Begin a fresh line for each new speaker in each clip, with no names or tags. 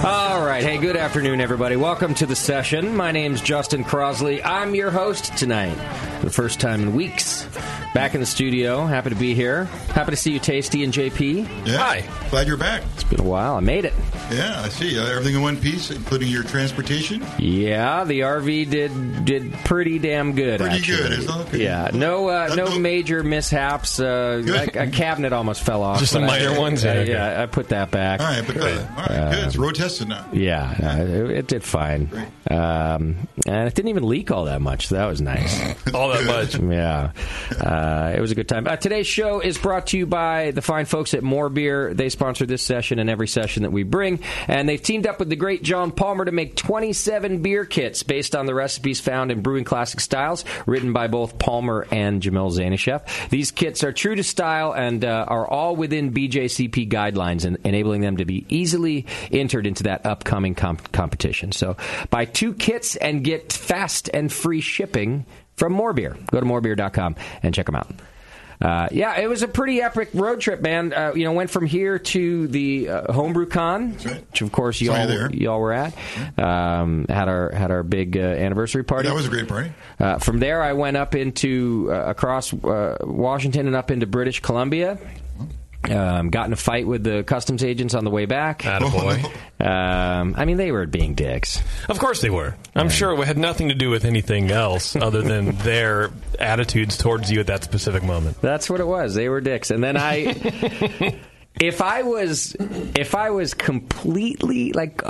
All right. Hey, good afternoon, everybody. Welcome to the session. My name's Justin Crosley. I'm your host tonight for the first time in weeks. Back in the studio. Happy to be here. Happy to see you, Tasty and JP.
Yeah. Hi. Glad you're back.
It's been a while. I made it.
Yeah, I see. Uh, everything in one piece, including your transportation.
Yeah, the RV did did pretty damn good.
Pretty
actually.
good, isn't it?
Yeah, no uh,
That
no
don't-
major mishaps. Uh, like a cabinet almost fell off.
Just the
but I-
minor ones,
Yeah,
yeah, okay.
yeah, I put that back.
All right, but uh, all right, good. It's road tested now.
Yeah, no, it, it did fine, um, and it didn't even leak all that much. So that was nice.
All that much.
Yeah, uh, it was a good time. Uh, today's show is brought to you by the fine folks at More Beer. They sponsor this session and every session that we bring, and they've teamed up with the great John Palmer to make 27 beer kits based on the recipes found in brewing classic styles, written by both Palmer and Jamil Zanishev. These kits are true to style and uh, are all within BJCP guidelines, and enabling them to be easily entered into that upcoming comp- competition. So, buy two kits and get fast and free shipping from Morebeer. Go to morebeer.com and check them out. Uh, yeah, it was a pretty epic road trip, man. Uh, you know, went from here to the uh, Homebrew Con, which of course
Saw you
y'all
there.
y'all were at. Um, had our had our big uh, anniversary party.
That was a great party.
Uh, from there, I went up into uh, across uh, Washington and up into British Columbia. Um, got in a fight with the customs agents on the way back.
Attaboy.
Um, I mean, they were being dicks.
Of course they were. I'm sure it had nothing to do with anything else other than their attitudes towards you at that specific moment.
That's what it was. They were dicks. And then I if I was if I was completely like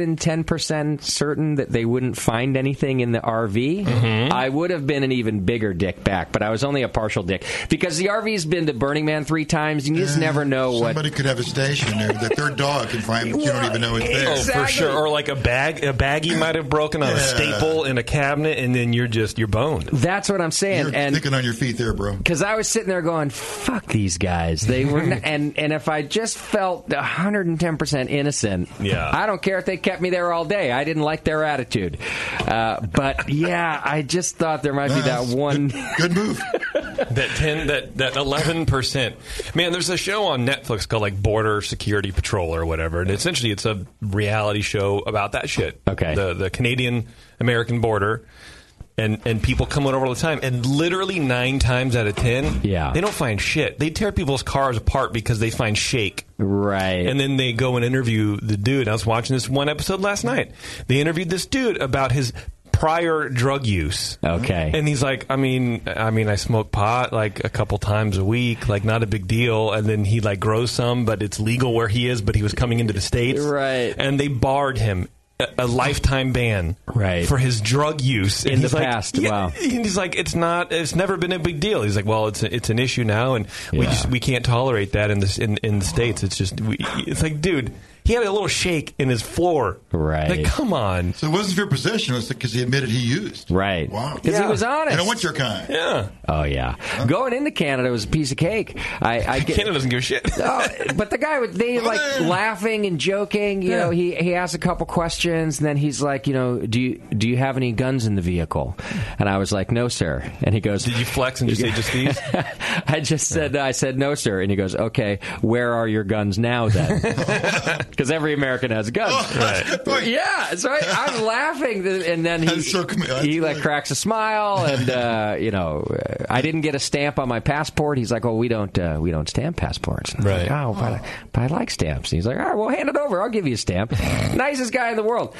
110% certain that they wouldn't find anything in the RV, I would have been an even bigger dick back, but I was only a partial dick because the RV's been to Burning Man 3 times and you just never know what
Somebody could have a station there that their dog can find. You don't even know it's there.
Exactly.
For sure, or like a bag, a baggie might have broken on a
Yeah.
staple in a cabinet, and then you're just you're boned.
That's what I'm saying.
You're
and
thinking on your feet there, bro.
because I was sitting there going, "Fuck these guys." They were, n and and if I just felt 110 percent innocent,
Yeah.
I don't care if they kept me there all day. I didn't like their attitude, uh, but yeah, I just thought there might be that
Nice.
one.
Good move.
That ten, that that eleven percent. Man, there's a show on Netflix called like Border Security Patrol or whatever, and essentially it's a reality show about that shit.
Okay.
the the Canadian American border,
and and people coming over all the time. And literally nine times out of ten,
yeah,
they don't find shit. They tear people's cars apart because they find shake.
Right.
And then they go and interview the dude. I was watching this one episode last night. They interviewed this dude about his prior drug use.
Okay.
And he's like, I mean, I mean, I smoke pot like a couple times a week, like not a big deal. And then he like grows some, but it's legal where he is. But he was coming into the states,
right?
And they barred him. A, a lifetime ban,
right,
for his drug use
in
and
the
he's like,
past.
yeah.
wow,
And he's like, it's not, it's never been a big deal. He's like, well, it's a, it's an issue now, and we
Yeah.
just we can't tolerate that in this in, in the states. It's just, we, it's like, dude, he had a little shake in his floor,
right?
Like, come on.
So it wasn't for possession. It was because he admitted he used.
Right.
Wow.
Because he was honest.
And I want your kind.
Yeah.
Oh yeah, going into Canada was a piece of cake. I, I get,
Canada doesn't give a shit.
Oh, but the guy, would- they like laughing and joking. You know, he he asked a couple questions, and then he's like, you know, do you do you have any guns in the vehicle? And I was like, no, sir. And he goes,
Did you flex and just say just these?
I just said, I said no, sir. And he goes, okay, where are your guns now then? Because every American has guns.
Oh,
Yeah, so I, I'm laughing, th- and then he he like cracks a smile, and uh, you know, uh, I didn't get a stamp on my passport. He's like, "Well, we don't uh, we don't stamp passports." And I'm like,
Right.
oh, but, I, but I like stamps. And he's like, "All right, well, hand it over. I'll give you a stamp." Nicest guy in the world.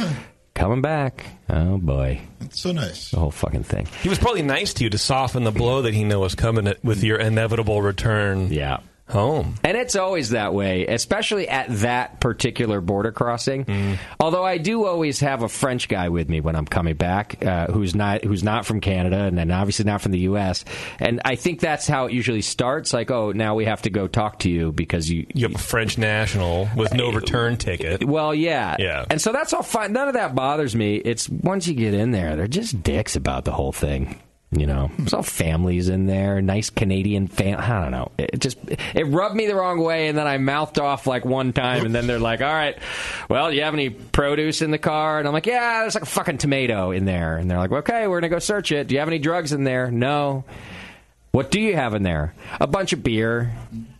Coming back. Oh boy,
so nice.
The whole fucking thing.
He was probably nice to you to soften the blow that he knew was coming at- with your inevitable return.
Yeah.
Home.
And it's always that way, especially at that particular border crossing.
Mm.
Although I do always have a French guy with me when I'm coming back, uh, who's not who's not from Canada and then obviously not from the U.S. And I think that's how it usually starts. Like, oh, now we have to go talk to you because you
You have a French national with no return ticket.
Well, yeah,
Yeah.
And so that's all fine. None of that bothers me. It's once you get in there, they're just dicks about the whole thing. You know, there's all families in there, nice Canadian fam. I don't know. It just it rubbed me the wrong way, and then I mouthed off like one time, and then they're like, "All right, well, you have any produce in the car?" And I'm like, "Yeah, there's like a fucking tomato in there," and they're like, "Okay, we're gonna go search it. Do you have any drugs in there?" No. What do you have in there? A bunch of beer.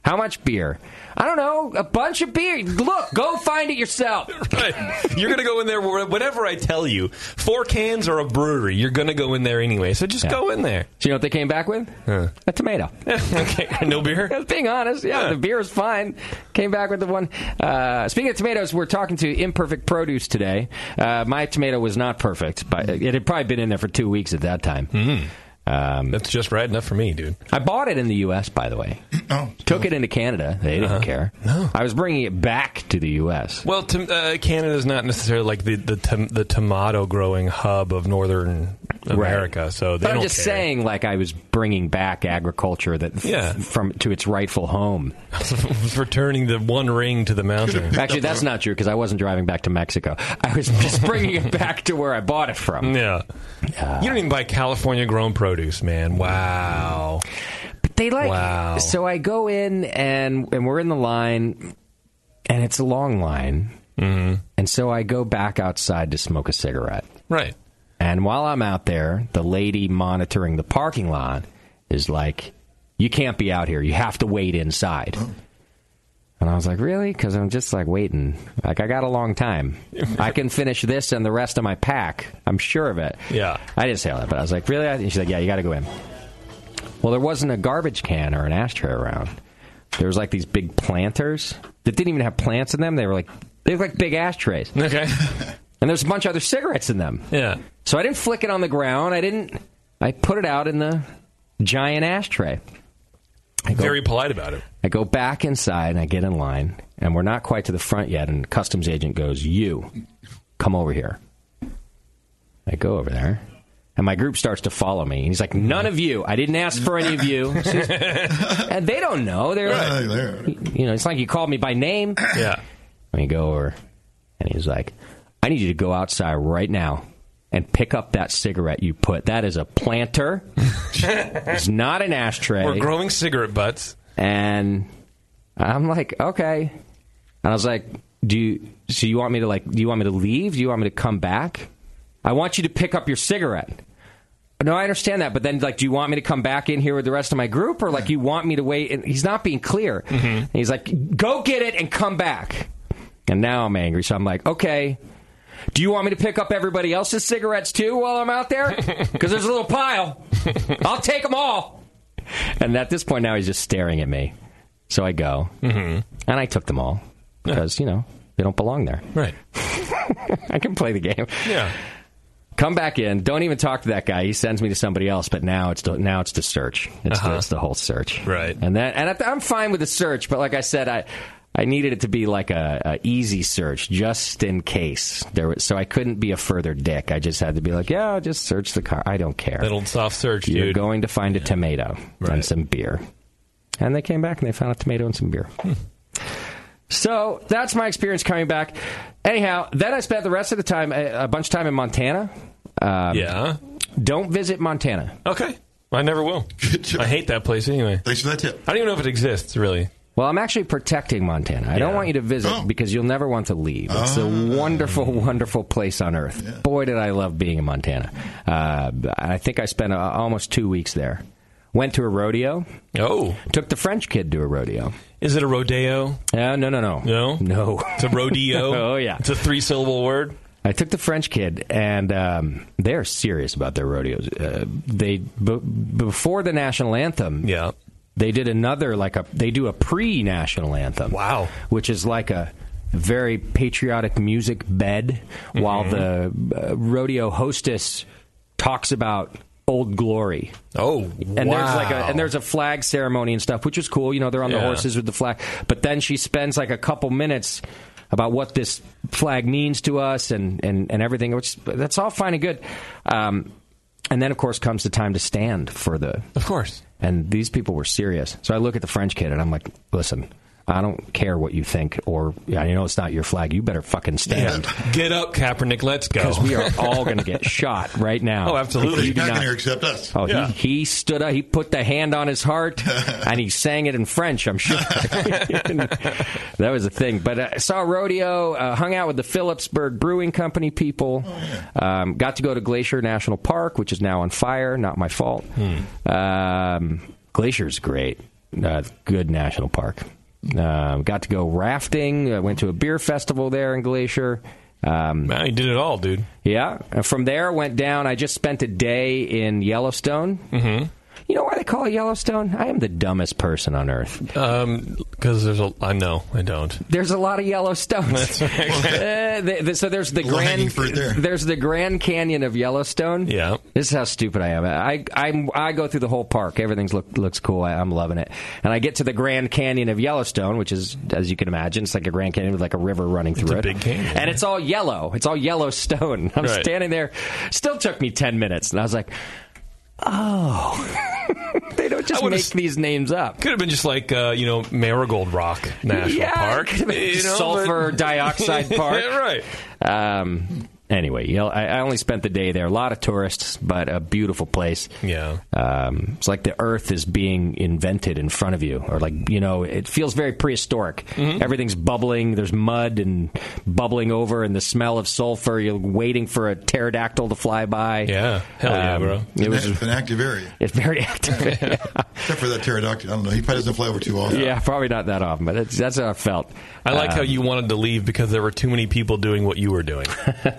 How much beer? I don't know. A bunch of beer. Look, go find it yourself.
Right. You're going to go in there, wh- whatever I tell you, four cans or a brewery, you're going to go in there anyway. So just go in there.
So you know what they came back with? A tomato.
okay, no beer?
Being honest, yeah, the beer is fine. Came back with the one. Uh, speaking of tomatoes, we're talking to Imperfect Produce today. Uh, my tomato was not perfect, but it had probably been in there for two weeks at that time. Um,
Hmm. That's just right enough for me, dude.
I bought it in the U.S., by the way.
Oh.
Took it into Canada. They
Uh-huh.
didn't care. No. I was bringing it back to the U.S.
Well, tom- uh, Canada's not necessarily like the the, tom- the tomato growing hub of northern America, so they
But I'm
don't
just
care.
saying, like I was bringing back agriculture that f-
Yeah.
from to its rightful home.
returning the one ring to the mountain.
Actually, that's not true because I wasn't driving back to Mexico. I was just bringing it back to where I bought it from.
Yeah. You don't even buy California grown produce, man. Wow.
But they like
Wow.
so I go in and and we're in the line, and it's a long line, mm-hmm. and so I go back outside to smoke a cigarette.
Right.
And while I'm out there, the lady monitoring the parking lot is like, "You can't be out here. You have to wait inside." And I was like, "Really?" Because I'm just like waiting. Like I got a long time. I can finish this and the rest of my pack. I'm sure of it.
Yeah.
I didn't say all that, but I was like, "Really?" And she's like, "Yeah, you got to go in." Well, there wasn't a garbage can or an ashtray around. There was like these big planters that didn't even have plants in them. They were like they looked like big ashtrays.
Okay.
And there's a bunch of other cigarettes in them.
Yeah.
So I didn't flick it on the ground. I didn't. I put it out in the giant ashtray.
Very polite about it.
I go back inside and I get in line, and we're not quite to the front yet. And customs agent goes, "You, come over here." I go over there, and my group starts to follow me. And he's like, "None of you. I didn't ask for any of you." and they don't know. They're like, you know, it's like you called me by name.
Yeah.
And he go over, and he's like, "I need you to go outside right now and pick up that cigarette you put. That is a planter. it's not an ashtray.
We're growing cigarette butts.
And I'm like, okay. And I was like, do you, so you want me to like, do you want me to leave? Do you want me to come back? I want you to pick up your cigarette. No, I understand that, but then like, do you want me to come back in here with the rest of my group, or like you want me to wait? And he's not being clear. And he's like, go get it and come back. And now I'm angry, so I'm like, okay. Do you want me to pick up everybody else's cigarettes too while I'm out there? Because there's a little pile. I'll take them all. And at this point now, he's just staring at me. So I go, mm-hmm. and I took them all because you know they don't belong there.
Right.
I can play the game.
Yeah.
Come back in. Don't even talk to that guy. He sends me to somebody else. But now it's the, now it's the search. It's, the,
Uh-huh.
it's the whole search.
Right.
And that and I, I'm fine with the search. But like I said, I I needed it to be like a, a easy search just in case there was. So I couldn't be a further dick. I just had to be like, yeah, I'll just search the car. I don't care.
That old soft search,
You're
dude.
going to find a tomato and some beer. And they came back and they found a tomato and some beer. So that's my experience coming back. Anyhow, then I spent the rest of the time, a, a bunch of time in Montana. Um,
yeah.
Don't visit Montana.
Okay. I never will. I hate that place anyway.
Thanks for that tip.
I don't even know if it exists, really.
Well, I'm actually protecting Montana. I don't want you to visit because you'll never want to leave. It's a wonderful, wonderful place on earth. Boy, did I love being in Montana. Uh, I think I spent uh, almost two weeks there. Went to a rodeo.
Oh.
Took the French kid to a rodeo.
Is it a rodeo?
Uh, no, no, no.
No?
No.
It's a rodeo?
oh, yeah.
It's a three syllable word?
I took the French kid, and um, they're serious about their rodeos. Uh, they b- before the national anthem.
Yeah.
They did another like a they do a pre-national anthem.
Wow.
Which is like a very patriotic music bed while
Mm-hmm.
the uh, rodeo hostess talks about old glory.
Oh,
And there's like a and there's a flag ceremony and stuff, which is cool. You know, they're on the
Yeah.
horses with the flag. But then she spends like a couple minutes about what this flag means to us and and and everything. Which that's all fine and good. Um, and then of course comes the time to stand for the.
Of course.
And these people were serious. So I look at the French kid and I'm like, listen. I don't care what you think, or I know it's not your flag. You better fucking
Yeah.
stand
Get up, Kaepernick. Let's go.
because we are all going to get shot right now.
Oh, absolutely.
You do
Not
not-
going to accept us.
Oh,
Yeah.
he, he stood up. He put the hand on his heart, and he sang it in French. I'm sure that was a thing. But uh, saw rodeo, uh, hung out with the Phillipsburg Brewing Company people.
Oh,
Um, got to go to Glacier National Park, which is now on fire. Not my fault.
Hmm.
Um, Glacier's great. Uh, good national park. Um, got to go rafting. Uh, went to a beer festival there in Glacier. Um,
Man, you did it all, dude.
yeah. And From there, went down. I just spent a day in Yellowstone. Mm-hmm. You know why they call it Yellowstone? I am the dumbest person on earth.
Because Um, there's a. I know, I don't.
There's a lot of Yellowstones. Uh, th- th- so there's the
Low-hanging
Grand
fruit there.
there's the Grand Canyon of Yellowstone.
Yeah.
This is how stupid I am. I I'm, I go through the whole park. Everything's look, looks cool. I, I'm loving it. And I get to the Grand Canyon of Yellowstone, which is, as you can imagine, it's like a Grand Canyon with like a river running through
a
it.
big canyon.
And it's all yellow. It's all yellow stone. I'm
Right.
standing there. Still took me ten minutes, and I was like, oh, they don't just
I would've
make
s-
these names up.
Could have been just like, uh, you know, Marigold Rock National
Yeah,
Park.
it could've been
you know, but-
sulfur dioxide park.
Yeah, right.
Um, anyway, you know, I, I only spent the day there. A lot of tourists, but a beautiful place.
Yeah.
Um, it's like the earth is being invented in front of you, or like, you know, it feels very prehistoric.
Mm-hmm.
Everything's bubbling, there's mud and bubbling over, and the smell of sulfur. You're waiting for a pterodactyl to fly by.
Yeah. Hell yeah, bro.
Um, It
It's
was.
an active area.
It's very active. Yeah.
Except for that pterodactyl. I don't know. He probably doesn't fly over too often.
probably not that often, but it's, that's how I felt.
I like how you wanted to leave because there were too many people doing what you were doing,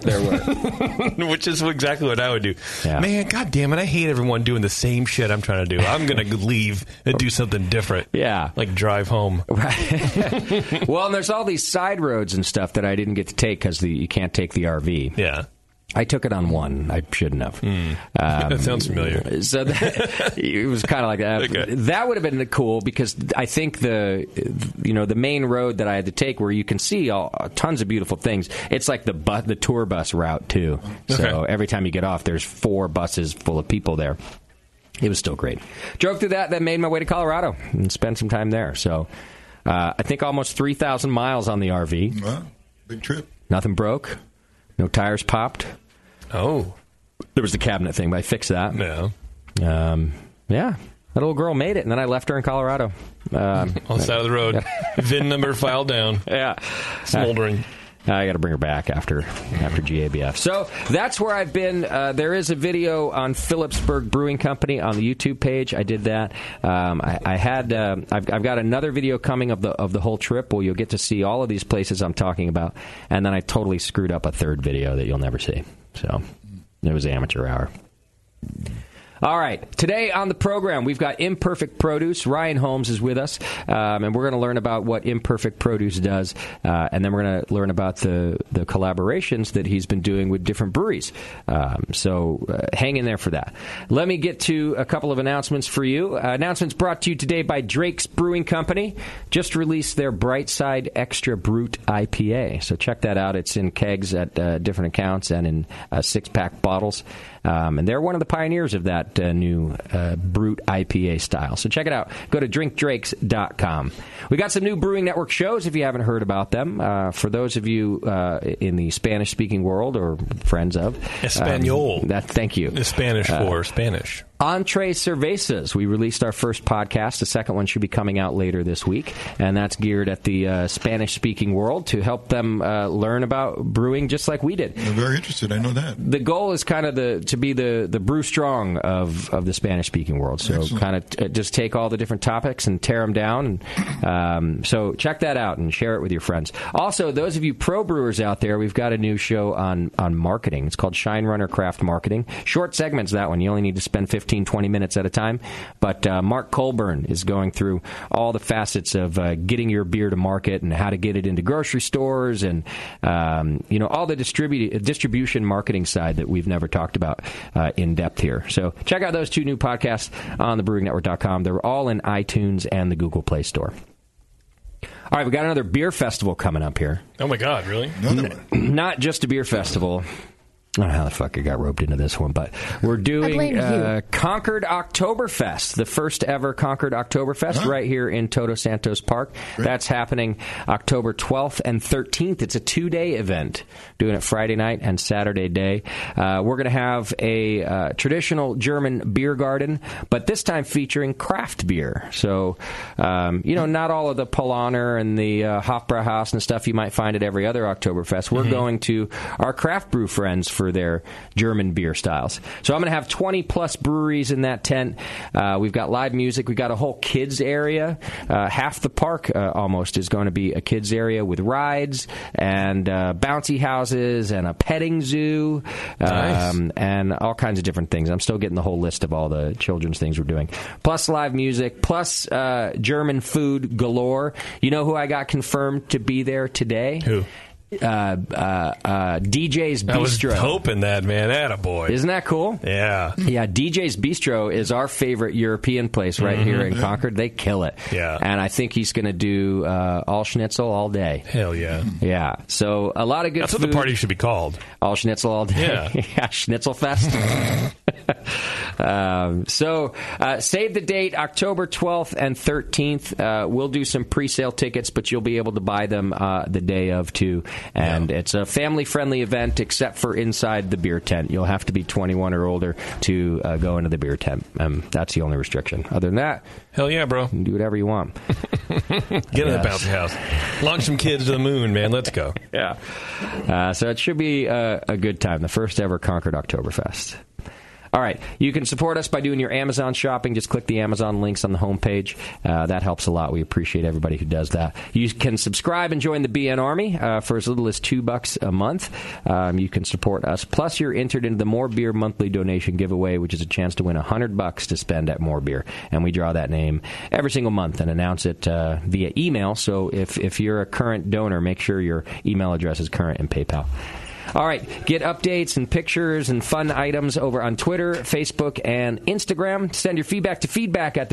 There were.
which is exactly what I would do.
Yeah.
Man, god damn it, I hate everyone doing the same shit I'm trying to do. I'm going to leave and do something different.
Yeah.
Like drive home.
Right. well, and there's all these side roads and stuff that I didn't get to take because you can't take the RV.
Yeah. Hmm.
I took it on one. I shouldn't have. Um,
that sounds familiar.
So that, it was kind of like that.
Okay.
That would have been cool because I think the you know the main road that I had to take where you can see all, tons of beautiful things. It's like the bu- the tour bus route too. So
Okay.
every time you get off, there's four buses full of people there. It was still great. Drove through that, then made my way to Colorado and spent some time there. So uh, I think almost three thousand miles on the RV.
Wow. Big trip.
Nothing broke, no tires popped.
Oh.
There was the cabinet thing, but I fixed that.
No.
Um, yeah, that little girl made it, and then I left her in Colorado. Um,
On the side of the road. VIN number filed down.
yeah,
Smoldering.
I got to bring her back after after GABF. So that's where I've been. Uh, there is a video on Phillipsburg Brewing Company on the YouTube page. I did that. Um, I, I had. um I've, I've got another video coming of the of the whole trip where you'll get to see all of these places I'm talking about, and then I totally screwed up a third video that you'll never see. So it was amateur hour. All right. Today on the program, we've got Imperfect Produce. Ryan Holmes is with us, um, and we're going to learn about what Imperfect Produce does, uh, and then we're going to learn about the, the collaborations that he's been doing with different breweries. Um, so uh, hang in there for that. Let me get to a couple of announcements for you. Uh, announcements brought to you today by Drake's Brewing Company. Just released their Brightside Extra Brute IPA. So check that out. It's in kegs at uh, different accounts and in uh, six pack bottles. Um, and they're one of the pioneers of that uh, new uh, brute IPA style. So check it out. Go to drinkdrakes.com. We got some new Brewing Network shows if you haven't heard about them. Uh, for those of you uh, in the Spanish speaking world or friends of
Espanol.
um, that, thank you.
Spanish
Uh,
for Spanish.
Entre Cervezas. We released our first podcast. The second one should be coming out later this week, and that's geared at the uh, Spanish speaking world to help them uh, learn about brewing just like we did.
I'm very interested. I know that.
The goal is kind of the to be the, the brew strong of, of the Spanish speaking world. So
Excellent.
kind of t- just take all the different topics and tear them down. And, um, so check that out and share it with your friends. Also, those of you pro brewers out there, we've got a new show on on marketing. It's called Shine Runner Craft Marketing. Short segments that one. You only need to spend 15, 20 minutes at a time. But uh, Mark Colburn is going through all the facets of uh, getting your beer to market and how to get it into grocery stores and um, you know all the distribu- distribution marketing side that we've never talked about uh, in depth here. So check out those two new podcasts on thebrewingnetwork.com. They're all in iTunes and the Google Play Store. All right, we got another beer festival coming up here.
Oh my God! Really?
Not just a beer festival. I don't know how the fuck I got roped into this one, but we're doing
you.
uh, Concord Oktoberfest, the first ever Concord Oktoberfest, right here in Toto Santos Park. That's happening October 12th and 13th. It's a two day event, doing it Friday night and Saturday day. Uh, we're going to have a uh, traditional German beer garden, but this time featuring craft beer. So, um, you know, not all of the Polaner and the uh, Hofbrauhaus and stuff you might find at every other Oktoberfest. We're
Mhm.
going going to our craft brew friends for their German beer styles. So I'm going to have 20 plus breweries in that tent. Uh, we've got live music. We've got a whole kids area. Uh, half the park uh, almost is going to be a kids area with rides and uh, bouncy houses and a petting zoo um, and all kinds of different things. I'm still getting the whole list of all the children's things we're doing. Plus live music. Plus uh, German food galore. You know who I got confirmed to be there today? Who? uh, uh, uh, DJ's Bistro.
I was hoping that man. Attaboy.
Isn't that cool?
Yeah.
Yeah, DJ's Bistro is our favorite European place right here in
Mhm.
Concord. They kill it.
Yeah.
And I think he's going to do uh, all schnitzel all day.
Hell yeah.
Yeah. So a lot of good
That's
food.
what the party should be called.
All schnitzel all day.
Yeah.
schnitzel fest. um, so uh, save the date, October 12th and 13th. Uh, we'll do some pre sale tickets, but you'll be able to buy them uh, the day of, too. And it's a family friendly event, except for inside the beer tent. You'll have to be 21 or older to uh, go into the beer tent. Um, that's the only restriction. Other than that,
hell yeah, bro. You
can do whatever you want.
Get in the
Yes.
bouncy house. Launch some kids to the moon, man. Let's go.
yeah. Uh, so it should be uh, a good time. The first ever Concord Oktoberfest. All right. You can support us by doing your Amazon shopping. Just click the Amazon links on the homepage. Uh, that helps a lot. We appreciate everybody who does that. You can subscribe and join the BN Army uh, for as little as two bucks a month. Um, you can support us. Plus, you're entered into the More Beer monthly donation giveaway, which is a chance to win hundred bucks to spend at More Beer. And we draw that name every single month and announce it uh, via email. So if if you're a current donor, make sure your email address is current and PayPal. All right, get updates and pictures and fun items over on Twitter, Facebook, and Instagram. Send your feedback to feedback at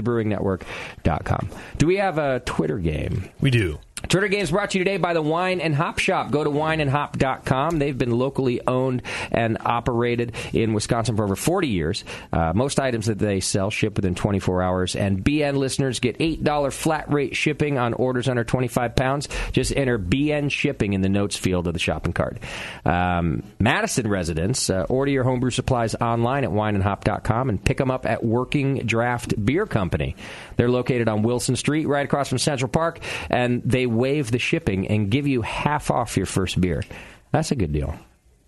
thebrewingnetwork.com. Do we have a Twitter game?
We do.
Twitter games brought to you today by the Wine and Hop Shop. Go to wineandhop.com. They've been locally owned and operated in Wisconsin for over 40 years. Uh, most items that they sell ship within 24 hours. And BN listeners get $8 flat rate shipping on orders under 25 pounds. Just enter BN shipping in the notes field of the shopping cart. Um, Madison residents, uh, order your homebrew supplies online at wineandhop.com and pick them up at Working Draft Beer Company. They're located on Wilson Street, right across from Central Park, and they waive the shipping and give you half off your first beer. That's a good deal.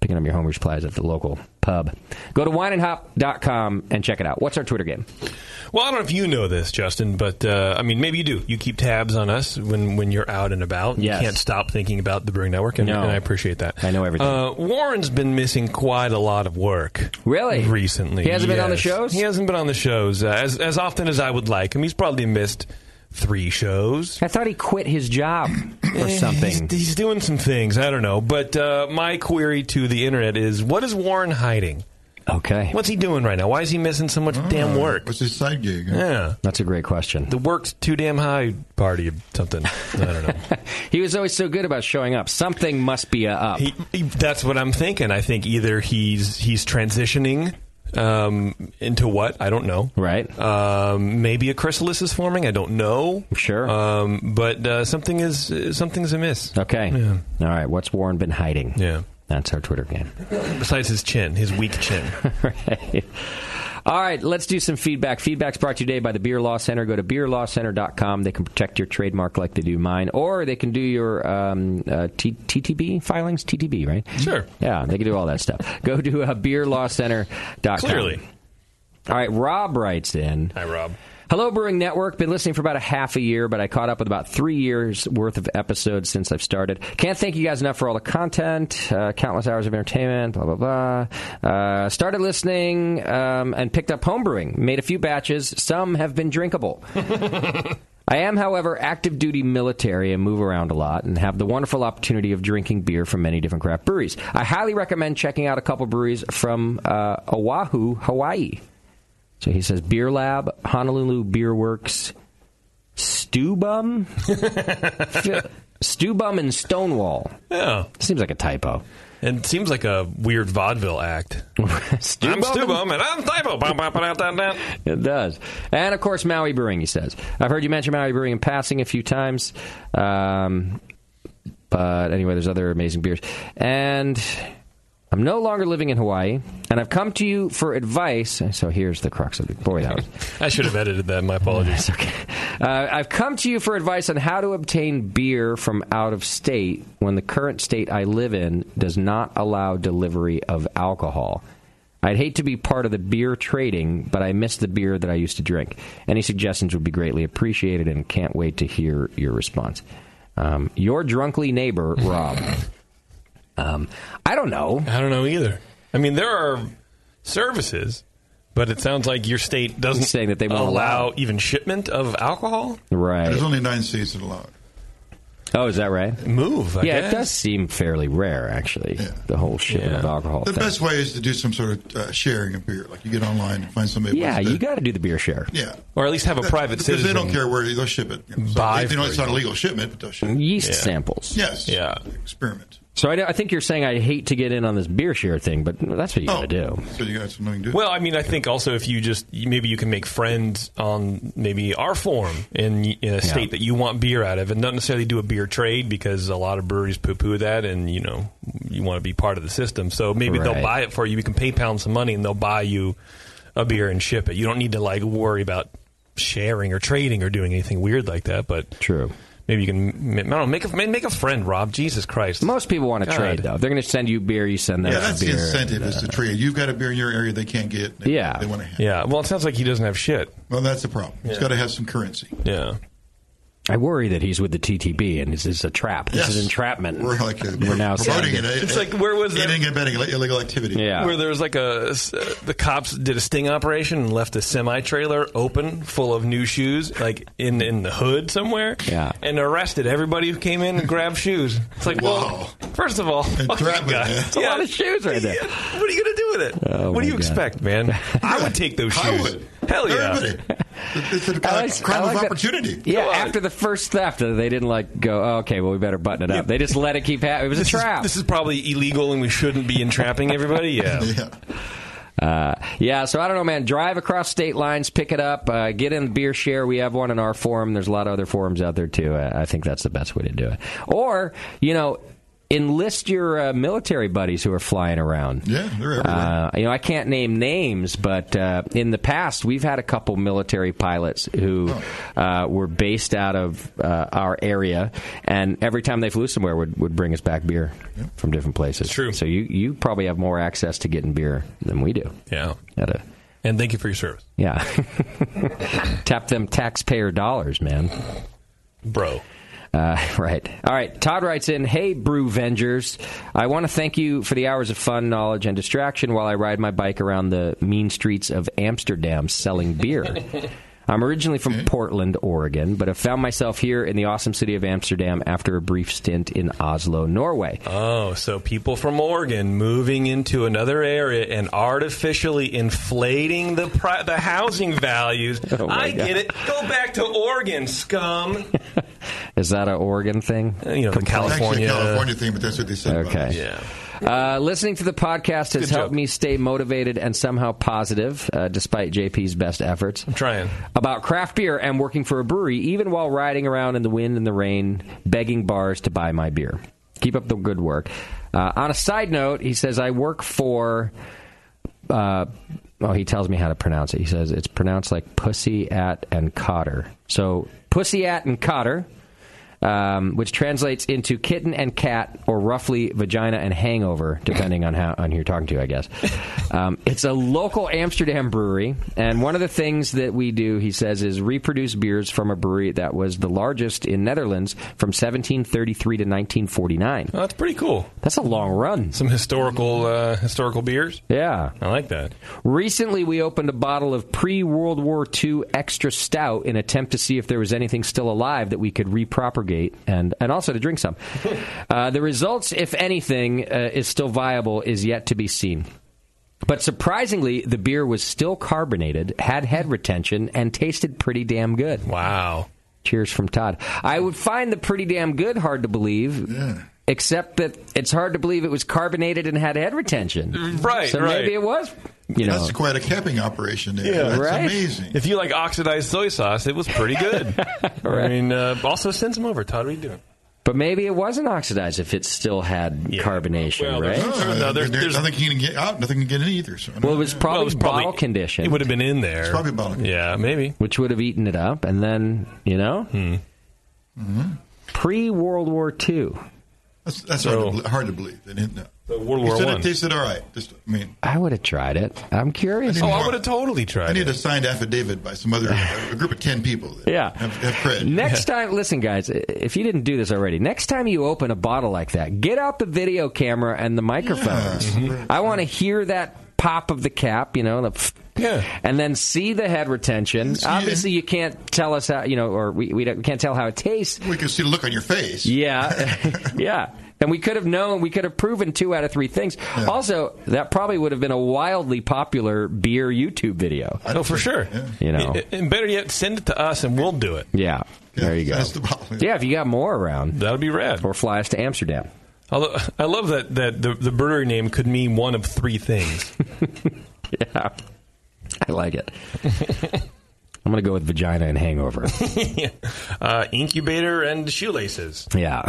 Picking up your home supplies at the local pub. Go to wineandhop.com and check it out. What's our Twitter game?
Well, I don't know if you know this, Justin, but uh, I mean, maybe you do. You keep tabs on us when, when you're out and about.
Yes.
You can't stop thinking about the Brewing Network, and,
No.
and I appreciate that.
I know everything.
Uh, Warren's been missing quite a lot of work.
Really?
Recently.
He hasn't been on the
yes.
shows?
He hasn't been on the shows uh, as, as often as I would like him. He's probably missed three shows. Eh,
I thought he quit his job or something.
He's, he's doing some things. I don't know. But uh, my query to the internet is what is Warren hiding?
Okay.
What's he doing right now? Why is he missing so much damn work?
What's his side gig?
Yeah.
That's a great question.
The work's too damn high party or something. I don't know.
He was always so good about showing up. Something must be uh, up.
he, he- that's what I'm thinking. I think either he's he's transitioning um, into what I don't know.
Right.
Um, maybe a chrysalis is forming. I don't know.
Sure.
Um, but uh, something is uh, something's amiss.
Okay. All right. What's Warren been hiding?
Yeah.
That's our Twitter game.
Besides his chin, his weak chin.
right. All right, let's do some feedback. Feedback's brought to you today by the Beer Law Center. Go to beerlawcenter.com. They can protect your trademark like they do mine, or they can do your um, uh, T- TTB filings, TTB, right?
Sure.
Yeah, they can do all that stuff. Go to uh, beerlawcenter.com.
Clearly.
All right, Rob writes in.
Hi, Rob.
Hello, Brewing Network. Been listening for about a half a year, but I caught up with about three years worth of episodes since I've started. Can't thank you guys enough for all the content, uh, countless hours of entertainment, blah, blah, blah. Uh, started listening um, and picked up homebrewing. Made a few batches. Some have been drinkable. I am, however, active duty military and move around a lot and have the wonderful opportunity of drinking beer from many different craft breweries. I highly recommend checking out a couple breweries from uh, Oahu, Hawaii. So he says Beer Lab, Honolulu Beer Works, Stewbum, F- Stewbum and Stonewall.
Yeah.
Seems like a typo.
And it seems like a weird vaudeville act.
Stewbum
I'm
and-
Stubum and I'm Thibault.
It does. And of course, Maui Brewing, he says. I've heard you mention Maui Brewing in passing a few times. Um, but anyway, there's other amazing beers. And I'm no longer living in Hawaii, and I've come to you for advice. So here's the crux of it. Boy, that was.
I should have edited that. My apologies.
Okay. Uh, I've come to you for advice on how to obtain beer from out of state when the current state I live in does not allow delivery of alcohol. I'd hate to be part of the beer trading, but I miss the beer that I used to drink. Any suggestions would be greatly appreciated and can't wait to hear your response. Um, your drunkly neighbor, Rob. um, I don't know.
I don't know either. I mean, there are services, but it sounds like your state doesn't
He's saying that they won't allow
allow
it.
even shipment of alcohol.
Right.
There's only nine states that allow it.
Oh, is that right?
Move. I
yeah,
guess.
it does seem fairly rare, actually, the whole shipment of alcohol
The
thing.
best way is to do some sort of uh, sharing of beer. Like you get online and find somebody. who
Yeah,
wants
you
to-
got to do the beer share.
Yeah.
Or at least have a private
because
citizen.
they don't care where they'll ship it. You know, so
Buy
they, they know
for
it's not a
you.
legal shipment, but they'll ship it.
Yeast samples.
Yes.
Yeah.
Experiment.
So I, I think you're saying I hate to get in on this beer share thing, but that's what you got to do.
So you got something to do.
Well, I mean, I think also if you just maybe you can make friends on maybe our form in, in a state that you want beer out of, and not necessarily do a beer trade because a lot of breweries poo poo that, and you know you want to be part of the system. So maybe
Right.
they'll buy it for you. You can pay pound some money, and they'll buy you a beer and ship it. You don't need to like worry about sharing or trading or doing anything weird like that. But
True.
maybe you can I don't know, make a make a friend, Rob. Jesus Christ,
Most people want to
God.
trade, though. They're going to send you beer, you send them
yeah, that's
beer. uh,
the incentive is to trade. You've got a beer in your area they can't get. They,
Yeah.
They want to have.
Yeah. Well, it sounds like he doesn't have shit.
Well, that's the problem. It's got to have some currency.
Yeah.
I worry that he's with the TTB, and this is a trap. This
Yes.
is entrapment.
We're like uh,
We're now
promoting
sounding-
it.
It's like, where was that-
Aiding and abetting illegal activity.
Yeah.
where there was like a uh, the cops did a sting operation and left a semi trailer open full of new shoes like in in the hood somewhere
Yeah.
and arrested everybody who came in and grabbed shoes it's like
Wow.
well first of all fuck you
Entrapment,
guys.
yeah.
It's a lot of shoes right there.
Yeah. what are you gonna do with it
Oh,
what do
my
you
God.
expect man I would take those
I
shoes
would.
hell yeah
Everybody. It's a
I
crime,
like-
crime
I like
of
that-
opportunity.
Yeah,
Come on.
after the first theft, uh, they didn't like go. Oh, okay, well, we better button it up. They just let it keep happening. It was
this
a trap.
is, this is probably illegal and we shouldn't be entrapping everybody yeah
Yeah.
Uh, Yeah, so I don't know, man. Drive across state lines, pick it up, uh, get in the beer share. We have one in our forum. There's a lot of other forums out there too. I, I think that's the best way to do it. Or you know, enlist your uh, military buddies who are flying around.
Yeah, they're everywhere.
Uh, you know, I can't name names, but uh, in the past, we've had a couple military pilots who uh, were based out of uh, our area, and every time they flew somewhere, would, would bring us back beer from different places.
True.
So you, you probably have more access to getting beer than we do.
Yeah.
At a,
And thank you for your service,
yeah. Tap them taxpayer dollars, man.
bro.
Uh, right. All right. Todd writes in Hey, Brew Vengers. I want to thank you for the hours of fun, knowledge, and distraction while I ride my bike around the mean streets of Amsterdam selling beer. I'm originally from Portland, Oregon, but have found myself here in the awesome city of Amsterdam after a brief stint in Oslo, Norway.
Oh, so people from Oregon moving into another area and artificially inflating the pri- the housing values.
Oh, my
I
God.
get it. Go back to Oregon, scum.
Is that an Oregon thing?
Uh, You know, the
Actually,
California.
a California thing, but that's what they said. about
Okay.
us.
Uh, listening to the podcast has helped me stay motivated and somehow positive, uh, despite JP's best efforts. I'm
trying.
About craft beer and working for a brewery, even while riding around in the wind and the rain, begging bars to buy my beer. Keep up the good work. Uh, on a side note, he says, I work for. Uh, oh, he tells me how to pronounce it. He says it's pronounced like pussy at and cotter. So pussy at and cotter, um, which translates into kitten and cat, or roughly vagina and hangover, depending on how on who you're talking to, I guess. Um, it's a local Amsterdam brewery, and one of the things that we do, he says, is reproduce beers from a brewery that was the largest in Netherlands from 1733 to 1949.
Oh, that's pretty cool.
That's a long run.
Some historical uh, historical beers.
Yeah.
I like that.
Recently, we opened a bottle of pre World War II extra stout in attempt to see if there was anything still alive that we could repropagate and, and also to drink some. uh, the results, if anything, uh, is still viable, is yet to be seen. But surprisingly, the beer was still carbonated, had head retention, and tasted pretty damn good.
Wow.
Cheers from Todd. I would find the pretty damn good hard to believe. Except that it's hard to believe it was carbonated and had head retention.
Right,
So
right.
maybe it was, you know.
That's quite a capping operation there. that's
right?
amazing.
If you like oxidized soy sauce, it was pretty good. I mean, uh, also send some over, Todd. What are you doing?
But maybe it wasn't oxidized if it still had carbonation,
Well,
right?
there's-
Oh,
No, there's-
there-
there's-
nothing you can get out, nothing can get in either. So I don't
Well, it
know.
was probably,
Well, it was probably-
bottle conditioned,
It would have been in there.
It's probably about it.
Yeah, maybe. Hmm.
which would have eaten it up, and then you know, pre World War II.
Mm-hmm. That's, that's
So-
hard, to, bel- hard to believe. They didn't know.
The World
He
War
said
One.
it tasted all right. Just, I mean,
I would have tried it. I'm curious.
Oh,
Oh,
I
I
would have totally tried.
I need
it.
a signed affidavit by some other a group of ten people. That
Yeah.
have, have cred.
Next time, listen, guys, if you didn't do this already, next time you open a bottle like that, get out the video camera and the microphones. I want to hear that pop of the cap, you know, the f-
Yeah.
and then see the head retention.
See it.
Obviously, you can't tell us how, you know, or we, we, don't, we can't tell how it tastes.
we can see the look on your face.
Yeah, yeah. And we could have known, we could have proven two out of three things. Also, that probably would have been a wildly popular beer YouTube video.
Oh, for sure.
You know.
I- and better yet, send it to us and we'll do it.
Yeah, there you go.
That's the problem.
Yeah, if you got more around,
That would be rad.
or fly us to Amsterdam.
Although I love that that the, the brewery name could mean one of three things.
Yeah, I like it. I'm gonna go with vagina and hangover.
uh, incubator and shoelaces.
Yeah.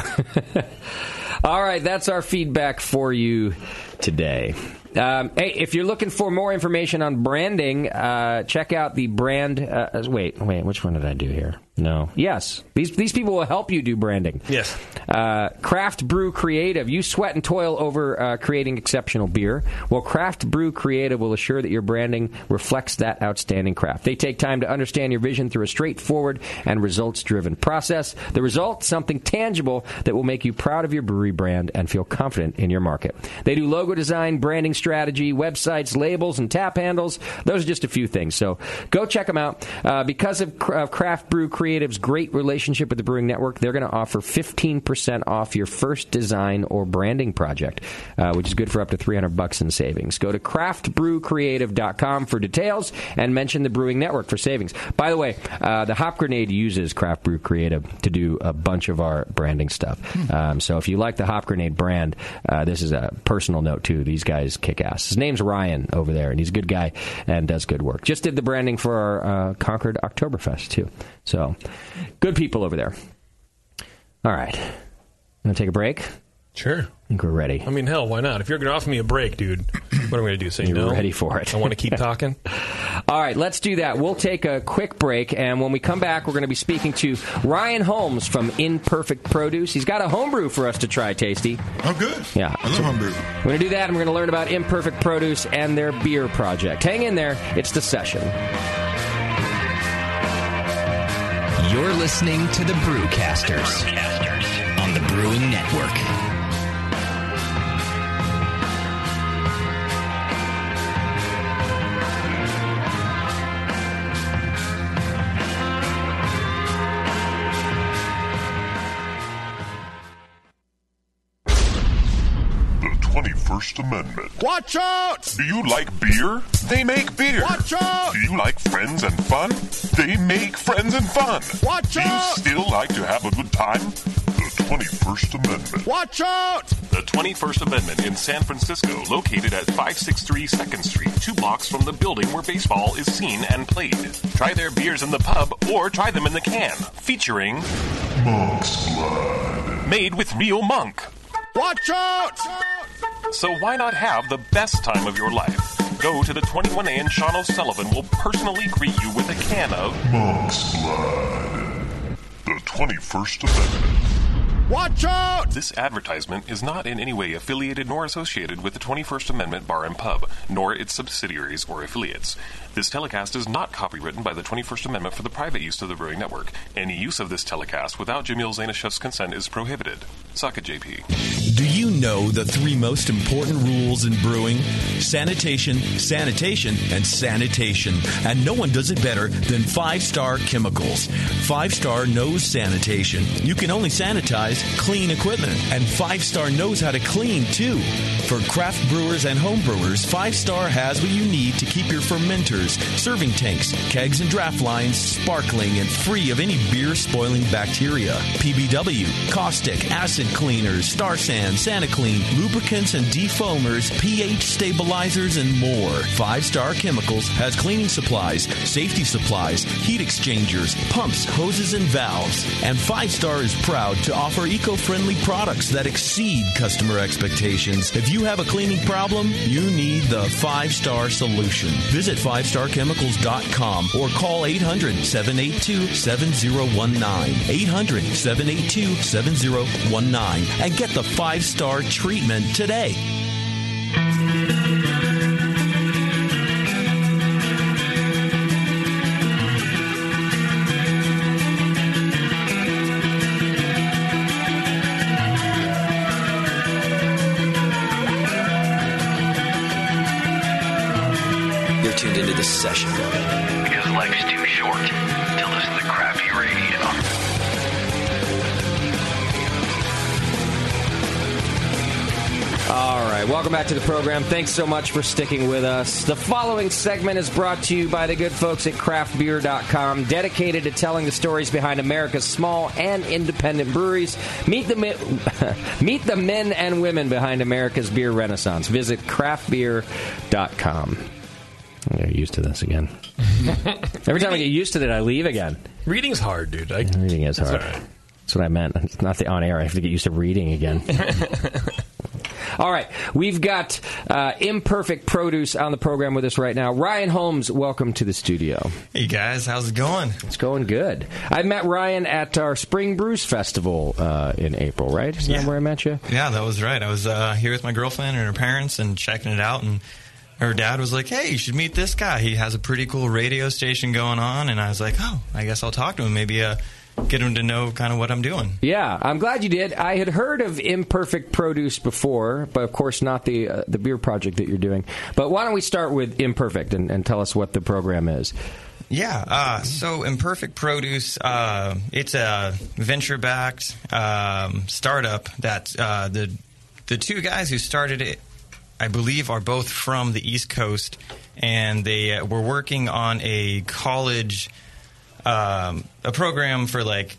All right, that's our feedback for you today. Um, hey, if you're looking for more information on branding, uh, check out the brand. Uh, wait, wait, which one did I do here? No. Yes, these these people will help you do branding.
Yes.
Uh, Craft Brew Creative. You sweat and toil over uh, creating exceptional beer. Well, Craft Brew Creative will assure that your branding reflects that outstanding craft. They take time to understand your vision through a straightforward and results driven process. The result, something tangible that will make you proud of your brewery brand and feel confident in your market. They do logo design, branding strategy, websites, labels, and tap handles. Those are just a few things. So go check them out. Uh, because of Cra- of Craft Brew Creative's great relationship with the Brewing Network, they're going to offer 15% off your first design or branding project, uh, which is good for up to 300 bucks in savings. Go to craftbrewcreative.com for details and mention the Brewing Network for savings. By the way, uh, the Hop Grenade uses Craft Brew Creative to do a bunch of our branding stuff. Um, so if you like the Hop Grenade brand, uh, this is a personal note too. These guys kick ass. His name's Ryan over there, and he's a good guy and does good work. Just did the branding for our uh, Concord Oktoberfest too. So good people over there. All right, I'm gonna take a break.
Sure.
I think we're ready.
I mean, hell, why not? If you're going to offer me a break, dude, what am I going to do? Say
You're
no?
ready for it.
I want to keep talking.
All right, let's do that. We'll take a quick break, and when we come back, we're going to be speaking to Ryan Holmes from Imperfect Produce. He's got a homebrew for us to try, Tasty.
Oh, good.
Yeah.
I love homebrew.
We're going to do that, and we're going to learn about Imperfect Produce and their beer project. Hang in there. It's the session.
You're listening to the Brewcasters, on the Brewing Network.
The 21st Amendment.
Watch out!
Do you like beer? They make beer.
Watch out!
Do you like friends and fun? They make friends and fun.
Watch
Do you
out!
still like to have a good time? The 21st Amendment.
Watch out!
The 21st Amendment in San Francisco, located at 563 2nd Street, two blocks from the building where baseball is seen and played. Try their beers in the pub or try them in the can, featuring
Monk's Blood.
Made with Real Monk.
Watch out!
So why not have the best time of your life? Go to the 21A and Sean O'Sullivan will personally greet you with a can of
Monk's Blood. The 21st Amendment.
Watch out!
This advertisement is not in any way affiliated nor associated with the 21st Amendment Bar and Pub, nor its subsidiaries or affiliates. This telecast is not copywritten by the 21st Amendment for the private use of the Brewing Network. Any use of this telecast without Jamil Zanishev's consent is prohibited. Suck it, JP.
Do you know the three most important rules in brewing? Sanitation, sanitation, and sanitation. And no one does it better than Five Star Chemicals. Five Star knows sanitation. You can only sanitize clean equipment. And Five Star knows how to clean, too. For craft brewers and home brewers, Five Star has what you need to keep your fermenters, serving tanks, kegs, and draft lines sparkling and free of any beer spoiling bacteria. PBW, caustic, acid cleaners, star sand, Santa Clean, lubricants and defoamers, pH stabilizers, and more. Five Star Chemicals has cleaning supplies, safety supplies, heat exchangers, pumps, hoses, and valves. And Five Star is proud to offer eco friendly products that exceed customer expectations. If you have a cleaning problem, you need the Five Star Solution. Visit 5starchemicals.com or call 800 782 7019. 800 782 7019 and get the five star treatment today.
You're tuned into the session.
Because life's too short to listen to crappy radio.
All right, welcome back to the program. Thanks so much for sticking with us. The following segment is brought to you by the good folks at craftbeer.com, dedicated to telling the stories behind America's small and independent breweries. Meet the mi- meet the men and women behind America's beer renaissance. Visit craftbeer.com. I'm getting used to this again. Every time I get used to it, I leave again.
Reading's hard, dude. I,
Reading is hard.
all right.
That's what I meant. It's not the on air. I have to get used to reading again. All right, we've got uh, imperfect produce on the program with us right now. Ryan Holmes, welcome to the studio.
Hey guys, how's it going?
It's going good. I met Ryan at our Spring Brews Festival uh, in April, right? Isn't that where I met you?
Yeah, that was right. I was uh, here with my girlfriend and her parents and checking it out, and her dad was like, "Hey, you should meet this guy. He has a pretty cool radio station going on." And I was like, "Oh, I guess I'll talk to him. Maybe uh, get him to know kind of what I'm doing."
Yeah, I'm glad you did. I had heard of imperfect produce before, but of course not the uh, the beer project that you're doing. But why don't we start with imperfect and, and tell us what the program is?
Yeah. Uh, so Imperfect Produce, uh, it's a venture-backed um, startup that uh, the the two guys who started it, I believe, are both from the East Coast, and they uh, were working on a college um, a program for like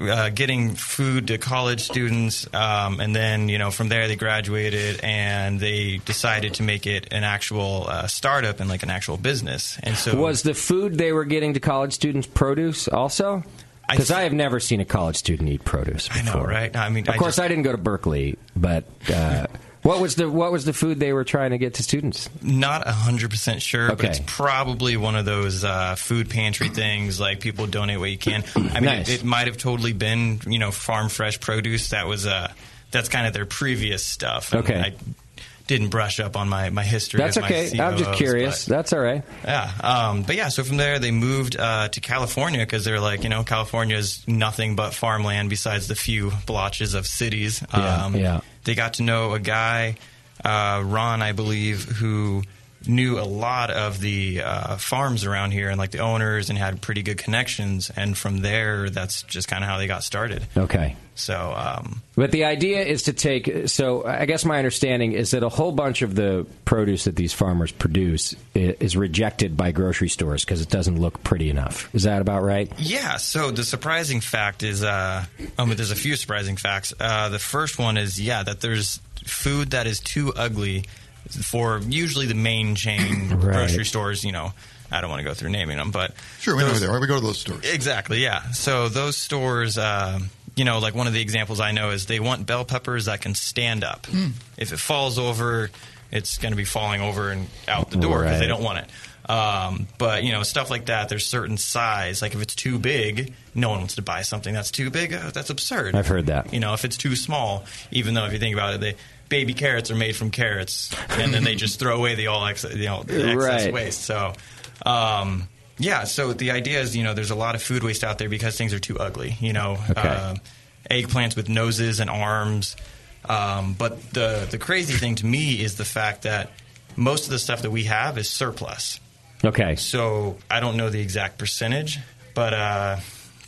uh, getting food to college students, um, and then you know from there they graduated and they decided to make it an actual uh, startup and like an actual business. And so
Was the food they were getting to college students produce also? Because I, have never seen a college student eat produce. Before.
I know, right? I mean,
of course,
just-
I didn't go to Berkeley, but uh, what was the what was the food they were trying to get to students?
Not 100% sure, but
Okay.
it's probably one of those uh, food pantry things like people donate what you can. I mean,
Nice.
it, it might have totally been, you know, farm fresh produce. That was uh, that's kind of their previous stuff. And
Okay.
I didn't brush up on my, my history.
That's
of my
okay. I'm just
COOs,
curious.
but-
That's all right.
yeah. Um, but yeah, so from there they moved uh, to California because they're like, you know, California is nothing but farmland besides the few blotches of cities. Um,
Yeah, yeah.
They got to know a guy, uh, Ron, I believe, who knew a lot of the uh, farms around here and like the owners and had pretty good connections. And from there, that's just kind of how they got started.
Okay.
So, um,
But the idea is to take. So I guess my understanding is that a whole bunch of the produce that these farmers produce i- is rejected by grocery stores because it doesn't look pretty enough. Is that about right?
Yeah. So the surprising fact is, uh, I mean, there's a few surprising facts. Uh, the first one is, yeah, that there's food that is too ugly for usually the main chain
Right.
grocery stores. You know, I don't want to go through naming them, but
Sure, we know
those-
who they are. We go to those stores.
Exactly. Yeah. So those stores, uh, you know, like one of the examples I know is they want bell peppers that can stand up.
Hmm.
If it falls over, it's going to be falling over and out the door because they
Right.
don't want it. Um, but you know, stuff like that. There's certain size. Like if it's too big, no one wants to buy something that's too big. Oh, that's absurd.
I've heard that.
You know, if it's too small, even though if you think about it, they. Baby carrots are made from carrots, and then they just throw away the all excess, you know, the excess
Right.
waste. So, um, yeah. So the idea is, you know, there's a lot of food waste out there because things are too ugly. You know,
Okay.
uh, eggplants with noses and arms. Um, but the the crazy thing to me is the fact that most of the stuff that we have is surplus.
Okay.
So I don't know the exact percentage, but uh,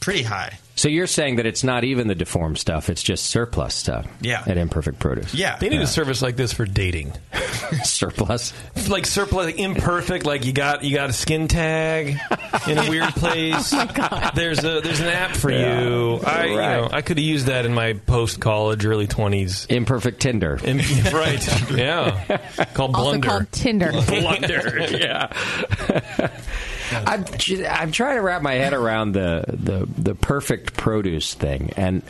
pretty high.
So you're saying that it's not even the deformed stuff; it's just surplus stuff.
Yeah.
And imperfect produce.
Yeah.
They need
Yeah.
a service like this for dating.
surplus.
Like surplus, like imperfect. Like you got you got a skin tag in a weird
Oh
place. There's a there's an app for
Yeah.
you. I you
Right.
know I could have used that in my post college early twenties.
Imperfect Tinder.
right. Yeah. Called
Also
blunder.
called Tinder.
blunder.
Yeah. I'm I'm trying to wrap my head around the the the perfect produce thing, and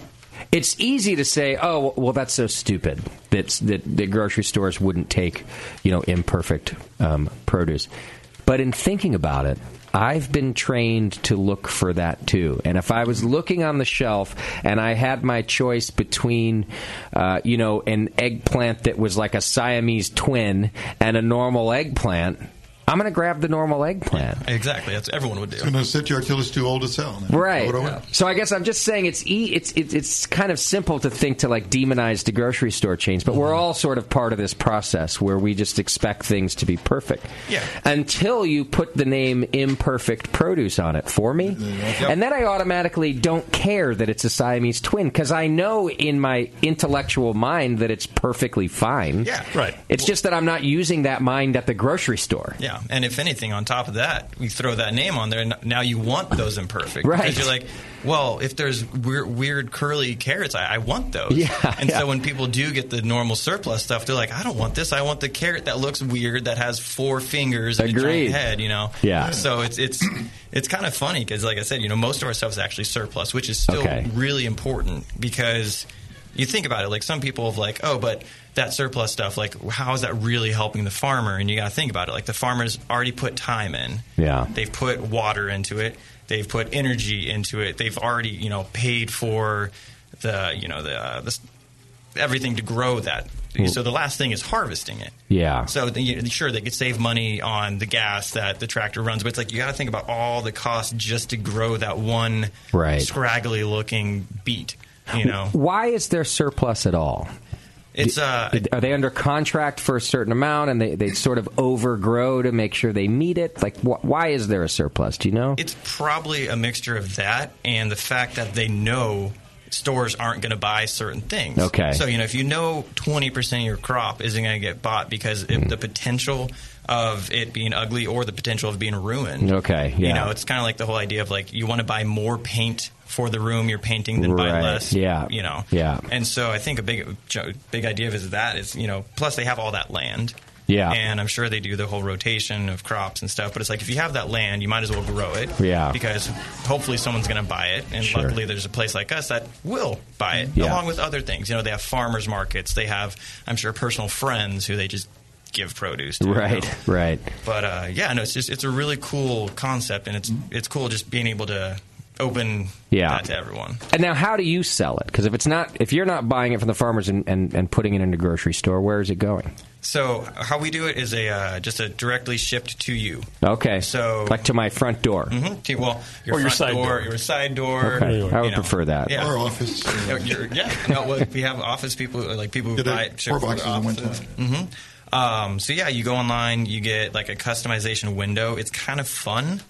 it's easy to say, oh well, that's so stupid that that the grocery stores wouldn't take you know imperfect um, produce. But in thinking about it, I've been trained to look for that too. And if I was looking on the shelf and I had my choice between, uh, you know, an eggplant that was like a Siamese twin and a normal eggplant, I'm going to grab the normal eggplant.
Exactly. That's what everyone would do.
Going to sit here till it's too old to sell.
Right.
What do I want?
So I guess I'm just saying it's e- it's it's it's kind of simple to think to like demonize the grocery store chains, but we're all sort of part of this process where we just expect things to be perfect.
Yeah.
Until you put the name imperfect produce on it for me, and then I automatically don't care that it's a Siamese twin because I know in my intellectual mind that it's perfectly fine. Yeah.
Right.
It's just that I'm not using that mind at the grocery store.
Yeah, and if anything, on top of that, we throw that name on there, and now you want those imperfect.
Right.
Because you're like, well, if there's weird, weird curly carrots, I, I want those.
Yeah,
And
yeah.
so when people do get the normal surplus stuff, they're like, I don't want this. I want the carrot that looks weird, that has four fingers and a
Agreed.
giant head. You know.
Yeah.
So it's it's it's kind of funny because, like I said, you know, most of our stuff is actually surplus, which is still
Okay.
really important because you think about it like some people have like oh but that surplus stuff like how is that really helping the farmer and you got to think about it like the farmers already put time in
Yeah.
they've put water into it they've put energy into it they've already you know paid for the you know the, uh, the s- everything to grow that
Hmm.
so the last thing is harvesting it
Yeah.
so then you- sure they could save money on the gas that the tractor runs but it's like you got to think about all the cost just to grow that one
Right.
scraggly looking beet you know
Why is there surplus at all?
It's, uh,
are they under contract for a certain amount and they, they sort of overgrow to make sure they meet it? Like, wh- why is there a surplus? Do you know?
It's probably a mixture of that and the fact that they know stores aren't going to buy certain things.
Okay.
So, you know, if you know 20% of your crop isn't going to get bought because
Mm-hmm.
if the potential of it being ugly or the potential of being ruined.
Okay, yeah.
You know, it's kind of like the whole idea of like you want to buy more paint for the room you're painting than buy
Right,
less.
yeah.
You know.
Yeah.
And so I think a big big idea of is that is, you know, plus they have all that land.
Yeah.
And I'm sure they do the whole rotation of crops and stuff. But it's like if you have that land, you might as well grow it.
Yeah.
Because hopefully someone's going to buy it, and
Sure.
luckily there's a place like us that will buy it
Yeah.
along with other things. You know, they have farmers markets. They have, I'm sure, personal friends who they just give produce to. you
Right,
know?
right.
But uh, yeah, no, it's just it's a really cool concept, and it's it's cool just being able to open
Yeah.
that to everyone.
And now, how do you sell it? Because if it's not, if you're not buying it from the farmers and, and, and putting it in a grocery store, where is it going?
So how we do it is a uh, just a directly shipped to you.
Okay,
So-
like to my front door.
Mhm. To- Well, your
Or your
front
side
door,
door.
your side door.
Okay.
you
I would
know.
prefer that.
Yeah.
Or office. uh,
No, you're- yeah, no, well, we have office people, like people who
Did I-
buy ship
four
from
boxes
their
in one
offices. Mhm. Um, so yeah, you go online, you get like a customization window. It's kind of fun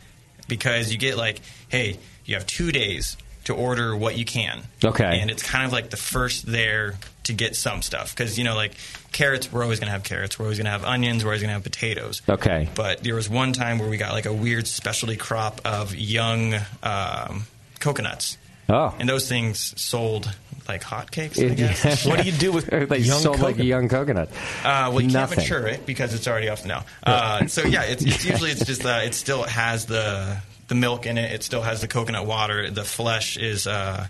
because you get like, hey, you have two days to order what you can.
Okay.
And it's kind of like the first there to get some stuff because you know like carrots, we're always gonna have carrots, we're always gonna have onions, we're always gonna have potatoes.
Okay.
But there was one time where we got like a weird specialty crop of young um, coconuts.
Oh.
And those things sold like hotcakes, I
It-
guess.
yeah. they sold like a young coconut?
Uh, well, you
Nothing.
can't mature it because it's already off now. Uh, so yeah, it's, it's usually it's just uh, it still has the the milk in it. It still has the coconut water. The flesh is. Uh,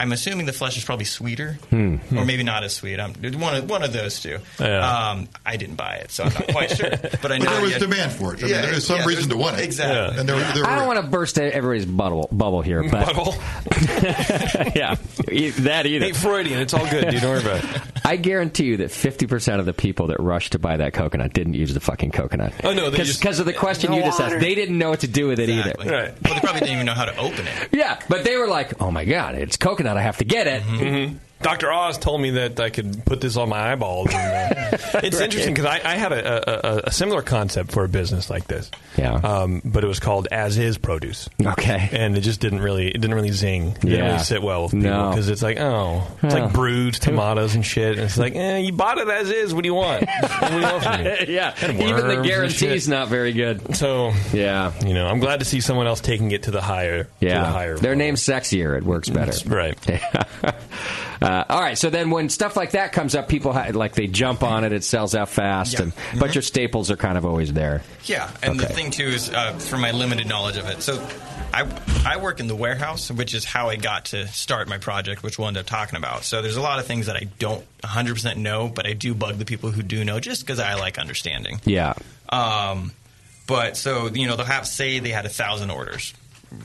I'm assuming the flesh is probably sweeter,
Hmm.
or maybe not as sweet. I'm, one of one of those two.
Yeah.
Um, I didn't buy it, so I'm not quite sure. But I know
But there
you
was
had-
demand for it. I mean, there was some
yeah,
reason to
there's-
want it.
Exactly.
And there, were- there
I
were
don't want to burst everybody's bubble, bubble here, but
Butthole.
yeah, e- that either.
Hey, Freudian, it's all good, dude. Don't worry about it.
I guarantee you that 50% of the people that rushed to buy that coconut didn't use the fucking coconut.
Oh, no, they just-
Because of the question
The
you just
water.
asked. They didn't know what to do with it either.
Right. Well, they probably didn't even know how to open it.
Yeah, but they were like, oh my God, it's coconut. I have to get it.
Dr. Mm-hmm. Oz told me that I could put this on my eyeballs. And, uh, it's interesting because I, I had a, a, a- a similar concept for a business like this.
Yeah.
Um, but it was called As Is Produce.
Okay.
And it just didn't really, it didn't really zing. It didn't
Yeah.
really sit well with people
No.
because it's like, oh, it's
Yeah.
like brewed tomatoes and shit. And it's like, eh, you bought it as is. What do you want? What do you want from me?
yeah.
And
Even
worms
the
and
guarantee's
shit.
not very good.
So,
yeah.
You know, I'm glad to see someone else taking it to the higher. To the
Yeah.
higher
Their name's sexier. It works better.
right.
Uh, all right. So then when stuff like that comes up, people ha- like they jump on it. It sells out fast.
Yeah. Mm-hmm.
And, But your staples are kind of always there.
Yeah, and
Okay.
the thing too is, uh, from my limited knowledge of it, so I I work in the warehouse, which is how I got to start my project, which we'll end up talking about. So there's a lot of things that I don't 100 percent know, but I do bug the people who do know, just because I like understanding.
Yeah.
Um, but so you know they'll have say they had a thousand orders,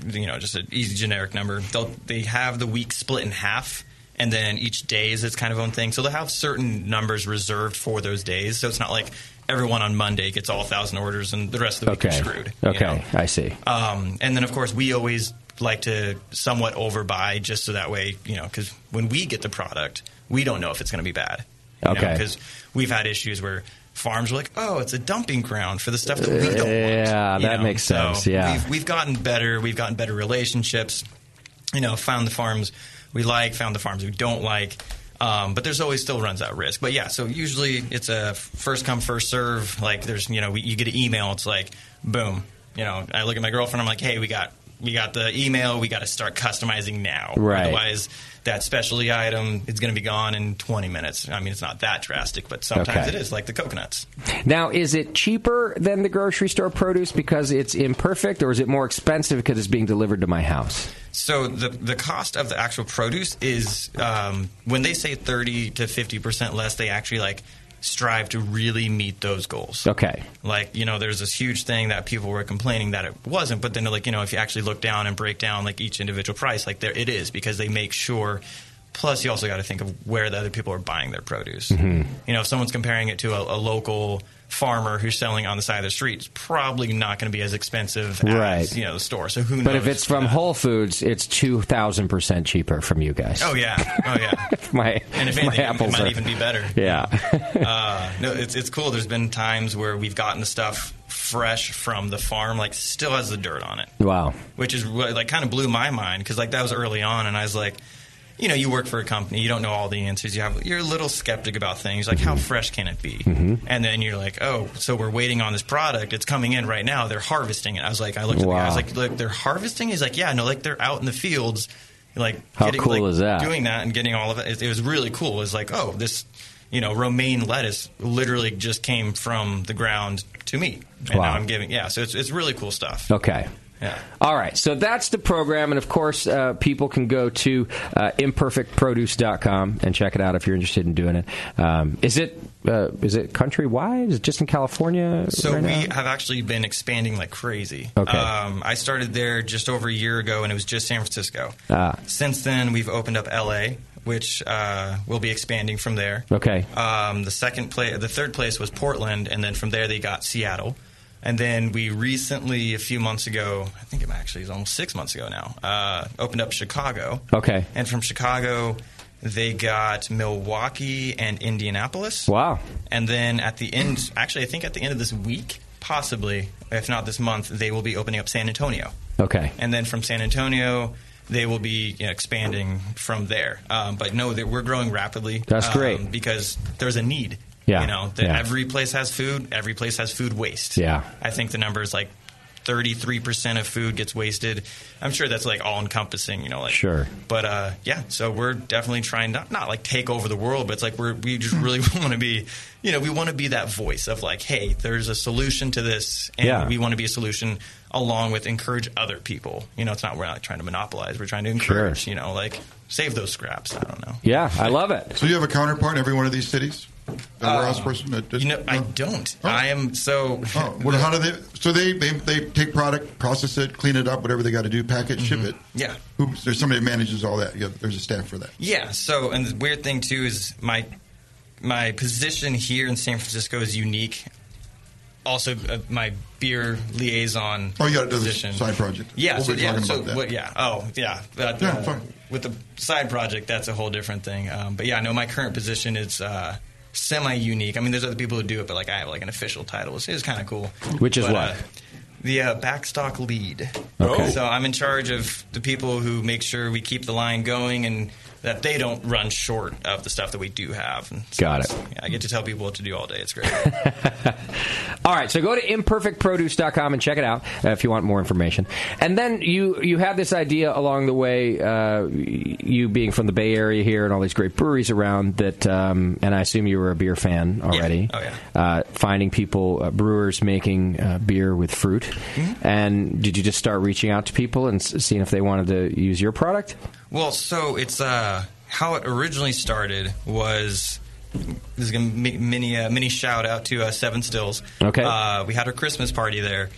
you know, just an easy generic number. They'll they have the week split in half, and then each day is its kind of own thing. So they'll have certain numbers reserved for those days. So it's not like everyone on Monday gets all thousand orders and the rest of the week
Okay.
are screwed. you
Okay.
know?
I see.
Um, and then, of course, we always like to somewhat overbuy just so that way, you know, because when we get the product, we don't know if it's going to be bad.
Okay.
Because we've had issues where farms were like, oh, it's a dumping ground for the stuff that we don't want.
Yeah,
you
that
know?
makes
So
sense. Yeah.
We've, we've gotten better. We've gotten better relationships. You know, found the farms we like, found the farms we don't like. Um, but there's always still runs that risk. But yeah, so usually it's a first come first serve. Like there's you know we, you get an email. It's like boom. You know I look at my girlfriend. I'm like, hey, we got we got the email. We got to start customizing now.
Right.
Otherwise, that specialty item is going to be gone in 20 minutes. I mean, it's not that drastic, but sometimes
Okay.
it is like the coconuts.
Now, is it cheaper than the grocery store produce because it's imperfect, or is it more expensive because it's being delivered to my house?
So the the cost of the actual produce is um, when they say thirty to fifty percent less, they actually like strive to really meet those goals.
Okay.
Like you know, there's this huge thing that people were complaining that it wasn't, but then like you know, if you actually look down and break down like each individual price, like there it is because they make sure. Plus, you also got to think of where the other people are buying their produce.
Mhm.
You know, if someone's comparing it to a, a local farmer who's selling on the side of the street, it's probably not going to be as expensive as
Right.
you know the store. So who knows?
But if it's from Whole Foods, it's two thousand percent cheaper from you guys.
Oh yeah, oh yeah.
my
And if
my
anything, it
apples
might
are-
even be better.
Yeah.
uh, no, it's it's cool. There's been times where we've gotten the stuff fresh from the farm, like still has the dirt on it,
Wow.
which is what, like kind of blew my mind because like that was early on, and I was like. You know, you work for a company, you don't know all the answers. You have you're a little skeptic about things, like how fresh can it be?
Mhm.
And then you're like, oh, so we're waiting on this product. It's coming in right now. They're harvesting it. I was like, I looked at the guy. I was
Wow.
like, look, they're harvesting. He's like, yeah, no, like they're out in the fields, like
How
getting,
cool
like,
is that?
Doing that and getting all of it. It, it was really cool. It was like, oh, this. you know, romaine lettuce literally just came from the ground to me. And
Wow.
now I'm giving, yeah, so it's, it's really cool stuff.
Okay.
Yeah.
All right, so that's the program, and of course, uh, people can go to uh, imperfectproduce.com and check it out if you're interested in doing it. Um, is it uh, is it countrywide? Is it just in California?
So
right
we
now?
have actually been expanding like crazy.
Okay.
Um, I started there just over a year ago, and it was just San Francisco.
Ah.
Since then, we've opened up LA, which uh, we'll be expanding from there.
Okay.
Um, the second place, the third place was Portland, and then from there they got Seattle. And then we recently, a few months ago, I think it actually is almost six months ago now, uh, opened up Chicago.
Okay.
And from Chicago, they got Milwaukee and Indianapolis.
Wow.
And then at the end, actually, I think at the end of this week, possibly, if not this month, they will be opening up San Antonio.
Okay.
And then from San Antonio, they will be you know, expanding from there. Um, but no, that we're growing rapidly.
That's
um,
great.
because there's a need.
Yeah.
You know, that
Yeah.
every place has food. Every place has food waste.
Yeah.
I think the number is like. 33% of food gets wasted. I'm sure that's like all encompassing, you know, like
Sure.
but uh, yeah, so we're definitely trying not not like take over the world, but it's like we're we just really want to be, you know, we want to be that voice of like, hey, there's a solution to this, and
Yeah.
we want to be a solution along with encourage other people. You know, it's not we're not trying to monopolize, we're trying to encourage, you know, like save those scraps. I don't know.
Yeah, I love it.
So you have a counterpart in every one of these cities? A
Uh,
warehouse person? That just,
you know, I don't. I am so.
Oh, well, how do they? So they, they they take product, process it, clean it up, whatever they got to do, pack it, ship it.
Mm-hmm.
Yeah.
Who, there's somebody that manages all that. Yeah, there's a staff for that.
Yeah. So, and the weird thing too is my my position here in San Francisco is unique. Also, uh, my beer liaison.
Oh, you got another
position.
side project.
Yeah.
We'll
so,
be
yeah.
talking
So,
about that.
what- yeah. Oh, yeah. But,
Yeah,
uh, with the side project, that's a whole different thing. Um, but yeah, no, my current position is. Uh, Semi unique. I mean, there's other people who do it, but like I have like an official title. It's, it's kind of cool.
Which is
But,
what?
uh, the uh, backstock lead.
Okay.
So I'm in charge of the people who make sure we keep the line going and that they don't run short of the stuff that we do have. And so
Got it.
it's- yeah, I get to tell people what to do all day. It's great.
All right, so go to imperfectproduce.com and check it out uh, if you want more information. And then you you had this idea along the way, uh, you being from the Bay Area here and all these great breweries around that, um, and I assume you were a beer fan already.
Oh,
yeah. Uh, finding people uh, brewers making uh, beer with fruit, and did you just start reaching out to people and s- seeing if they wanted to use your product?
Well, so it's uh, how it originally started was. This is gonna be mini uh, mini shout out to uh, Seven Stills.
Okay.
uh, we had our Christmas party there,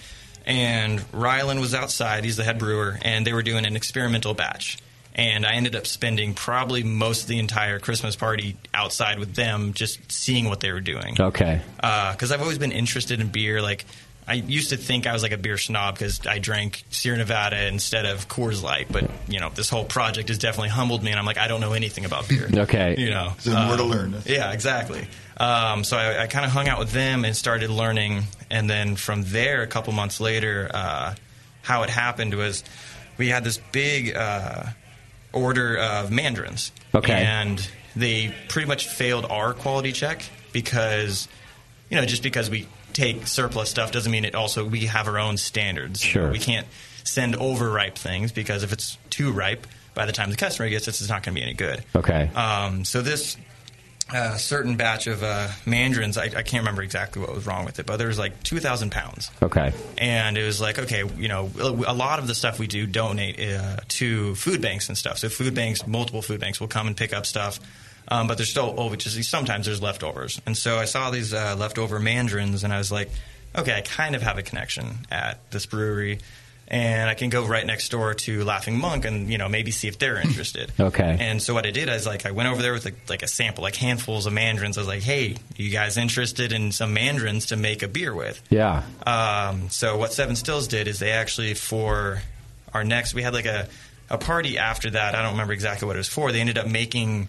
and Rylan was outside. He's the head brewer, and they were doing an experimental batch. And I ended up spending probably most of the entire Christmas party outside with them, just seeing what they were doing
Okay.
because I've always been interested in beer. Like I used to think I was like a beer snob because I drank Sierra Nevada instead of Coors Light. But you know, this whole project has definitely humbled me, and I'm like, I don't know anything about beer.
Okay.
you know,
There's more to
Um,
learn.
Yeah, exactly. Um, so I, I kind of hung out with them and started learning, and then from there, a couple months later, uh, how it happened was we had this big uh, order of mandarins.
Okay.
And they pretty much failed our quality check because, you know, just because we take surplus stuff doesn't mean it also, we have our own standards. You know,
Sure.
We can't send overripe things because if it's too ripe, by the time the customer gets it, it's not going to be any good.
Okay.
Um, so this uh, certain batch of uh, mandarins, I, I can't remember exactly what was wrong with it, but there was like 2,000 pounds
Okay.
and it was like okay you know a lot of the stuff we do donate uh, to food banks and stuff so food banks multiple food banks will come and pick up stuff um, but there's still oh which is sometimes there's leftovers and so i saw these uh, leftover mandarins and i was like okay i kind of have a connection at this brewery and i can go right next door to laughing monk and you know maybe see if they're interested
Okay.
and so what I did is like I went over there with like, like a sample, like handfuls of mandarins. I was like, "Hey, you guys interested in some mandarins to make a beer with?"
Yeah.
Um, so what Seven Stills did is they actually for our next we had like a, a party after that. I don't remember exactly what it was for. They ended up making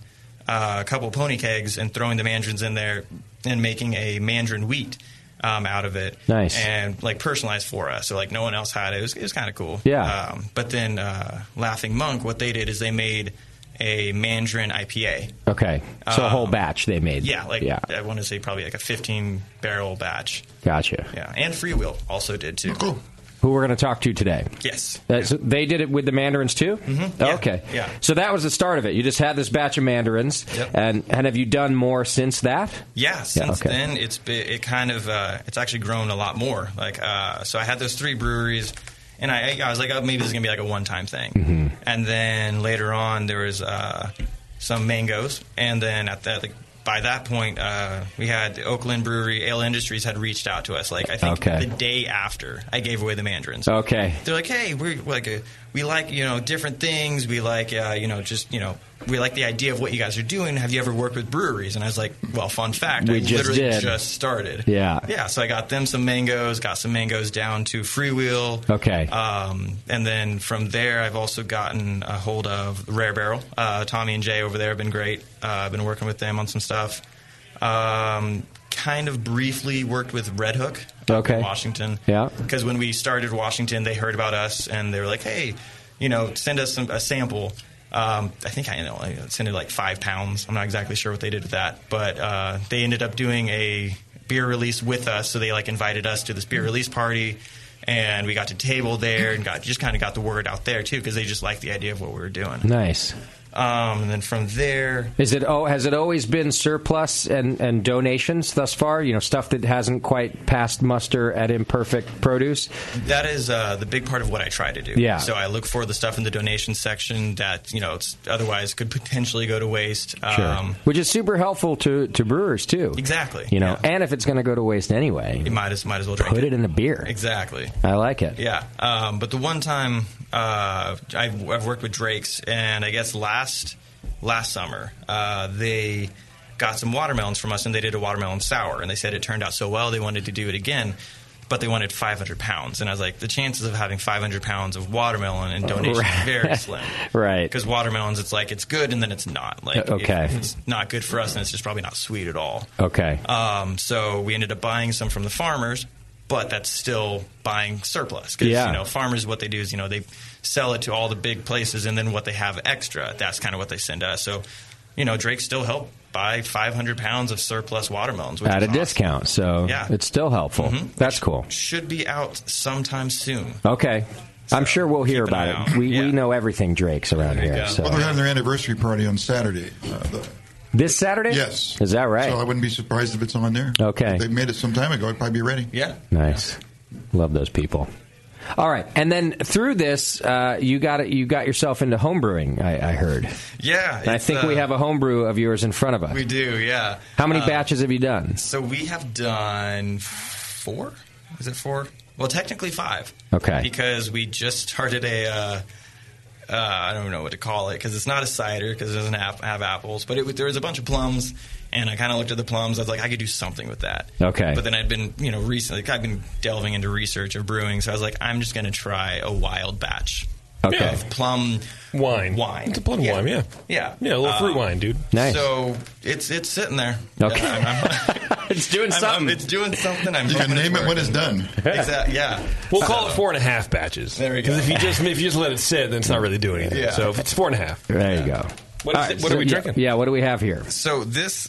uh, a couple pony kegs and throwing the mandarins in there and making a mandarin wheat um, out of it.
Nice.
and like personalized for us. So like no one else had it. It was, it was kind of cool.
Yeah.
Um, but then uh, Laughing Monk, what they did is they made a mandarin IPA.
Okay. So a whole
Um,
batch they made.
Yeah, like
yeah.
I want to say probably like a 15 barrel batch.
Gotcha.
Yeah, and Freewheel also did too.
Cool.
who we're going to talk to today.
Yes.
Uh, so they did it with the mandarins too.
Mm-hmm. Yeah.
Okay.
Yeah.
So that was the start of it. You just had this batch of mandarins,
Yep.
and and have you done more since that?
Yeah, since
okay.
then it's be- it kind of uh, it's actually grown a lot more. Like uh, so, I had those three breweries, and I I was like, oh, maybe this is gonna be like a one time thing.
Mm-hmm.
And then later on, there was uh, some mangoes, and then at that like by that point, uh, we had Oakland Brewery Ale Industries had reached out to us. Like I think
Okay.
the day after I gave away the mandarins.
Okay.
They're like, hey, we're like, uh we like you know different things. We like uh, you know just you know we like the idea of what you guys are doing. Have you ever worked with breweries? And I was like, well, fun fact,
We
I
just
literally
did.
just started.
Yeah.
yeah. So I got them some mangoes, got some mangoes down to Freewheel.
Okay.
Um, and then from there, I've also gotten a hold of Rare Barrel. Uh, Tommy and Jay over there have been great. Uh, I've been working with them on some stuff. Um, kind of briefly worked with Red Hook. up in
Okay.
Washington.
Yeah.
Because when we started Washington, they heard about us and they were like, "Hey, you know, send us some, a sample." Um, I think I know, I sent it like five pounds. I'm not exactly sure what they did with that, but uh, they ended up doing a beer release with us. So they like invited us to this beer release party, and we got to table there and got just kind of got the word out there too because they just liked the idea of what we were doing.
Nice.
Um, and then from there,
Is it oh has it always been surplus and, and donations thus far? You know stuff that hasn't quite passed muster at imperfect produce.
That is uh, the big part of what I try to do.
Yeah.
So I look for the stuff in the donation section that you know it's, otherwise could potentially go to waste. Um,
Which is super helpful to, to brewers too.
Exactly,
You know, and if it's going to go to waste anyway,
You might as might as well drink
put it in a beer.
Exactly.
I like it.
Yeah. Um, but the one time uh, I've, I've worked with Drake's, and I guess last last summer uh, they got some watermelons from us, and they did a watermelon sour, and they said it turned out so well they wanted to do it again. But they wanted 500 pounds, and I was like, the chances of having 500 pounds of watermelon and donations is very slim.
Right.
Because watermelons, it's like it's good and then it's not. Like if-
Okay.
if it's not good for us, and it's just probably not sweet at all.
Okay.
Um, so we ended up buying some from the farmers, but that's still buying surplus because
Yeah.
you know farmers what they do is you know they sell it to all the big places and then what they have extra that's kind of what they send us. So you know Drake still helped buy 500 pounds of surplus watermelons which
At
is
a
awesome.
discount, so
Yeah.
it's still helpful. That's cool.
Should be out sometime soon.
Okay. I'm sure we'll hear about
eye
it. We, we know everything Drake's around here.
Well,
So.
they're having their anniversary party on Saturday. Uh, the-
This Saturday?
Yes.
Is that right?
So I wouldn't be surprised if it's on there.
Okay.
If they made it some time ago. I'd probably be ready.
Yeah.
Nice. Love those people. All right, and then through this, uh, you got it. You got yourself into homebrewing. I, I heard.
Yeah,
and I
it's,
think we
uh,
have a homebrew of yours in front of us.
We do, yeah.
How many
Uh,
batches have you done?
So we have done four. Is it four? Well, technically five.
Okay.
Because we just started a. Uh, uh, I don't know what to call it because it's not a cider because it doesn't have, have apples, but it, was- there was a bunch of plums, and I kind of looked at the plums. I was like, I could do something with that.
Okay.
But then I'd been, you know, recently I've been delving into research of brewing, so I was like, I'm just going to try a wild batch.
Okay. Yeah.
Of plum
Wine.
Wine.
It's a plum wine, yeah.
Yeah.
Yeah, a little fruit
Um,
wine, dude.
So it's it's sitting there.
Okay.
Yeah, I'm- I'm-
it's doing
I'm-
something.
it's doing something. I'm
You can
hoping
name it when
working.
it's done.
Exactly. Yeah.
We'll call it four and a half batches.
There we go.
Because if you just if you just let it sit, then it's not really doing anything.
Yeah.
So if it's four and a half.
There you go.
What is
All
it- what
so
are we
yeah-
drinking?
Yeah, what do we have here?
So this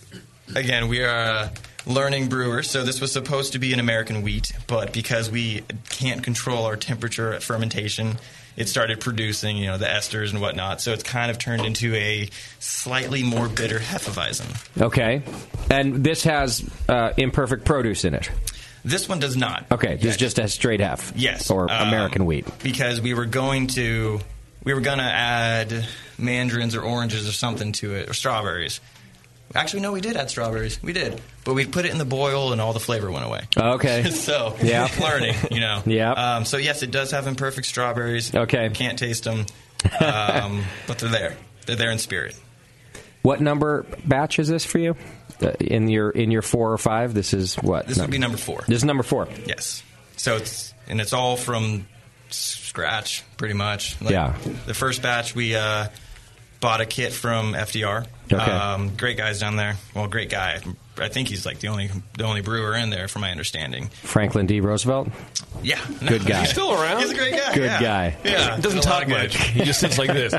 again, we are. a Learning brewers, so this was supposed to be an American wheat, but because we can't control our temperature at fermentation, it started producing, you know, the esters and whatnot. So it's kind of turned into a slightly more bitter hefeweizen.
Okay, and this has uh, imperfect produce in it.
This one does not.
Okay, this is just a straight half.
Yes.
or
Um,
American wheat.
because we were going to we were going to add mandarins or oranges or something to it or strawberries. Actually, no, we did add strawberries. We did, but we put it in the boil and all the flavor went away.
Oh, Okay.
so
Yeah.
learning, you know.
Yeah.
Um, so yes, it does have imperfect strawberries.
Okay.
Can't taste them, um, but they're there. They're there in spirit.
What number batch is this for you? Uh, In your in your four or five, this is what?
This would be number four.
This is number four.
Yes. So it's and it's all from scratch, pretty much.
Yeah.
The first batch we uh, bought a kit from FDR.
Okay.
Um, great guys down there. Well, great guy. I think he's like the only the only brewer in there, from my understanding.
Franklin D. Roosevelt.
Yeah,
no, good guy.
He's still around.
He's a great guy.
Good
yeah.
guy.
Yeah,
he doesn't talk much. he just sits like this.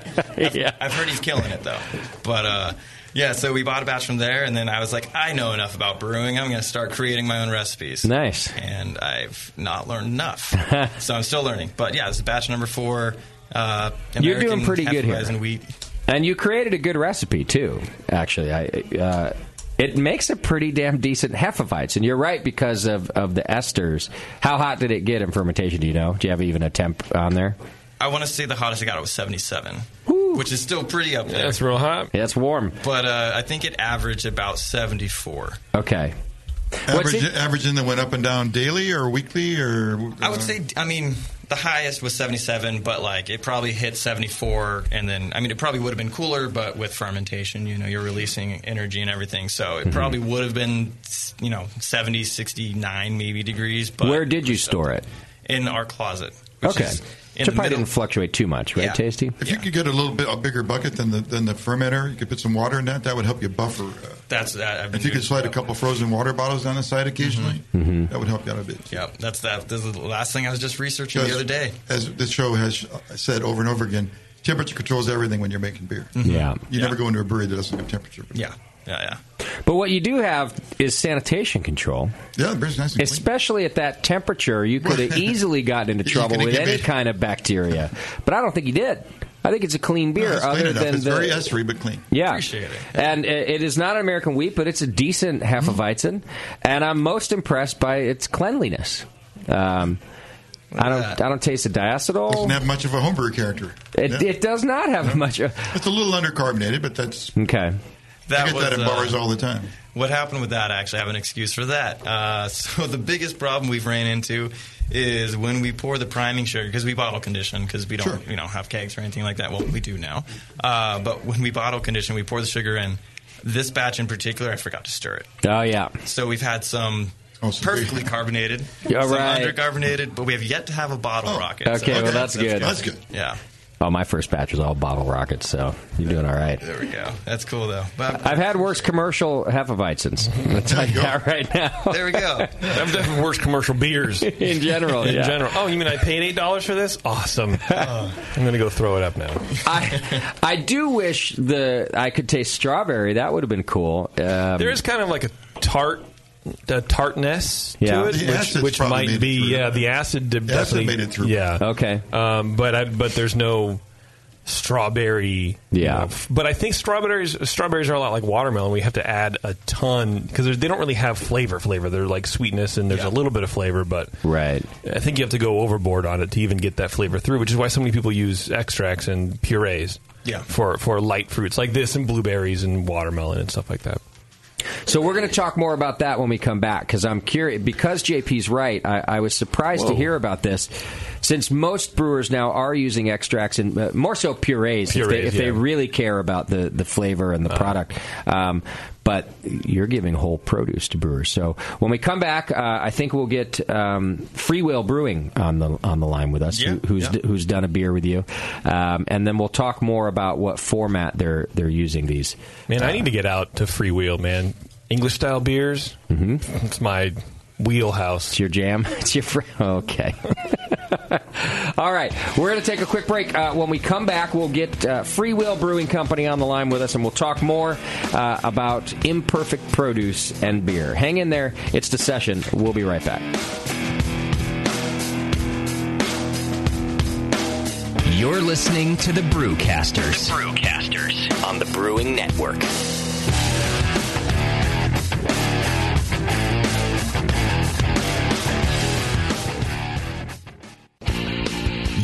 yeah, I've heard he's killing it though. But uh, yeah, so we bought a batch from there, and then I was like, I know enough about brewing. I'm going to start creating my own recipes.
Nice.
And I've not learned enough, so I'm still learning. But yeah, this is batch number four. Uh,
You're doing pretty good here.
And wheat.
And you created a good recipe too. Actually, I. Uh, it makes a pretty damn decent hefeweizen, and you're right because of, of the esters. How hot did it get in fermentation? Do you know? Do you have even a temp on there?
I want to say the hottest I got was 77,
Whew.
which is still pretty up there.
That's real hot.
Yeah, it's warm.
But uh, I think it averaged about 74.
Okay.
Average, averaging that went up and down daily or weekly or. Uh,
I would say, I mean, the highest was 77, but like it probably hit 74, and then I mean it probably would have been cooler, but with fermentation, you know, you're releasing energy and everything, so it mm-hmm. probably would have been, you know, 70, 69 maybe degrees. But
where did you store it?
In our closet.
okay. Is, in so probably middle. didn't fluctuate too much, right, yeah. Tasty?
If yeah. you could get a little bit a bigger bucket than the than the fermenter, you could put some water in that. That would help you buffer. Uh,
that's that.
if you could slide a couple frozen water bottles down the side occasionally,
mm-hmm.
that would help you out a bit.
Yeah, that's that. This is the last thing I was just researching the other day.
As this show has said over and over again, temperature controls everything when you're making beer.
Mm-hmm. Yeah,
you
yeah.
never go into a brewery that doesn't have temperature.
Control. Yeah. Yeah, yeah.
But what you do have is sanitation control.
Yeah, nice and clean.
Especially at that temperature, you could have easily gotten into trouble with any it. kind of bacteria. but I don't think you did. I think it's a clean beer.
No,
other
clean than
it's the,
very estery, but clean.
Yeah,
appreciate it.
And it is not an American wheat, but it's a decent hefeweizen, mm-hmm. and I'm most impressed by its cleanliness. Um, I don't. That. I don't taste the diacetyl.
Doesn't have much of a homebrew character.
Oh. It, no. it does not have no. much. Of,
it's a little undercarbonated, but that's
okay
that I get was, that in bars uh, all the time.
What happened with that? Actually, I have an excuse for that. Uh, so the biggest problem we've ran into is when we pour the priming sugar because we bottle condition because we don't
sure.
you know have kegs or anything like that. Well, we do now, uh, but when we bottle condition, we pour the sugar in. This batch in particular, I forgot to stir it.
Oh yeah.
So we've had some Oh, so perfectly carbonated,
yeah,
some
right.
undercarbonated, but we have yet to have a bottle
oh.
rocket.
Okay, so well that's,
that's
good.
That's good.
Yeah.
Oh, my first batch was all bottle rockets, so you're doing all right.
There we go. That's cool, though.
But I've had worse commercial Hefeweizens. That's like that right now.
There we go.
I've done worse commercial beers.
In general,
In
yeah.
general. Oh, you mean I paid $8 for this? Awesome.
Oh.
Uh, I'm going to go throw it up now.
I I do wish the I could taste strawberry. That would have been cool. Um,
there is kind of like a tart the tartness
yeah.
to it,
the
which, which might be
through,
yeah, the acid
the
definitely
acid made it through.
Yeah,
okay,
um, but I, but there's no strawberry.
Yeah,
you know, f- but I think strawberries strawberries are a lot like watermelon. We have to add a ton because they don't really have flavor. Flavor they're like sweetness and there's
yeah.
a little bit of flavor, but
right.
I think you have to go overboard on it to even get that flavor through, which is why so many people use extracts and purees.
Yeah.
for for light fruits like this and blueberries and watermelon and stuff like that.
So we're going to talk more about that when we come back because I'm curious. Because JP's right, I, I was surprised
Whoa.
to hear about this, since most brewers now are using extracts and uh, more so purees, if, they,
Purees,
if they
yeah. Uh-huh.
really care about the the flavor and the product. Um, but you're giving whole produce to brewers. So when we come back, uh, I think we'll get um, Free Will Brewing on the on the line with us,
Yeah,
who, who's
yeah.
who's done a beer with you, um, and then we'll talk more about what format they're they're using these. Uh,
Man, I need to get out to freewheel, man. English style beers.
Mm-hmm.
It's my wheelhouse.
It's your jam. It's your fr- okay. All right, we're going to take a quick break. Uh, when we come back, we'll get uh, Free Will Brewing Company on the line with us, and we'll talk more uh, about imperfect produce and beer. Hang in there; it's the session. We'll be right back.
You're listening to the Brewcasters.
Brewcasters.
on the Brewing Network.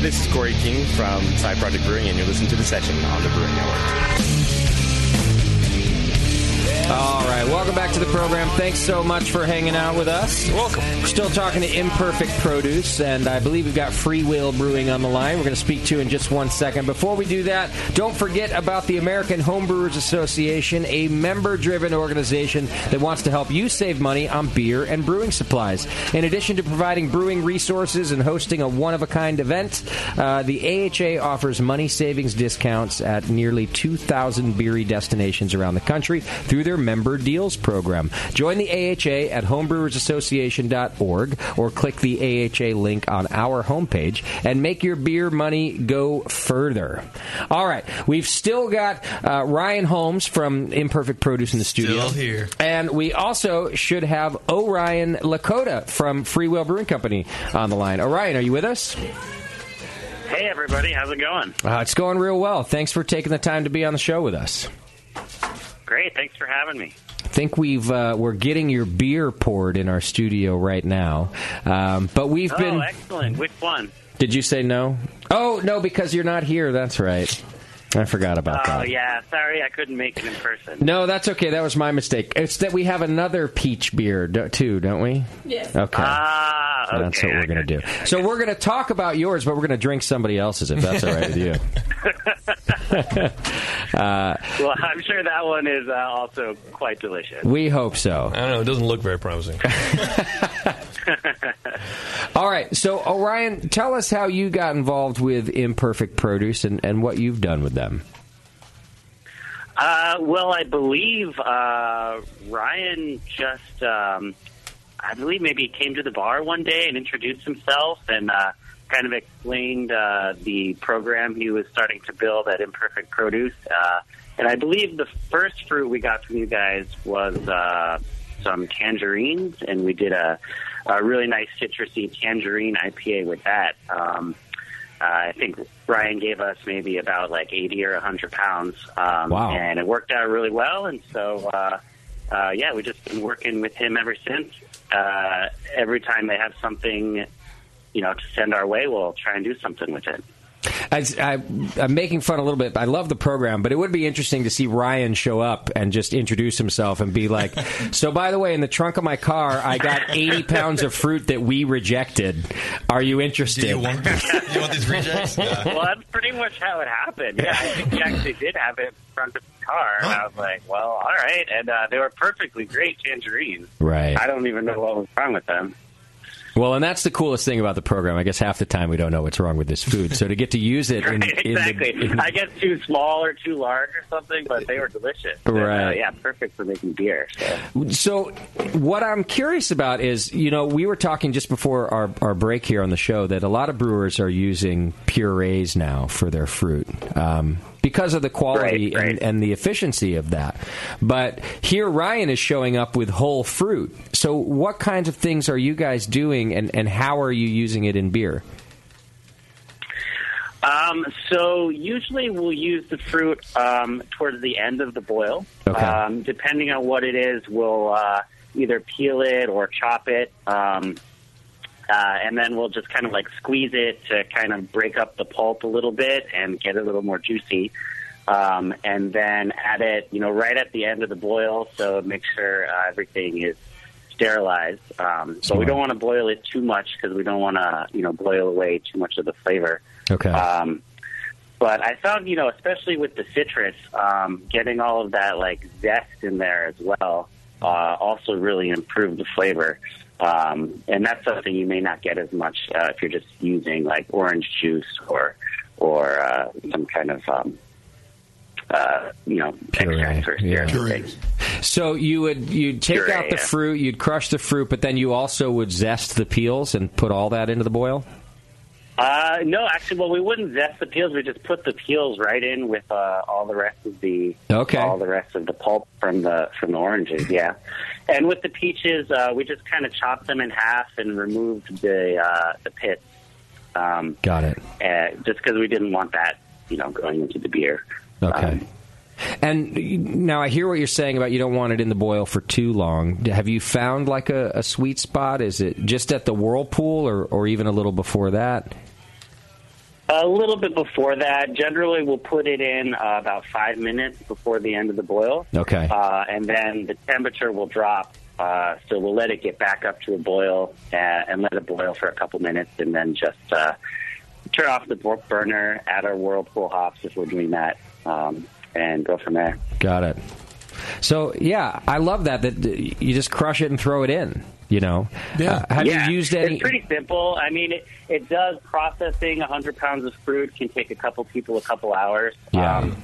This is Corey King from Side Project Brewing, and you're listening to The Session on the Brewing Network.
All right, welcome back to the program. Thanks so much for hanging out with us.
Welcome.
We're still talking to Imperfect Produce, and I believe we've got Free Will Brewing on the line. We're going to speak to in just one second. Before we do that, don't forget about the American Homebrewers Association, a member-driven organization that wants to help you save money on beer and brewing supplies. In addition to providing brewing resources and hosting a one-of-a-kind event, uh, the AHA offers money savings discounts at nearly 2,000 beery destinations around the country through their member deals program. Join the AHA at homebrewersassociation.org or click the AHA link on our homepage and make your beer money go further. All right, we've still got uh, Ryan Holmes from Imperfect Produce in the studio.
Still here.
And we also should have Orion Lakota from Free Will Brewing Company on the line. Orion, are you with us?
Hey, everybody. How's it going?
Uh, it's going real well. Thanks for taking the time to be on the show with us.
Great, thanks for having me.
I think we've uh, we're getting your beer poured in our studio right now, um, but we've
oh,
been
excellent. Which one?
Did you say no? Oh no, because you're not here. That's right. I forgot about
oh,
that.
Oh yeah, sorry, I couldn't make it in person.
No, that's okay. That was my mistake. It's that we have another peach beer do- too, don't we?
Yes.
Okay.
Ah,
so that's
okay,
what we're
okay,
gonna do.
okay.
So we're gonna talk about yours, but we're gonna drink somebody else's if that's all right with you. uh,
Well, I'm sure that one is uh, also quite delicious.
we hope so.
I don't know. It doesn't look very promising.
All right. So, Orion, tell us how you got involved with Imperfect Produce and, and what you've done with them.
Uh, well, I believe uh, Ryan just, um, I believe maybe he came to the bar one day and introduced himself and uh, kind of explained uh, the program he was starting to build at Imperfect Produce. Uh, and I believe the first fruit we got from you guys was uh, some tangerines, and we did a, a really nice citrusy tangerine IPA with that. Um, uh, I think Ryan gave us maybe about like 80 or 100 pounds. Um,
Wow.
And it worked out really well. And so, uh, uh, yeah, we've just been working with him ever since. Uh, every time they have something, you know, to send our way, we'll try and do something with it.
I, I, I'm making fun a little bit. I love the program, but it would be interesting to see Ryan show up and just introduce himself and be like, "So, by the way, in the trunk of my car, I got 80 pounds of fruit that we rejected. Are you interested?"
Do you want this? You want these rejects? Uh,
well, that's pretty much how it happened. Yeah, I think he actually did have it in front of the car. And I was like, well, all right. And uh, they were perfectly great tangerines.
right.
I don't even know what was wrong with them.
Well, and that's the coolest thing about the program. I guess half the time we don't know what's wrong with this food. So to get to use it, in,
Right,
in the-
exactly.
in-
I guess too small or too large or something, but they were delicious. And, uh,
Right.
yeah, perfect for making beer. So.
So, what I'm curious about is, you know, we were talking just before our, our break here on the show that a lot of brewers are using purees now for their fruit um, because of the quality And, and the efficiency of that. But here, Ryan is showing up with whole fruit. So, what kinds of things are you guys doing, and, and how are you using it in beer?
Um, so usually we'll use the fruit um, towards the end of the boil.
Okay.
Um, depending on what it is, we'll uh, either peel it or chop it, um, uh, and then we'll just kind of like squeeze it to kind of break up the pulp a little bit and get it a little more juicy. Um, and then add it, you know, right at the end of the boil, so make sure uh, everything is sterilized. Um, so
Smart.
we don't want to boil it too much because we don't want to, you know, boil away too much of the flavor.
Okay.
Um, but I found, you know, especially with the citrus, um, getting all of that like zest in there as well uh, also really improved the flavor. Um, and that's something you may not get as much uh, if you're just using like orange juice or or uh, some kind of um, uh, you know extract or
yeah.
syrup.
Puree. So you would you'd take
Puree,
out the
yeah.
fruit, you'd crush the fruit, but then you also would zest the peels and put all that into the boil.
Uh, no, actually, well, we wouldn't zest the peels. We just put the peels right in with uh, all the rest of the
Okay.
all the rest of the pulp from the from the oranges. Yeah, and with the peaches, uh, we just kind of chopped them in half and removed the uh, the pits. Um,
Got it.
uh, just because we didn't want that, you know, going into the beer.
Okay.
Um,
and you- now I hear what you're saying about you don't want it in the boil for too long. D- Have you found like a, a sweet spot? Is it just at the whirlpool or, or even a little before that?
A little bit before that, generally we'll put it in uh, about five minutes before the end of the boil.
Okay.
Uh, and then the temperature will drop, uh, so we'll let it get back up to a boil uh, and let it boil for a couple minutes, and then just uh, turn off the bur- burner, add our whirlpool hops if we're doing that, um, and go from there.
Got it. So yeah, I love that that d- you just crush it and throw it in. You know. Yeah. have
Yeah,
you used any?
It's pretty simple. I mean, it, it does processing. 100 pounds of fruit can take a couple people a couple hours.
yeah.
um,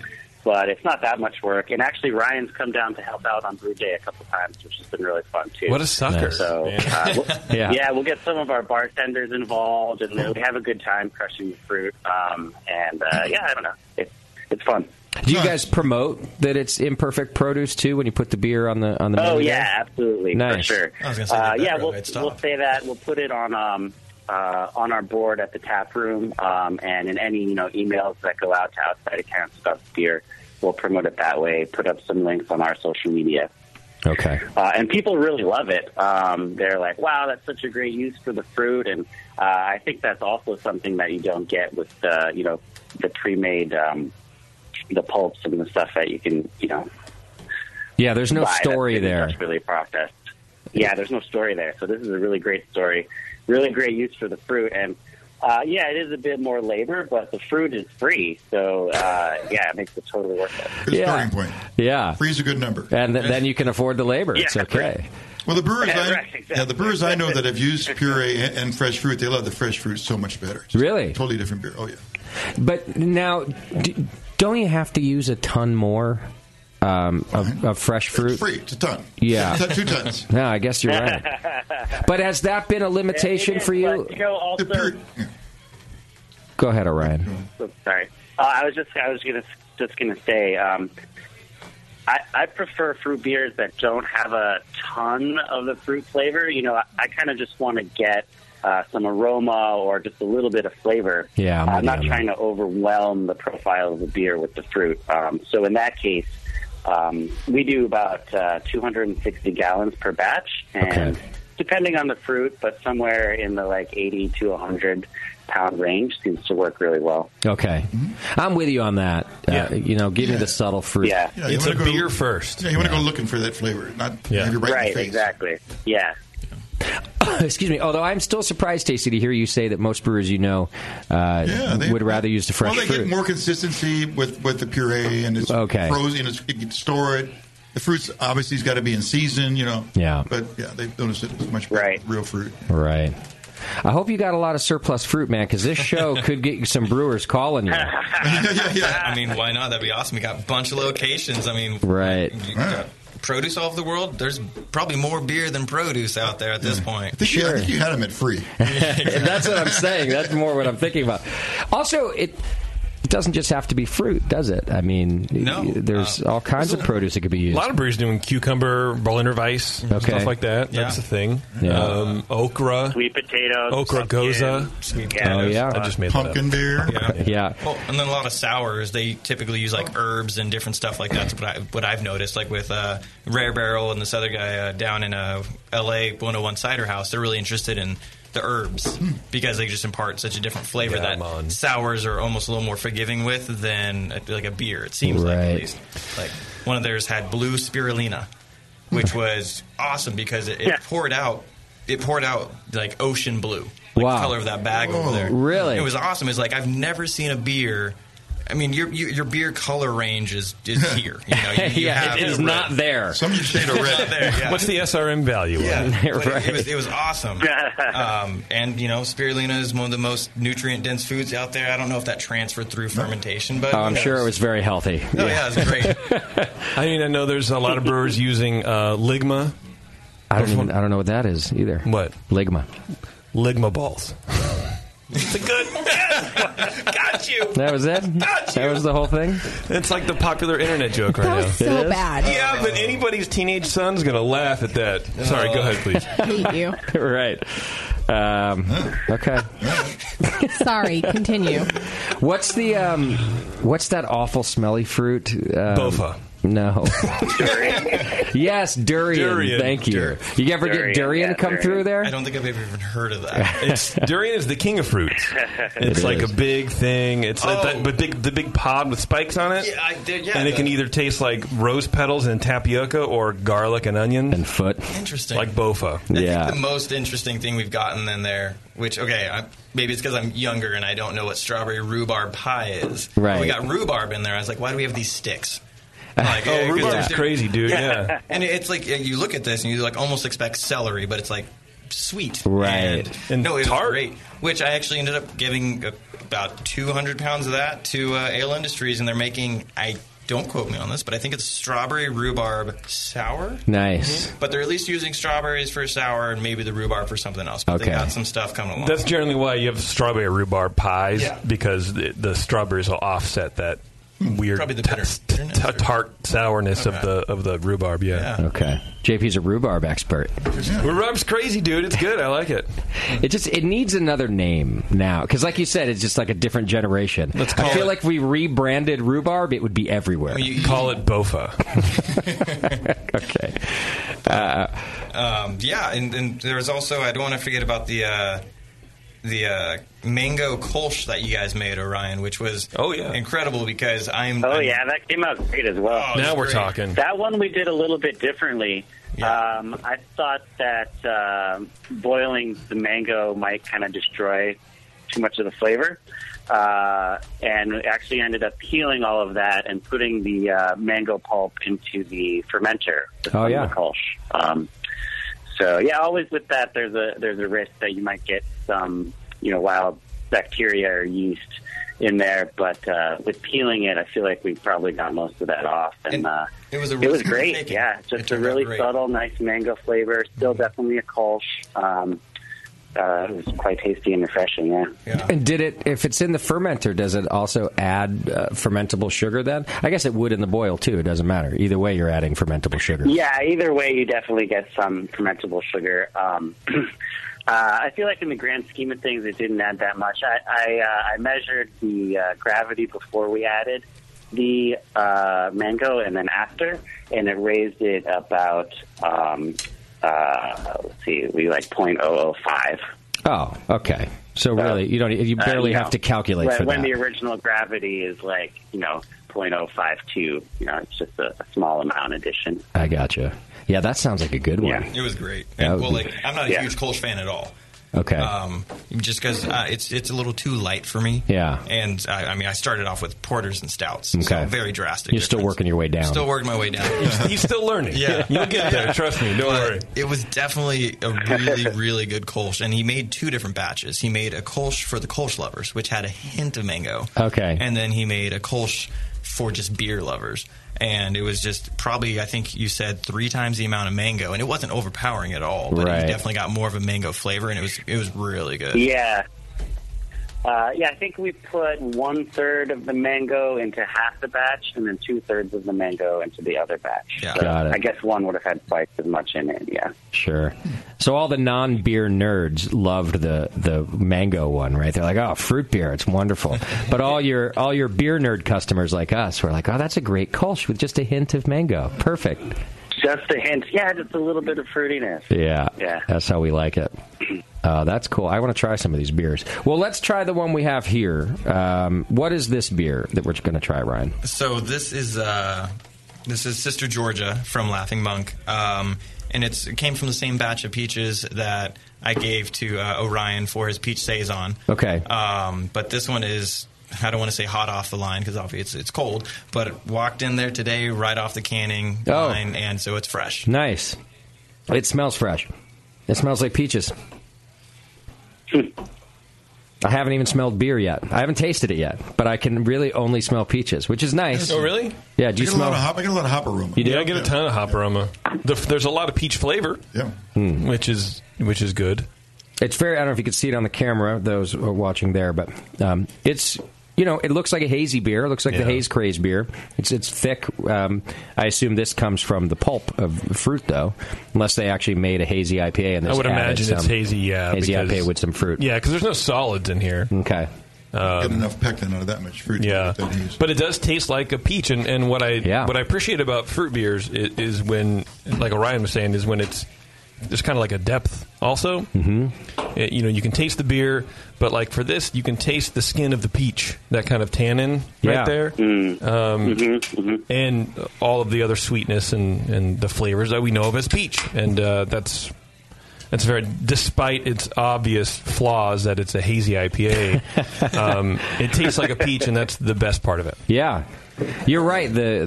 but it's not that much work. And actually, Ryan's come down to help out on Brew Day a couple times, which has been really fun too.
What a sucker. Nice.
So uh,
Man.
we'll,
Yeah.
yeah. we'll get some of our bartenders involved, and we have a good time crushing the fruit. Um, and uh, yeah, I don't know, it's it's fun.
Do you guys promote that it's imperfect produce too when you put the beer on the on the?
Oh
menu
yeah,
there?
absolutely, for
Nice.
sure.
I was gonna say,
uh,
the
yeah,
background
we'll
rate stuff.
we'll say that. We'll put it on um, uh, on our board at the tap room, um, and in any you know emails that go out to outside accounts about beer, we'll promote it that way. Put up some links on our social media.
Okay.
Uh, and people really love it. Um, they're like, wow, that's such a great use for the fruit. And uh, I think that's also something that you don't get with the, you know, the pre-made, um, the pulps and the stuff that you can, you know,
Yeah, there's no
buy that's
story
been
there.
just really processed. Yeah, there's no story there. So this is a really great story, really great use for the fruit. And uh, yeah, it is a bit more labor, but the fruit is free. So uh, yeah, it makes it totally worth it.
Good starting point.
Yeah.
Free's a good number.
And th- then you can afford the labor. It's
Yeah,
okay.
Well, the brewers, I, yeah, the brewers I know that have used puree and, and fresh fruit, they love the fresh fruit so much better.
Really?
Totally different beer. Oh yeah.
But now, d- don't you have to use a ton more um, of, of fresh fruit?
Free, it's a ton.
Yeah.
It's two tons.
No, I guess you're right. But has that been a limitation for you?
You know, also,
Go ahead, Orion.
Oh, sorry. Uh, I was just I was gonna just gonna say um, I, I prefer fruit beers that don't have a ton of the fruit flavor. You know, I, I kind of just want to get uh, some aroma or just a little bit of flavor.
Yeah, I'm
I'm,
with you
not
on
trying to overwhelm the profile of the beer with the fruit. Um, so in that case, um, we do about uh, 260 gallons per batch, and depending on the fruit, but somewhere in the like 80 to 100 pound range seems to work really well.
Okay,
Mm-hmm.
I'm with you on that. Uh, you know, give me the subtle fruit.
Yeah.
Yeah, you It's wanna a go to- beer
first.
Yeah, you want to go looking for that flavor, not have your right, in the face.
exactly. Yeah.
Excuse me. Although I'm still surprised, Tasty, to hear you say that most brewers you know uh,
Yeah, they-
would rather use the fresh
well, they
fruit.
get more consistency with, with the puree, and it's
Okay.
frozen. It's, you can store it. the fruits obviously has got to be in season, you know.
Yeah.
But yeah, they've noticed it it's much
right.
real fruit.
Right. I hope you got a lot of surplus fruit, man, because this show could get you some brewers calling you.
yeah, yeah. I mean, why not? That'd be awesome. We got a bunch of locations. I mean,
Right.
you got produce all over the world. There's probably more beer than produce out there at this point.
I think, you, I think you had them at free.
That's what I'm saying. That's more what I'm thinking about. Also, it it doesn't just have to be fruit, does it? I mean,
No.
there's all kinds of produce that could be
Uh, A
used.
lot of breweries doing cucumber, Berliner Weiss, stuff like that.
Yeah.
That's a thing.
Yeah.
Um, okra,
sweet potatoes,
okra goza.
Sweet
Oh,
potatoes.
yeah.
I just made that
Pumpkin
up.
beer.
Yeah.
yeah.
Well, and then a lot of sours. They typically use like herbs and different stuff like that. That's what, I, what I've noticed. Like with uh, Rare Barrel and this other guy uh, down in uh, L.A. 101 Cider House, they're really interested in the herbs
Hmm.
because they just impart such a different flavor
Yeah,
that
man.
sours are almost a little more forgiving with than uh, like a beer. It seems like
Right.
at least. Like one of theirs had blue spirulina, which was awesome because it, it
Yeah.
poured out. It poured out like ocean blue, like
Wow. Oh,
the color of that bag over there.
Really?
It was awesome. It's like I've never seen a beer. I mean, your your, your beer color range is, is here. You know, you, you
yeah,
have
it is not there.
Some shade
It's
of
not
red.
there. Yeah.
What's the SRM value?
yeah,
of it?
but it, it was it was awesome. Um, and you know, spirulina is one of the most nutrient dense foods out there. I don't know if that transferred through fermentation, but
Oh,
who
I'm sure
knows?
it was very healthy.
Oh yeah, it was great.
I mean, I know there's a lot of brewers using uh, Ligma.
I don't even, I don't know what that is either.
What?
Ligma.
Ligma balls.
it's a good. Got you.
That was it.
Got
That
you.
was the whole thing.
It's like the popular internet joke
That
right
was
now.
so
is?
bad.
Yeah, but anybody's teenage son's gonna laugh at that. Sorry, go ahead, please.
I hate you.
right. Um, okay.
Sorry. Continue.
What's the um, what's that awful smelly fruit? Um,
Bofa.
No. yes, durian.
Durian.
Thank you.
Dur-
you ever
Durian,
get durian
yeah,
come
durian.
through there?
I don't think I've ever even heard of that.
It's, durian is the king of fruits. It's
It
like
is.
a big thing. It's
Oh.
that, but big, the big pod with spikes on it.
Yeah, I did- yeah,
and it can
the-
either taste like rose petals and tapioca or garlic and onion,
And foot.
Interesting.
like bofa.
I
Yeah.
think the most interesting thing we've gotten in there, which okay, I, maybe it's because I'm younger and I don't know what strawberry rhubarb pie is.
Right.
We got rhubarb in there. I was like, why do we have these sticks? Like, eh, 'cause
Oh, Rhubarb's
they're-
crazy, dude. Yeah.
And it's like eh, you look at this and you like almost expect celery, but it's like sweet,
Right.
And,
And
no, it
tart.
was great. Which I actually ended up giving uh, about 200 pounds of that to uh, Ale Industries, and they're making I. Don't quote me on this, but I think it's strawberry rhubarb sour. Mm-hmm.
Nice.
But they're at least using strawberries for sour and maybe the rhubarb for something else. But
Okay.
they got some stuff coming along.
That's generally why you have strawberry rhubarb pies
Yeah. Hmm.
because the, the strawberries will offset that weird
Probably the
ta-
bitter-
t- t-
bitterness or-
tart sourness of
Okay.
the of the rhubarb. Yeah.
Yeah.
Okay. JP's a rhubarb expert.
rhubarb's crazy, dude. It's good. I like it.
It just it needs another name now because, like you said, it's just like a different generation.
Let's
I
call
feel
it-
like if we rebranded rhubarb, it would be everywhere.
You- you-
Call it bofa.
okay.
um, yeah, and, and there was also I don't want to forget about the uh, the uh, mango kolsch that you guys made, Orion, which was
Oh, yeah.
incredible because I'm
Oh
I'm-
yeah, that came out great as well.
Oh,
now
it's
we're
great.
talking.
That one we did a little bit differently.
Yeah.
Um, I thought that um boiling the mango might kind of destroy too much of the flavor, uh, and we actually ended up peeling all of that and putting the uh, mango pulp into the fermenter. to
Oh,
form
yeah.
the Kolsch. Um, so yeah, always with that, there's a there's a risk that you might get some you know wild bacteria or yeast in there. But uh, with peeling it, I feel like we probably got most of that off, and,
And
uh,
it was a
it was
risk
great.
taken.
Yeah,
It
just a
turned out
really
great. Mm-hmm.
subtle, nice mango flavor. Still definitely a Kolsch. Um, uh, it was quite tasty and refreshing. Yeah.
Yeah.
And did it, if it's in the fermenter, does it also add uh, fermentable sugar then? I guess it would in the boil too. It doesn't matter. Either way, you're adding fermentable sugar.
Yeah, either way, you definitely get some fermentable sugar. Um, uh, I feel like in the grand scheme of things, it didn't add that much. I I, uh, I measured the uh, gravity before we added the uh, mango, and then after, and it raised it about um, uh, let's see, we like point oh oh five.
Oh, okay. So really, you don't. You barely have to calculate
uh, when,
for
when
that.
the original gravity is like you know point oh five two. You know, it's just a, a small amount addition.
I gotcha. Yeah, that sounds like a good one.
Yeah.
It was great.
That
And,
would
well,
be-
like I'm not a
Yeah.
huge Kolsch fan at all.
Okay.
Um, just because uh, it's it's a little too light for me.
Yeah.
And uh, I, I mean, I started off with porters and stouts.
Okay.
So very drastic.
You're still
difference.
working your way down.
Still working my way down.
You're still learning.
Yeah.
You'll get there. Trust me. Don't
But
worry.
It was definitely a really, really good Kolsch. And he made two different batches. He made a Kolsch for the Kolsch lovers, which had a hint of mango.
Okay.
And then he made a Kolsch for just beer lovers. And it was just probably, I think you said three times the amount of mango, and it wasn't overpowering at all. But
Right.
it definitely got more of a mango flavor, and it was it was really good.
Yeah. Uh, yeah, I think we put one third of the mango into half the batch, and then two thirds of the mango into the other batch.
Yeah.
Got it.
I guess one would have had twice as much in it. Yeah.
Sure. So all the non-beer nerds loved the the mango one, right? They're like, "Oh, fruit beer, it's wonderful." but all your all your beer nerd customers like us were like, "Oh, that's a great Kolsch with just a hint of mango. Perfect."
Just a hint. Yeah, just a little bit of fruitiness.
Yeah.
Yeah.
That's how we like it. Uh, that's cool. I want to try some of these beers. Well, let's try the one we have here. Um, what is this beer that we're going to try, Ryan?
So this is uh, this is Sister Georgia from Laughing Monk, um, and it's it came from the same batch of peaches that I gave to uh, Orion for his peach saison.
Okay.
Um, but this one is I don't want to say hot off the line because obviously it's it's cold, but it walked in there today right off the canning
Oh.
line, and so it's fresh.
Nice. It smells fresh. It smells like peaches. I haven't even smelled beer yet. I haven't tasted it yet, but I can really only smell peaches, which is nice.
Oh, really?
Yeah. Do you
I get a
smell?
lot of hop. I get a lot of hop aroma.
You do?
Yeah, I get a ton of hop aroma. The, there's a lot of peach flavor.
Yeah.
Which is which is good.
Hmm. It's very. I don't know if you can see it on the camera. Those who are watching there, but um, it's. You know, it looks like a hazy beer. It looks like the
Yeah.
haze craze beer. It's it's thick. Um, I assume this comes from the pulp of the fruit, though, unless they actually made a hazy IPA. And
I
just
would
added
imagine it's
some
hazy, yeah.
hazy
because-
IPA with some fruit.
Yeah, because there's no solids in here. Um,
Okay.
get enough pectin out of that much fruit. to
Yeah,
make that easy.
but it does taste like a peach, and, and what I what I appreciate about fruit beers is, is when, like Orion was saying, is when it's there's kind of like a depth. Also, mm-hmm. you know, you can taste the beer, but like for this, you can taste the skin of the peach, that kind of tannin
Yeah.
right there, um, and all of the other sweetness and and the flavors that we know of as peach, and uh, that's. That's very, despite its obvious flaws that it's a hazy IPA, um, it tastes like a peach, and that's the best part of it.
Yeah, you're right. The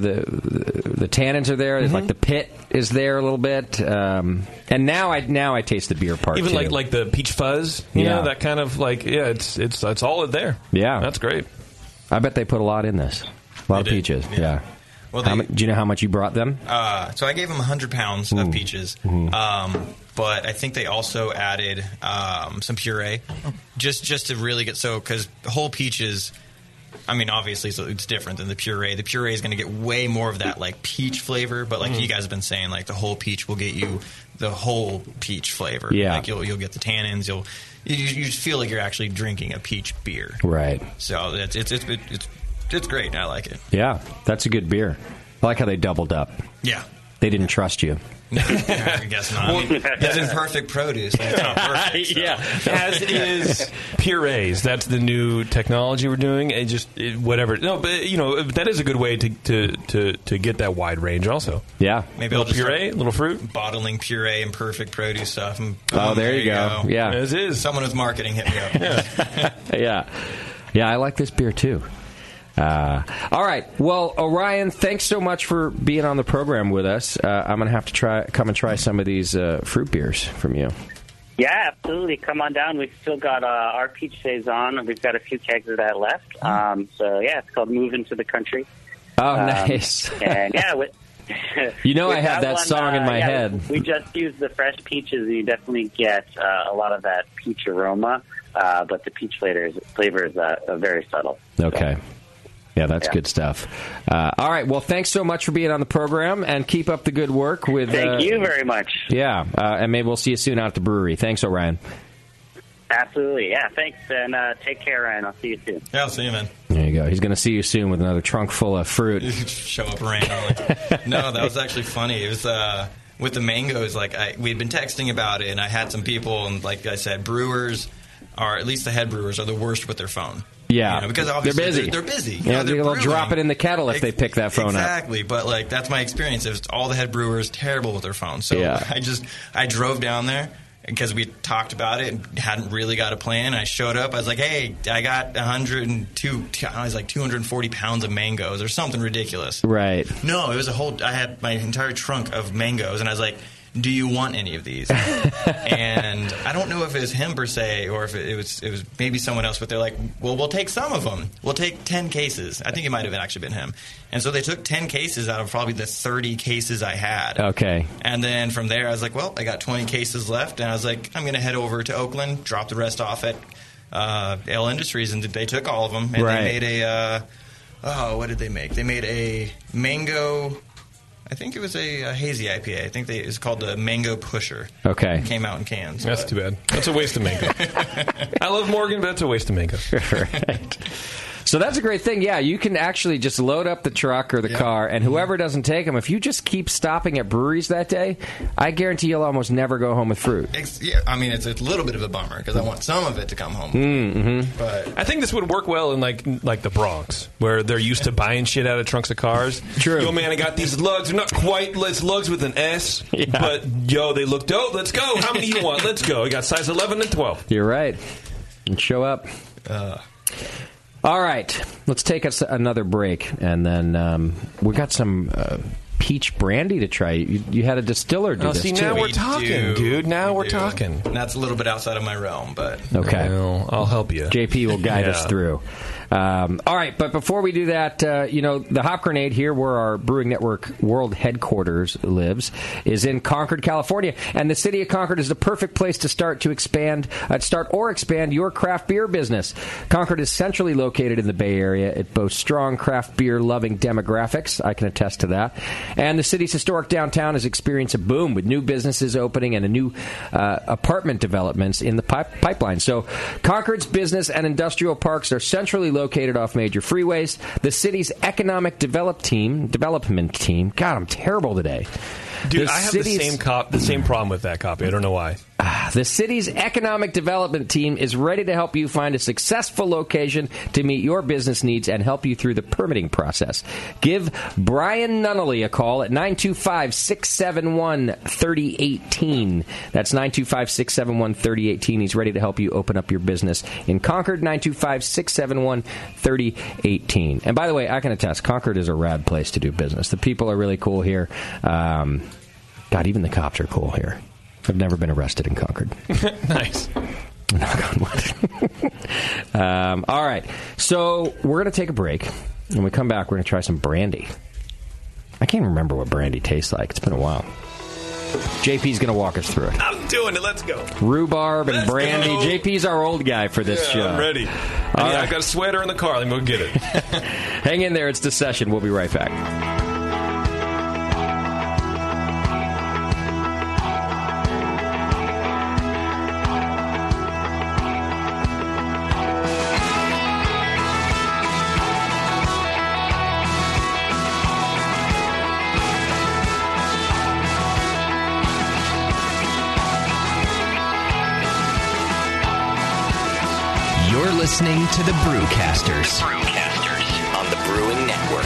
the the tannins are there.
Mm-hmm.
Like the pit is there a little bit. Um, and now I now I taste the beer part.
Even
too.
like like the peach fuzz, you
Yeah.
know, that kind of like yeah, it's it's that's all there.
Yeah.
that's great.
I bet they put a lot in this. A lot of
They did,
peaches. Yeah.
yeah. Well,
How
they-
mu- do you know how much you brought them?
Uh, so I gave him 100 pounds of peaches, um, but I think they also added um, some puree, just just to really get so because whole peaches. I mean, obviously, so it's different than the puree. The puree is going to get way more of that like peach flavor, but like
Mm-hmm.
you guys have been saying, like the whole peach will get you the whole peach flavor.
Yeah.
like you'll you'll get the tannins. You'll you, you just feel like you're actually drinking a peach beer.
Right.
So it's it's it's it's, it's great. I like it.
Yeah, that's a good beer. I like how they doubled up.
Yeah.
They didn't trust you.
I guess not. I mean, it's imperfect produce. Like, it's not perfect. so.
as is purees. That's the new technology we're doing. It just it, whatever. No, but you know that is a good way to to to, to get that wide range. Also,
Yeah.
Maybe I'll
little
just start
puree, little fruit.
bottling puree and perfect produce stuff. And
Oh,
boom,
there you go. Yeah.
As is.
Someone with marketing hit me up. yeah.
yeah. Yeah, I like this beer too. Uh, all right. Well, Orion, thanks so much for being on the program with us. Uh, I'm going to have to try come and try some of these uh, fruit beers from you.
Yeah, absolutely. Come on down. We've still got uh, our peach saison, and we've got a few kegs of that left. Um, so yeah, it's called Moving to the Country.
Oh,
Um,
nice.
and yeah, with,
You know
with uh,
I have that song in my
yeah,
head.
We just use the fresh peaches, and you definitely get uh, a lot of that peach aroma. Uh, but the peach flavor is, flavor is uh, uh, very subtle.
Okay. Yeah, that's
Yeah.
good stuff. Uh, all right. Well, thanks so much for being on the program and keep up the good work with. uh,
Thank you very much.
Yeah, uh, and maybe we'll see you soon out at the brewery. Thanks, Orion.
Absolutely. Yeah. Thanks, and uh, take care, Ryan. I'll see you soon.
I'll see you, man.
There you go. He's going to see you soon with another trunk full of fruit.
Show up randomly. no, that was actually funny. It was uh, with the mangoes. Like I, we had been texting about it, and I had some people, and like I said, brewers are at least the head brewers are the worst with their phone.
Yeah,
You know, because obviously
they're busy.
They're, they're busy. You
Yeah,
know, they're
they'll drop
brewing.
it in the kettle if they pick that phone up.
Exactly, but like that's my experience. Is all the head brewers terrible with their phones? So
Yeah.
I just I drove down there because we talked about it and hadn't really got a plan. I showed up. I was like, "Hey, I got 102. I was like 240 pounds of mangoes or something ridiculous."
Right.
No, it was a whole. I had my entire trunk of mangoes, and I was like, "Do you want any of these?" and I don't know if it was him per se, or if it, it was it was maybe someone else. But they're like, "Well, we'll take some of them. We'll take 10 cases." I think it might have actually been him. And so they took 10 cases out of probably the 30 cases I had.
Okay.
And then from there, I was like, well, I got 20 cases left. And I was like, I'm going to head over to Oakland, drop the rest off at uh, Ale Industries. And they took all of them. And
Right.
they made a, uh, oh, what did they make? They made a mango, I think it was a, a hazy IPA. I think they, it's called the Mango Pusher.
Okay.
It came out in cans.
That's
but-
too bad. That's a waste of mango. I love Morgan, but that's a waste of mango.
right. So that's a great thing. Yeah, you can actually just load up the truck or the car,
Mm-hmm.
and whoever doesn't take them, if you just keep stopping at breweries that day, I guarantee you'll almost never go home with fruit.
It's, yeah, I mean, it's a little bit of a bummer because I want some of it to come home.
Mm-hmm.
But
I think this would work well in like like the Bronx, where they're used to buying shit out of trunks of cars. True. Yo, man, I got these lugs. They're not quite it's lugs with an S, but yo, they look dope. Let's go. How many you want? Let's go. I got size eleven and twelve.
You're right. And show up.
Uh.
All right, let's take us another break, and then um, we got some uh, peach brandy to try. You, you had a distiller do
Oh,
this
see,
too.
now we're
We
talking,
do.
dude. Now
We
we're
do.
talking.
And that's a little bit outside of my realm, but
Okay.
Well, I'll help you.
JP will guide
Yeah.
us through. Um, all right, but before we do that, uh, you know, the Hop Grenade here, where our Brewing Network world headquarters lives, is in Concord, California, and the city of Concord is the perfect place to start to expand, uh, start or expand your craft beer business. Concord is centrally located in the Bay Area. It boasts strong craft beer loving demographics. I can attest to that. And the city's historic downtown has experienced a boom with new businesses opening and a new uh, apartment developments in the pipe- pipeline. So Concord's business and industrial parks are centrally located off major freeways. The city's economic develop team, development team. God, I'm terrible today.
Dude, I have the
city's-
same cop, the same problem with that copy. I don't know why.
Ah, the city's economic development team is ready to help you find a successful location to meet your business needs and help you through the permitting process. Give Brian Nunnally a call at 925 671 3018. That's 925 671 3018. He's ready to help you open up your business in Concord, 925 671 3018. And by the way, I can attest, Concord is a rad place to do business. The people are really cool here. Um, God, even the cops are cool here. I've never been arrested in Concord.
nice.
Um, all right. So we're going to take a break. When we come back, we're going to try some brandy. I can't remember what brandy tastes like. It's been a while. JP's going to walk us through it.
I'm doing it. Let's go.
Rhubarb and
Let's
brandy.
go.
JP's our old guy for this
Yeah,
show.
I'm ready.
All
I mean,
right.
I've got a sweater in the car. Let me go get it.
Hang in there. It's the session. We'll be right back.
You're listening to the Brewcasters. Brewcasters on the Brewing Network.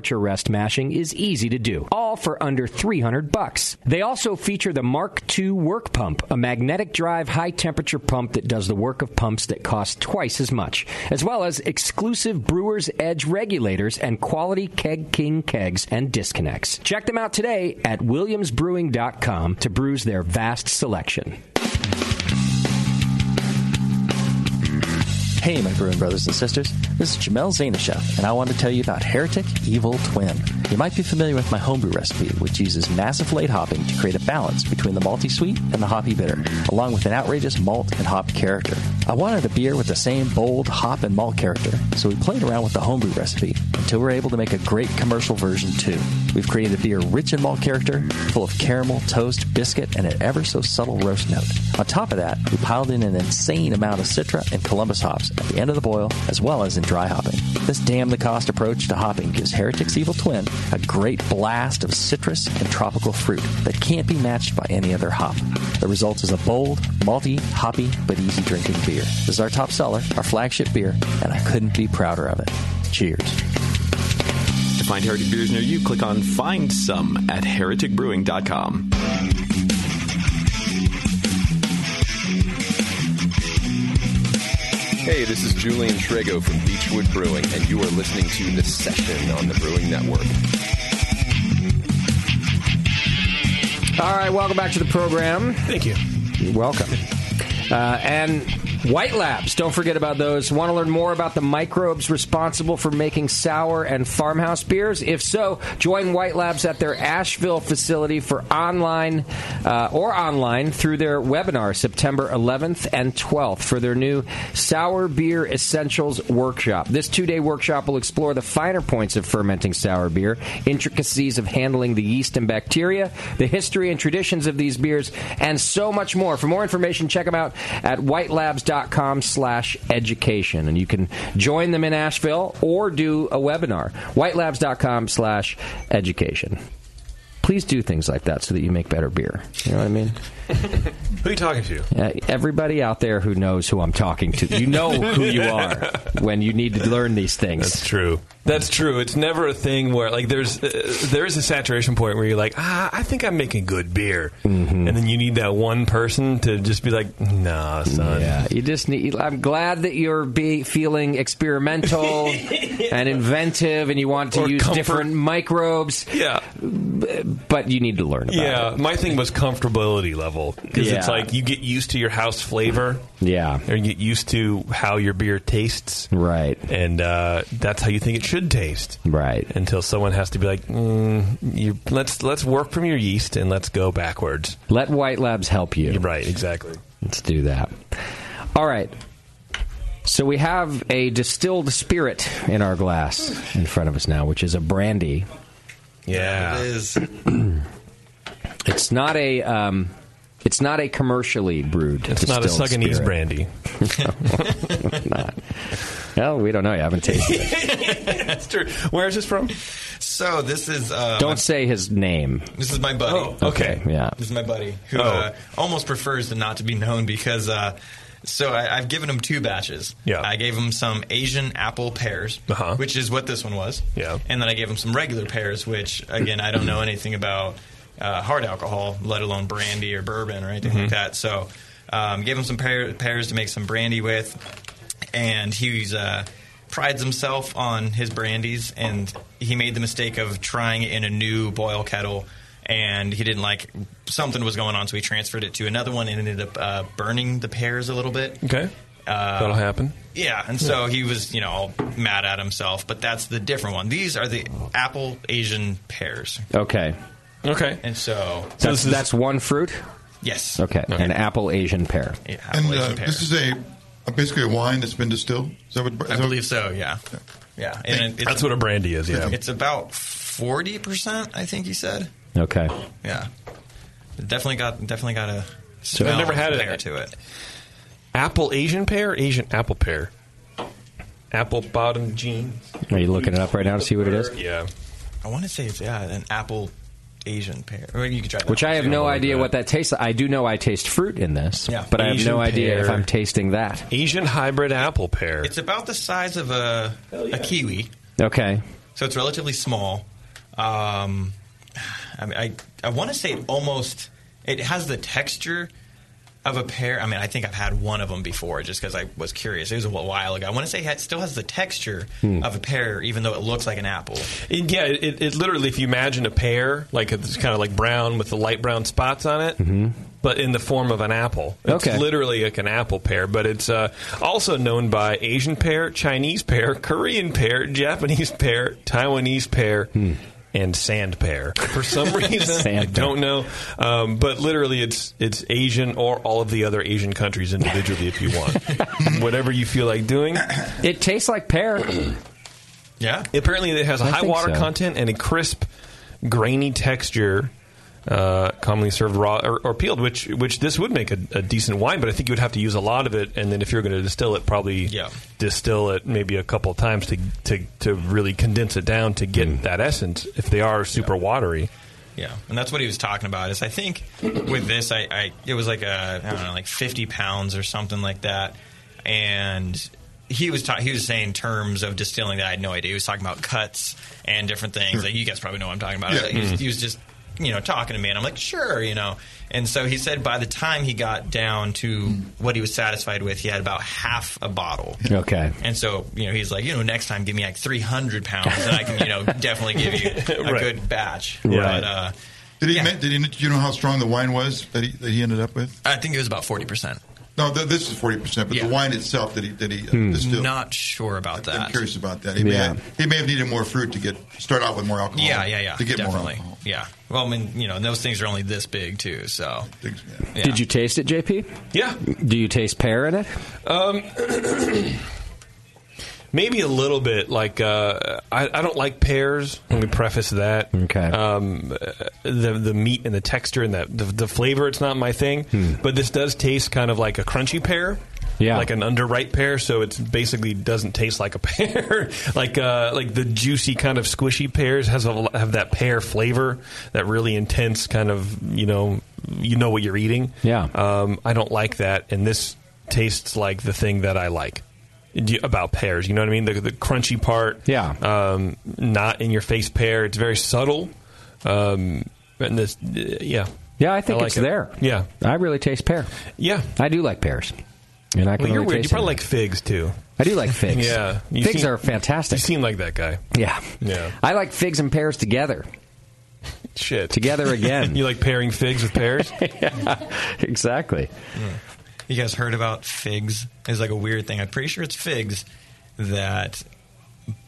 rest mashing is easy to do, all for under 300 bucks. They also feature the Mark II work pump, a magnetic drive high temperature pump that does the work of pumps that cost twice as much, as well as exclusive Brewer's Edge regulators and quality Keg King kegs and disconnects. Check them out today at williamsbrewing.com to brews their vast selection.
Hey, my brewing brothers and sisters. This is Jamel Zanishev, and I want to tell you about Heretic Evil Twin. You might be familiar with my homebrew recipe, which uses massive late hopping to create a balance between the malty sweet and the hoppy bitter, along with an outrageous malt and hop character. I wanted a beer with the same bold hop and malt character, so we played around with the homebrew recipe until we were able to make a great commercial version too. We've created a beer rich in malt character, full of caramel, toast, biscuit, and an ever so subtle roast note. On top of that, we piled in an insane amount of Citra and Columbus hops at the end of the boil, as well as in dry hopping. This damn the cost approach to hopping gives Heretic's Evil Twin a great blast of citrus and tropical fruit that can't be matched by any other hop. The result is a bold, malty, hoppy, but easy drinking beer. This is our top seller, our flagship beer, and I couldn't be prouder of it. Cheers.
To find Heretic beers near you, click on Find Some at hereticbrewing.com.
Hey, this is Julian Trego from Beechwood Brewing, and you are listening to The Session on the Brewing Network.
All right, welcome back to the program.
Thank you.
You're welcome. Uh, and white labs, don't forget about those. Want to learn more about the microbes responsible for making sour and farmhouse beers? If so, join White Labs at their Asheville facility for online uh, or online through their webinar September 11th and 12th for their new Sour Beer Essentials Workshop. This two day workshop will explore the finer points of fermenting sour beer, intricacies of handling the yeast and bacteria, the history and traditions of these beers, and so much more. For more information, check them out at whitelabs.com slash education. And you can join them in Asheville or do a webinar. whitelabs.com slash education. Please do things like that so that you make better beer. You know what I mean?
Who are you talking to?
Uh, everybody out there who knows who I'm talking to, you know who you are when you need to learn these things.
That's true. That's true. It's never a thing where like there's uh, there is a saturation point where you're like, ah, I think I'm making good beer,
Mhm.
and then you need that one person to just be like, nah, son.
Yeah, you just need. I'm glad that you're be feeling experimental and inventive, and you want to
Or
use
comfort.
different microbes.
Yeah,
but you need to learn about it.
Yeah, my thing was comfortability level because it's
Yeah.
like you get used to your house flavor.
Yeah,
or you get used to how your beer tastes.
Right,
and uh, that's how you think it should taste.
Right,
until someone has to be like, mm, you, let's let's work from your yeast and let's go backwards.
Let White Labs help you.
Right, exactly.
Let's do that. All right. So we have a distilled spirit in our glass in front of us now, which is a brandy.
Yeah, it
is.
It's not a. Um, it's not a commercially brewed.
It's not a
distilled
Suganese
spirit.
brandy.
no, it's not. Well, we don't know. You haven't tasted it.
That's true. Where is this from?
So this is uh,
Don't say his name.
This is my buddy.
Oh, okay. Yeah.
This is my buddy who
Oh.
uh, almost prefers to not to be known because. Uh, so I, I've given him two batches. Yeah. I gave him some Asian apple pears,
Uh-huh.
which is what this one was. Yeah. And then I gave him some regular pears, which again I don't know anything about uh, hard alcohol, let alone brandy or bourbon or anything
Mm-hmm.
like
Mhm.
that. So um, gave him some pear, pears to make some brandy with, and he's. Uh, prides himself on his brandies and he made the mistake of trying it in a new boil kettle and he didn't like something was going on so he transferred it to another one and ended up uh, burning the pears a little bit
Okay,
uh,
that'll happen.
yeah and so he was you know all mad at himself but that's the different one these are the apple asian pears
Okay.
okay
and so
That's, that's one fruit.
Yes.
Okay. An apple Asian pear.
And uh, this is a, a basically a wine that's been distilled. Is that what, is
i
that-
believe so yeah yeah and it-
That's what a brandy is. Yeah.
it's about 40% i think he said
Okay.
Yeah, definitely got definitely got a.
So-
smell
I've never had it.
compared to it.
Apple Asian pear, Asian apple pear, apple bottom jeans.
Are you looking it up right now to see what it is?
Yeah,
I want to say it's yeah an apple Asian pear. Or you could try that
Which I
one,
have
too.
no idea what that tastes like. I do know I taste fruit in this,
Yeah.
but I have
Asian
no idea if
pear.
I'm tasting that.
Asian hybrid apple pear.
It's about the size of a a kiwi,
Okay.
so it's relatively small. Um, I mean, I I want to say it almost it has the texture. Of a pear, I mean, I think I've had one of them before, just because I was curious. It was a while ago. I want to say it still has the texture
Hmm.
of a pear, even though it looks like an apple.
It- yeah, it, it literally, if you imagine a pear, like it's kind of like brown with the light brown spots on it, but in the form of an apple. It's
Mm-hmm. Okay.
literally like an apple pear, but it's uh, also known by
Hmm.
Asian pear, Chinese pear, Korean pear, Japanese pear, Taiwanese pear, and sand pear. For some reason, I don't know. Um, but literally, it's it's Asian or all of the other Asian countries individually if you want. Whatever you feel like doing.
It tastes like pear.
yeah. Apparently, it has a
I
high
think
water
so.
content and a crisp, grainy texture. Uh, commonly served raw or, or peeled, which which this would make a, a decent wine, but I think you would have to use a lot of it, and then if you're going to distill it, probably distill it maybe a couple of times to to to really condense it down to get
Hmm.
that essence. If they are super watery,
Yeah, and that's what he was talking about. Is I think with this, I, I it was like a I don't know, like fifty pounds or something like that, and he was ta- he was saying terms of distilling that I had no idea. He was talking about cuts and different things. Like you guys probably know what I'm talking about.
Yeah.
He, was,
Mhm.
he was just you know talking to me, and I'm like, sure, you know. And so he said by the time he got down to what he was satisfied with, he had about half a bottle.
Okay.
And so, you know, he's like, you know, next time give me like 300 pounds and I can, you know, definitely give you a
Right.
good batch.
Right.
But, uh,
Did he? ma- Did he? Do you know how strong the wine was that he, that he ended up with?
I think it was about forty percent.
No, th- this is forty percent, but
Yeah.
the wine itself that he that he uh,
Hmm.
distilled.
Not sure about that.
I'm curious about that. He, may
Yeah.
have, he may have needed more fruit to get start out with more alcohol.
yeah, yeah, yeah.
To get more
definitely.
alcohol.
Yeah. Well, I mean, you know, and those things are only this big too, so. Yeah.
Did you taste it, JP?
Yeah.
Do you taste pear in it?
Um, maybe a little bit. Like uh, I, I don't like pears. Let me preface that. Okay. Um, uh, the the meat and the texture and that the, the flavor. It's not my thing. But this does taste kind of like a crunchy pear.
Hmm. Yeah.
like an underripe pear, so it basically doesn't taste like a pear. like uh, like the juicy kind of squishy pears has a, have that pear flavor, that really intense kind of you know you know what you're eating.
Yeah.
Um, I don't like that, and this tastes like the thing that I like Do you- about pears. You know what I mean? The, the crunchy part. Yeah. Um, not in your face pear. It's very subtle. Um, and this, yeah.
Yeah, I think
like
it's
it.
there.
Yeah.
I really taste pear.
Yeah.
I do like pears. And I can
Well, you're
only
weird. You
taste
probably
it.
like figs too.
I do like figs.
Yeah. You
Figs
seem-
are fantastic.
You seem like that guy.
Yeah.
Yeah.
I like figs and pears together.
Shit.
Together again.
you like pairing figs with pears?
exactly.
Hmm. You guys heard about figs? It's like a weird thing. I'm pretty sure it's figs that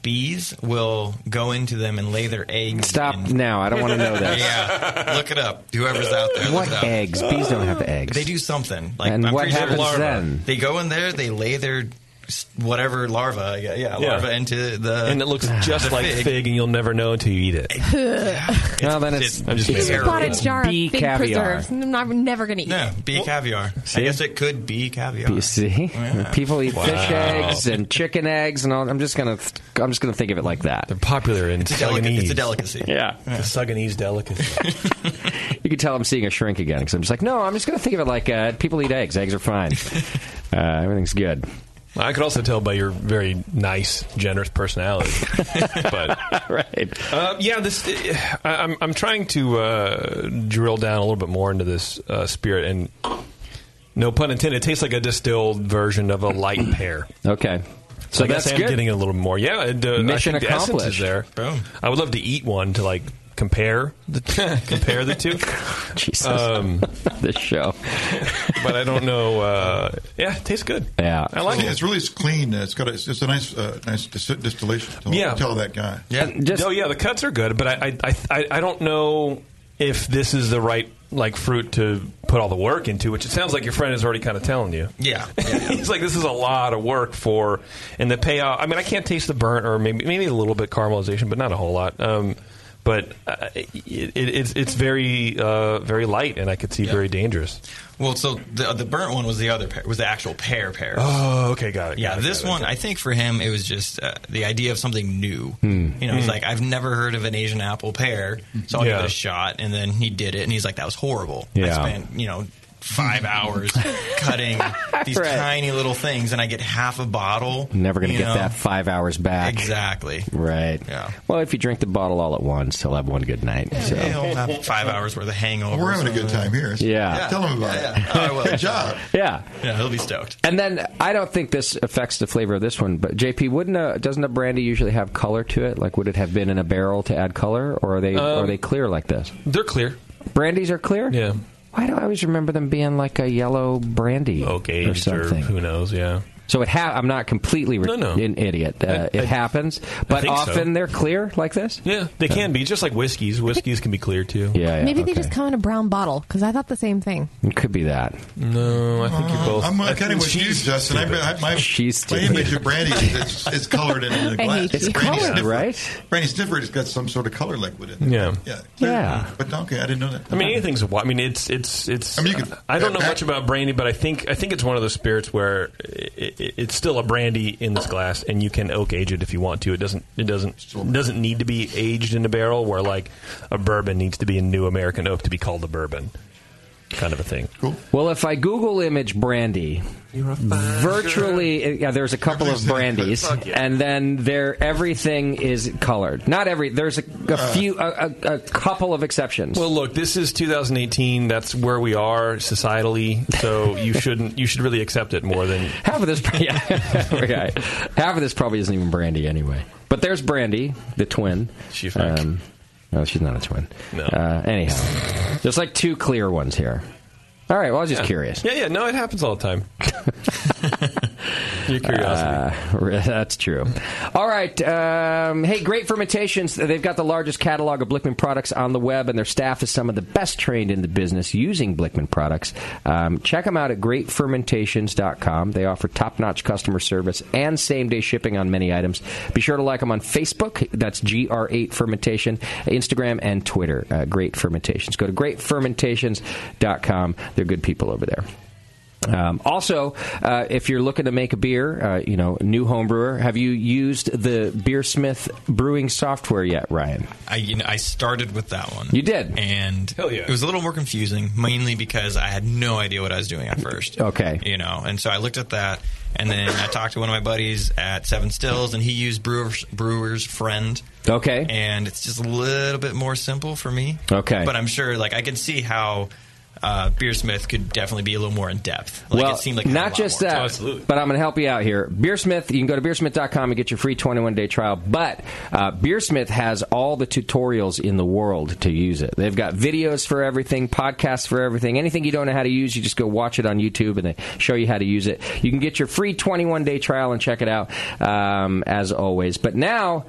bees will go into them and lay their eggs.
Stop now. I don't want to know that.
yeah, look it up. Whoever's out there, look
What
it up.
eggs? Bees don't have eggs.
They do something. Like
And
I'm
what
pretty sure
happens
larva.
then?
They go in there. They lay their s- whatever larva. Yeah, yeah,
Yeah.
larva into the
and it looks
Ah.
just
the
like fig. and you'll never know until you eat it.
well, then it's,
I'm just
He
making
just
it.
bought a jar of fig preserves. and I'm never going to eat
Yeah,
it.
bee caviar. I guess it could be caviar.
You see, people eat
Wow.
fish eggs and chicken eggs, and all. I'm just gonna, I'm just gonna think of it like that. They're
popular in
It's a delica- it's a delicacy.
Yeah,
The Suganese delicacy.
you can tell I'm seeing a shrink again because I'm just like, no, I'm just gonna think of it like uh, people eat eggs. Eggs are fine. uh, everything's good.
I could also tell by your very nice, generous personality. but
right,
uh, yeah, this I, I'm I'm trying to uh, drill down a little bit more into this uh, spirit, and no pun intended, it tastes like a distilled version of a light pear.
Okay, so
I guess
that's
I'm
good.
getting a little more. Yeah, it, uh,
Mission
I think the essence is
accomplished.
there. I would love to eat one to like compare the compare the two. Um,
Jesus, this show.
but I don't know. Uh, yeah, it tastes good.
Yeah,
I like
it's,
it.
It's really clean. It's got a, it's a nice uh, nice dis- distillation. Tell,
Yeah.
tell that guy.
Yeah, oh yeah, the cuts are good, but I, I I I don't know if this is the right like fruit to put all the work into, which it sounds like your friend is already kind of telling you.
Yeah,
He's like, this is a lot of work for, and the payout. I mean, I can't taste the burnt, or maybe maybe a little bit caramelization, but not a whole lot. Um, but uh, it, it, it's it's very uh, very light, and I could see very dangerous.
Well, so the the burnt one was the other pair, was the actual pear pear.
Oh, okay, got it.
yeah,
got it,
this
got it,
one
got it.
I think for him it was just uh, the idea of something new. You know, it's
Hmm.
like I've never heard of an Asian apple pear, so I'll give
Yeah.
it a shot. And then he did it, and he's like, "That was horrible."
Yeah.
I spent you know five hours cutting these
Right.
tiny little things, and I get half a bottle.
Never gonna
you
get
know?
that five hours back.
Exactly.
Right. Yeah. Well, if you drink the bottle all at once, he'll have one good night. so.
Yeah, I'll have five hours worth of hangover.
We're having a good time here.
Yeah.
Tell him about
Yeah, yeah. Oh, I will.
it. Good job.
Yeah.
Yeah, he'll be stoked.
And then I don't think this affects the flavor of this one, but JP, wouldn't a, doesn't a brandy usually have color to it? Like, would it have been in a barrel to add color, or are they
Um,
are they clear like this?
They're clear.
Brandies are clear.
Yeah.
Why do I always remember them being like a yellow brandy?
Oh, Okay,
or something.
who knows? Yeah.
So it ha- I'm not completely re-
No, no.
an idiot. Uh,
I-
it
I-
happens, but
think so.
often they're clear like this.
Yeah, they can be just like whiskeys. Whiskeys can be clear too.
Yeah, yeah
Maybe they just come in a brown bottle because I thought the same thing.
It could be that.
No, I think you both.
I'm
I
uh, kind
think
of with you,
she's
Justin. I,
stupid.
I, my,
She's
my
stupid.
image of brandy is it's, it's colored in a
I
glass.
hate you. It's
brandy's
colored,
different.
right?
Brandy's different. It's got some sort of color liquid in it.
Yeah.
Yeah.
Yeah.
But okay, I didn't know that.
I mean, anything's. a wa- I mean, it's it's it's.
I mean, you could-
I don't know
uh,
much about brandy, but I think I think it's one of those spirits where it, it, it's still a brandy in this glass, and you can oak age it if you want to. It doesn't it doesn't it doesn't need to be aged in a barrel, where like a bourbon needs to be in new American oak to be called a bourbon, kind of a thing.
Well, if I Google image brandy, virtually uh, yeah, there's a couple of brandies, and then there everything is colored. Not every there's a, a few a, a, a couple of exceptions.
Well, look, this is 2018. That's where we are societally. So you shouldn't you should really accept it more than
half of this, yeah, okay. half of this probably isn't even brandy anyway. But there's brandy, the twin. She's
not.
no, she's not a twin. No. Uh, anyhow, there's like two clear ones here. All right. Well, I was just
Yeah.
curious.
Yeah, yeah. No, it happens all the time. Your curiosity.
Uh, that's true. All right. Um, hey, Great Fermentations. They've got the largest catalog of Blickman products on the web, and their staff is some of the best trained in the business using Blickman products. Um, check them out at greatfermentations.com. They offer top notch customer service and same day shipping on many items. Be sure to like them on Facebook. That's GR8 Fermentation, Instagram, and Twitter. Uh, Great Fermentations. Go to greatfermentations.com. They're good people over there. Um, also, uh, if you're looking to make a beer, uh, you know, new home brewer, have you used the Beersmith brewing software yet, Ryan?
I you know, I started with that one.
You did.
and it was a little more confusing, mainly because I had no idea what I was doing at first.
Okay.
you know, and so I looked at that, and then I talked to one of my buddies at Seven Stills, and he used Brewer's, Brewer's Friend.
Okay,
and it's just a little bit more simple for me.
Okay.
but I'm sure, like, I could see how. Uh, Beersmith could definitely be a little more in depth. Like
well,
it seemed like it had a
not
lot
just
more.
that, but I'm going to help you out here. Beersmith, you can go to beersmith.com and get your free 21 day trial. But uh, Beersmith has all the tutorials in the world to use it. They've got videos for everything, podcasts for everything. Anything you don't know how to use, you just go watch it on YouTube and they show you how to use it. You can get your free 21 day trial and check it out um, as always. But now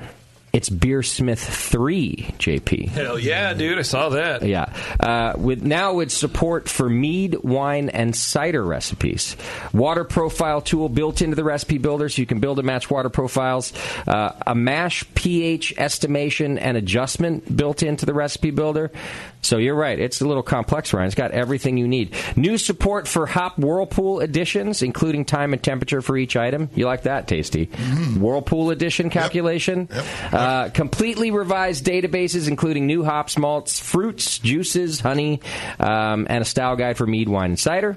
it's Beersmith 3, JP.
Hell yeah, dude! I saw that.
Yeah. Uh, with now with support for mead, wine, and cider recipes, water profile tool built into the recipe builder, so you can build and match water profiles. Uh, a mash pH estimation and adjustment built into the recipe builder. So you're right; it's a little complex, Ryan. It's got everything you need. New support for hop whirlpool additions, including time and temperature for each item. You like that, Tasty? Whirlpool addition calculation. Uh, completely revised databases, including new hops, malts, fruits, juices, honey, um, and a style guide for mead, wine, and cider.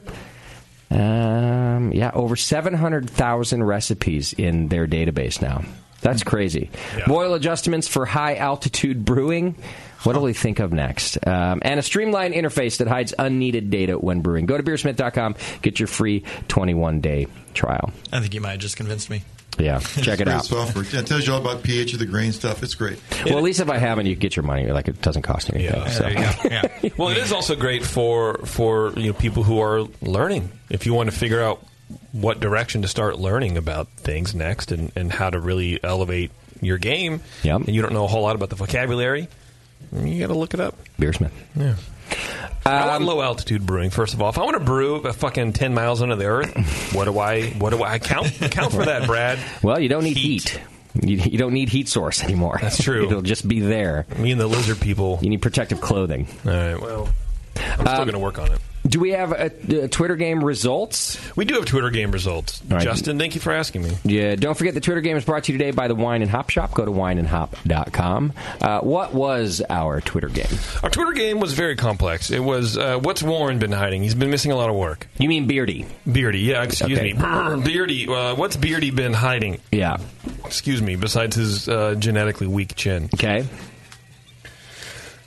Um, yeah, over 700,000 recipes in their database now. That's crazy. Boil adjustments for high altitude brewing. What do we think of next? Um, and a streamlined interface that hides unneeded data when brewing. Go to beersmith.com, get your free 21 day trial.
I think you might have just convinced me.
Yeah, check it
Great
out.
Software. Yeah, it tells you all about pH of the grain stuff. It's great.
Well, at least if I haven't, you get your money. Like it doesn't cost anything. so.
well, it is also great for for you know people who are learning. If you want to figure out what direction to start learning about things next, and, and how to really elevate your game,
Yep.
and you don't know a whole lot about the vocabulary, you got to look it up.
Beersmith.
Yeah. I
Um,
want low altitude brewing. First of all, if I want to brew a fucking ten miles under the earth, what do I? What do I count? Count for that, Brad.
Well, you don't need heat. You, you don't need heat source anymore. That's
true.
It'll just be there.
Me and the lizard people.
You need protective clothing.
All right. Well, I'm
Um,
still going to work on it.
Do we have a, a Twitter game results?
We do have Twitter game results.
All right.
Justin, thank you for asking me.
Yeah, don't forget the Twitter game is brought to you today by the Wine and Hop Shop. Go to wineandhop.com. Uh, what was our Twitter game?
Our Twitter game was very complex. It was uh, what's Warren been hiding? He's been missing a lot of work.
You mean Beardy?
Beardy, yeah. Excuse
Okay.
me, Beardy. Uh, what's Beardy been hiding?
Yeah.
Excuse me. Besides his uh, genetically weak chin.
Okay.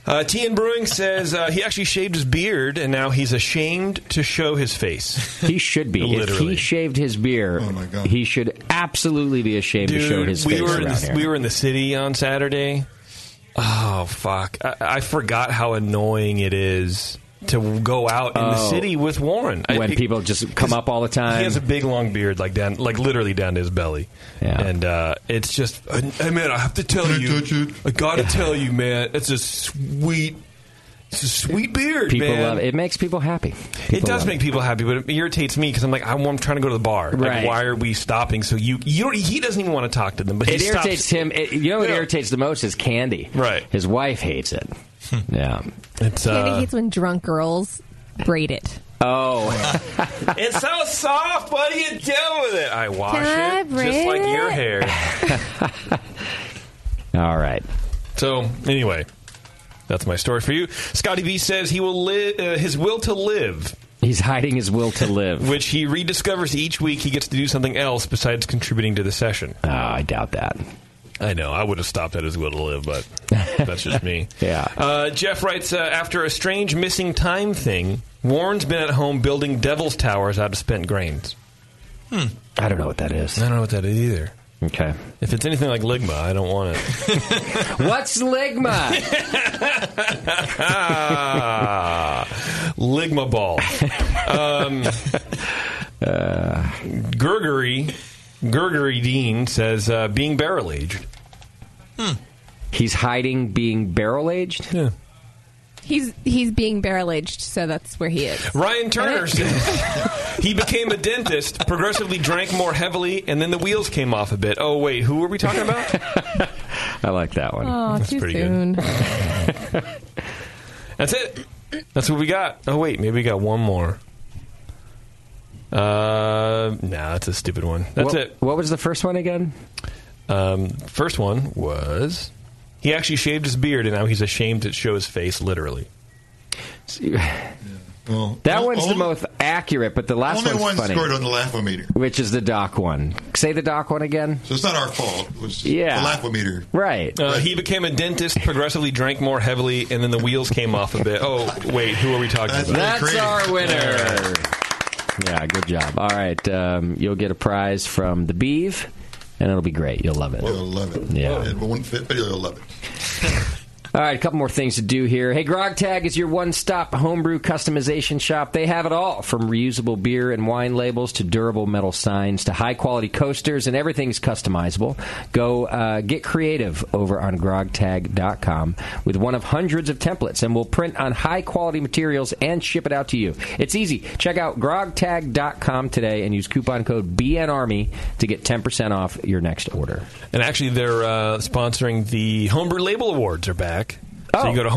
Uh, T.N. Brewing says uh, he actually shaved his beard and now he's ashamed to show his face.
He should be. If
Literally.
he shaved his beard, he should absolutely be ashamed to show his
we
face
were in
around
the,
here.
we were in the city on Saturday. Oh fuck! I, I forgot how annoying it is to go out in
Oh.
the city with Warren. I-
when
it-
people just come up all the time.
He has a big long beard, like down, like literally down to his belly.
Yeah.
And uh, it's just, I, I man, I have to tell
Can I
you,
touch it?
I gotta tell you, man, it's a sweet, it's a sweet beard.
People
man.
love it. It makes people happy.
it does make people happy, but it irritates me because I'm like, I'm, I'm trying to go to the bar.
Right.
Like, why are we stopping? So you, you don't, he doesn't even want to talk to them, but
It
he stops-
irritates him. It, you know what irritates the most is candy. Right. His wife hates it. yeah.
Hmm. It's uh,
Candy hates when drunk girls braid it.
oh.
it's so soft. What do you do with it? I wash
Can I
it just like
braid
your
it?
hair.
All right.
So anyway, that's my story for you. Scotty B says he will live uh, his will to live.
He's hiding his will to live,
which he rediscovers each week. He gets to do something else besides contributing to the session.
Oh, I doubt that.
I know. I would have stopped at his will to live, but that's just me.
yeah.
Uh, Jeff writes uh, after a strange missing time thing, Warren's been at home building devil's towers out of spent grains.
I don't know what that is.
Hmm. I don't know what that is either.
Okay.
If it's anything like Ligma, I don't want it.
What's Ligma?
Ah, Ligma ball. Um,
Uh.
Gergery, Gergery Dean says uh, being barrel aged.
Hmm. He's hiding being barrel aged?
Yeah.
He's he's being barrel aged, so that's where he is.
Ryan Turner says he became a dentist, progressively drank more heavily, and then the wheels came off a bit. Oh wait, who were we talking about?
I like that one.
Oh,
That's
too
pretty
soon.
That's it. That's what we got. Oh wait, maybe we got one more. Uh, nah, that's a stupid one. That's
what,
it.
What was the first one again?
Um, first one was he actually shaved his beard, and now he's ashamed to show his face, literally.
That
Well,
one's the
only-
most accurate, but the last
only
one's
one
funny.
scored on
the laughometer,
which is the doc one. Say the doc one again.
So it's not our fault. It was
Yeah.
the laughometer.
Right.
Uh, he became a dentist, progressively drank more heavily, and then the wheels came off a bit. Oh, wait, who are we talking about?
That's our winner. Yeah, good job. All right, um, you'll get a prize from the Beeve, and it'll be great. You'll love it.
You'll love it.
Yeah.
It won't fit, but you'll love it.
All right, a couple more things to do here. Hey, Grog Tag is your one stop homebrew customization shop. They have it all from reusable beer and wine labels to durable metal signs to high quality coasters, and everything's customizable. Go uh, get creative over on grogtag.com with one of hundreds of templates, and we'll print on high quality materials and ship it out to you. It's easy. Check out grogtag.com today and use coupon code BNARMY to get 10% off your next order.
And actually, they're uh, sponsoring the Homebrew Label Awards are back. So
Oh.
you go to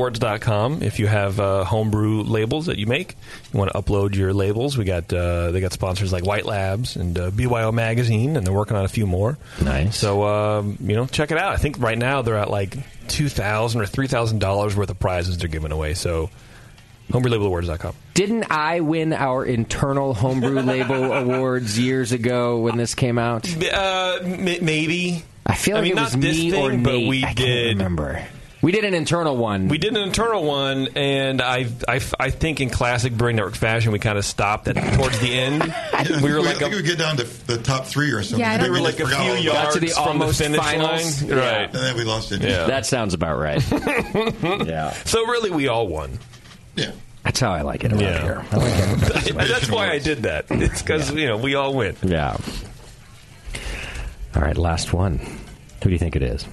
homebrewlabelawards.com if you have uh, homebrew labels that you make. You want to upload your labels. We got uh, they got sponsors like White Labs and uh, BYO Magazine, and they're working on a few more.
Nice.
So um, you know, check it out. I think right now they're at like two thousand or three thousand dollars worth of prizes they're giving away. So homebrewlabelawards.com.
Didn't I win our internal homebrew label awards years ago when this came out?
Uh, m- maybe.
I feel like
I mean,
it was
not this
me or
thing, but
Nate.
we
I can't
did-
remember. We did an internal one.
We did an internal one, and I, I, I think in classic Brewing Network fashion, we kind of stopped at towards the end. we were
I
like
think
a,
we get down to the top three or something.
Yeah, I
Then
don't
we
think-
like
just
a
forgot
few
all about
yards
to the
from the
almost
finish
finals.
line,
Yeah.
right?
it. And then we lost it.
Yeah.
That sounds about right. yeah.
So really, we all won.
That's how I like it around
Yeah.
here. I like everybody.
That's why I did that. It's because you know we all win.
Yeah. All right, last one. Who do you think it is?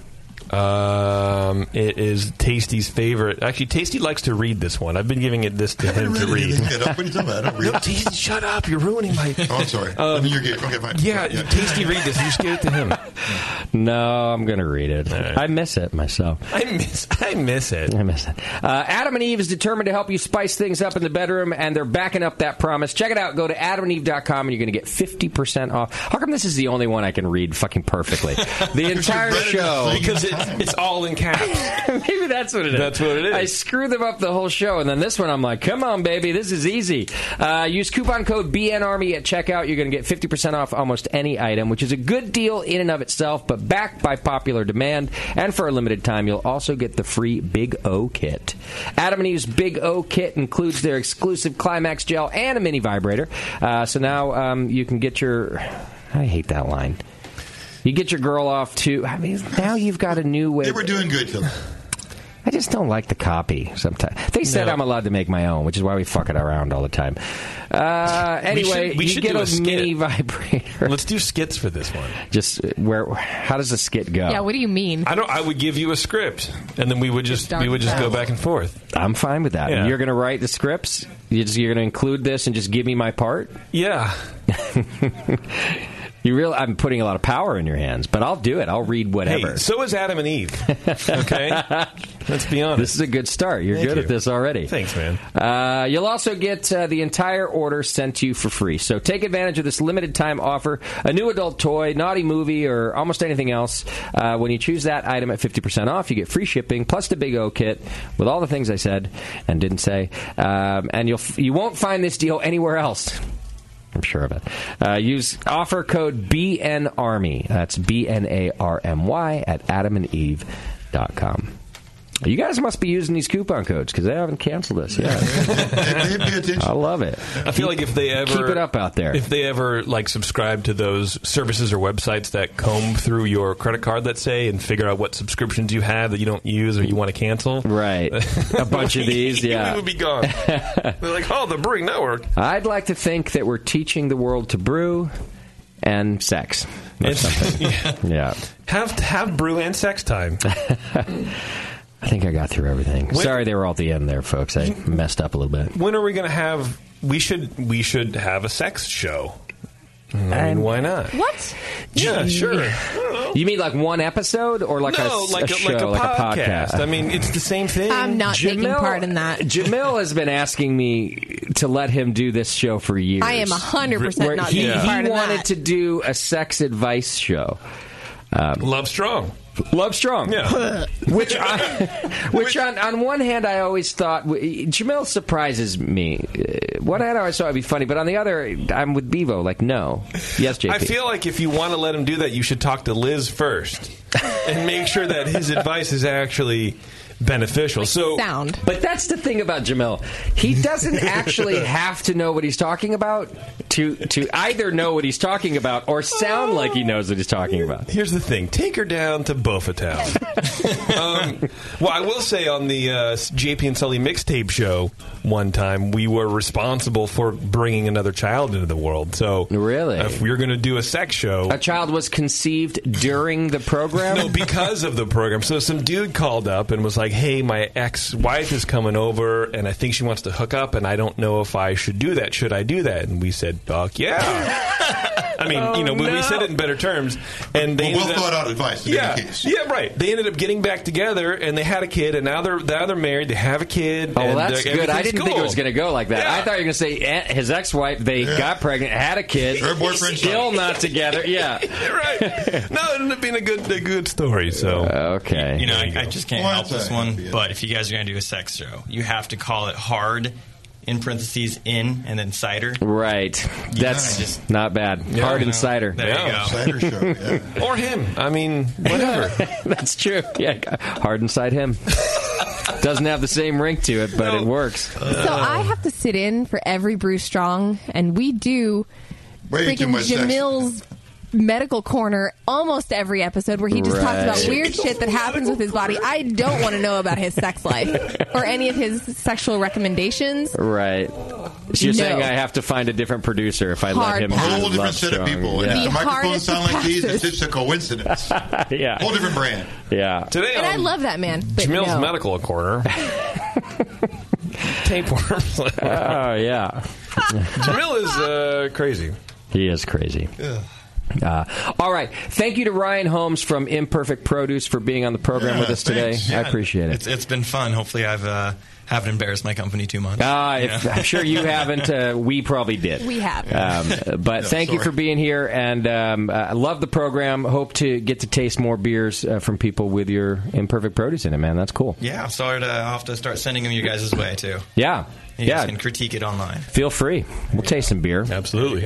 Um, it is Tasty's favorite. Actually, Tasty likes to read this one. I've been giving it this to him to read.
Get up. What are you talking about? I don't read.
No, Tasty, shut up! You're ruining my.
Oh, I'm sorry.
Um,
I mean, you're good. Okay, fine.
Yeah, Tasty, read this. You just give it to him.
No, I'm going to read it.
right.
I miss it myself.
I miss, I miss it.
I miss that. Uh, Adam and Eve is determined to help you spice things up in the bedroom, and they're backing up that promise. Check it out. Go to adamandeve.com, and you're going to get 50% off. How come this is the only one I can read fucking perfectly? The entire show.
because it's, it's all in caps.
Maybe that's what it is.
That's what it is.
I screw them up the whole show, and then this one I'm like, come on, baby, this is easy. Uh, use coupon code BNARMY at checkout. You're going to get 50% off almost any item, which is a good deal in and of itself, but backed by popular demand. And for a limited time, you'll also get the free Big O kit. Adam and Eve's Big O kit includes their exclusive Climax gel and a mini vibrator. Uh, so now um, you can get your. I hate that line. You get your girl off too. I mean, now you've got a new way.
They were doing good to them.
I just don't like the copy sometimes. They said
No.
I'm allowed to make my own, which is why we fuck it around all the time. Uh,
We should-
anyway,
we
you
should
get
do
a,
a skit.
mini vibrator.
Let's do skits for this one.
Just uh, where? How does the skit go?
Yeah, what do you mean?
I don't. I would give you a script, and then we would just
Just
we would just go
done.
back and forth.
I'm fine with that. You're going to write the scripts. You're, just, you're going to include this and just give me my part.
Yeah.
you real? I'm putting a lot of power in your hands, but I'll do it. I'll read whatever.
Hey, so is Adam and Eve. Okay, let's be honest.
This is a good start. You're
Thank
good at
you.
this already.
Thanks, man.
Uh, you'll also get uh, the entire order sent to you for free. So take advantage of this limited time offer. A new adult toy, naughty movie, or almost anything else. Uh, when you choose that item at 50% off, you get free shipping plus the Big O kit with all the things I said and didn't say. Um, and you'll f- you won't find this deal anywhere else. I'm sure of it. Uh, use offer code BNARMY. That's B N A R M Y at adamandeve.com. You guys must be using these coupon codes because they haven't canceled us yet. I love it.
I feel like if they ever
keep it up out there.
if they ever like subscribe to those services or websites that comb through your credit card, let's say, and figure out what subscriptions you have that you don't use or you want to cancel,
right? A bunch of these, yeah.
we would be gone. They're like, oh, the brewing network.
I'd like to think that we're teaching the world to brew and sex. Or something. yeah.
Have have brew and sex time.
I think I got through everything. Sorry they were all at the end there, folks. I messed up a little bit.
when are we going to have? We should we should have a sex show. I mean,
Um,
why not?
What?
Yeah, sure.
You mean like one episode or like
no,
a,
like a,
show,
like a podcast.
podcast?
I mean, it's the same thing.
I'm not taking part in that.
Jamil has been asking me to let him do this show for years.
I am 100%
Where
not
he,
taking
he
part in
wanted
that.
to do a sex advice show. Um,
Love strong.
Love strong.
Yeah.
which I, which on, on one hand I always thought w- Jamil surprises me. Uh, One hand I always thought it'd be funny, but on the other I'm with Bevo. Like no, yes, JP.
I feel like if you want to let him do that, you should talk to Liz first and make sure that his advice is actually beneficial. So
sound.
But that's the thing about Jamil. He doesn't actually have to know what he's talking about to to either know what he's talking about or sound like he knows what he's talking about.
Here's the thing: take her down to Bofa Town. um, well, I will say on the uh, JP and Sully mixtape show one time, we were responsible for bringing another child into the world. So really, if we are going to do a sex show,
A child was conceived during the program.
No, because of the program. So some dude called up and was like, "Hey, my ex-wife is coming over, and I think she wants to hook up, and I don't know if I should do that. Should I do that?" And we said, "Fuck yeah." I mean, you know,
Oh,
we- we said it in better terms, and they
Well,
ended up-
well-thought-out advice to be
Yeah,
the case.
yeah, right. They ended up getting back together, and they had a kid, and now they're now they're married. They have a kid.
Oh, well,
and, uh,
that's good. I
everything's
didn't think it
cool.
was going to go like that.
Yeah.
I thought you were going to say eh, his ex-wife. They got pregnant, had a kid.
Her boyfriend's
still not together. Yeah.
right. No, it ended up being a good a good story. So
okay,
You know, I, I just can't
Well,
help
that's
this
a-
one. But if you guys are going to do a sex show, you have to call it hard, in parentheses, in, and then cider.
right. That's
Just-
not bad. Hard
you know,
insider.
There you go.
or him. I mean, whatever.
That's true. Yeah, hard inside him. Doesn't have the same ring to it, but it works.
So
Uh.
I have to sit in for every Brew Strong, and we do
Way too
freaking
much sex.
Jamil's medical corner almost every episode where he just talks about
Right.
weird shit that happens with his body. I don't want to know about his sex life or any of his sexual recommendations.
Right. So you're
No.
saying I have to find a different producer if I
Hard
let him
pass.
do
A whole different
Love
set of
Strong.
people. And
Yeah.
if the
The
microphones
hardest
sound
to
like these.
pass
It's just a coincidence.
yeah.
Whole different brand.
Yeah.
Today
And
on
I love that man. But
Jamil's
no.
medical corner. Tapeworms.
Oh yeah.
Jamil is uh, crazy.
He is crazy. Uh, all right. Thank you to Ryan Holmes from Imperfect Produce for being on the program
Yeah,
with us today.
thanks.
I
Yeah,
appreciate it.
It's, it's been fun. Hopefully, I've uh, haven't embarrassed my company too much.
Ah, if,
Yeah.
I'm sure you haven't. Uh, we probably did.
We have.
Um, but
No,
thank you for
sorry.
being here, and um, uh, I love the program. Hope to get to taste more beers uh, from people with your imperfect produce in it, man. That's cool.
Yeah, I'm sorry to I'll have to start sending them your guys' way too.
Yeah,
You
yeah.
guys can critique it online.
Feel free. We'll taste some beer.
Absolutely.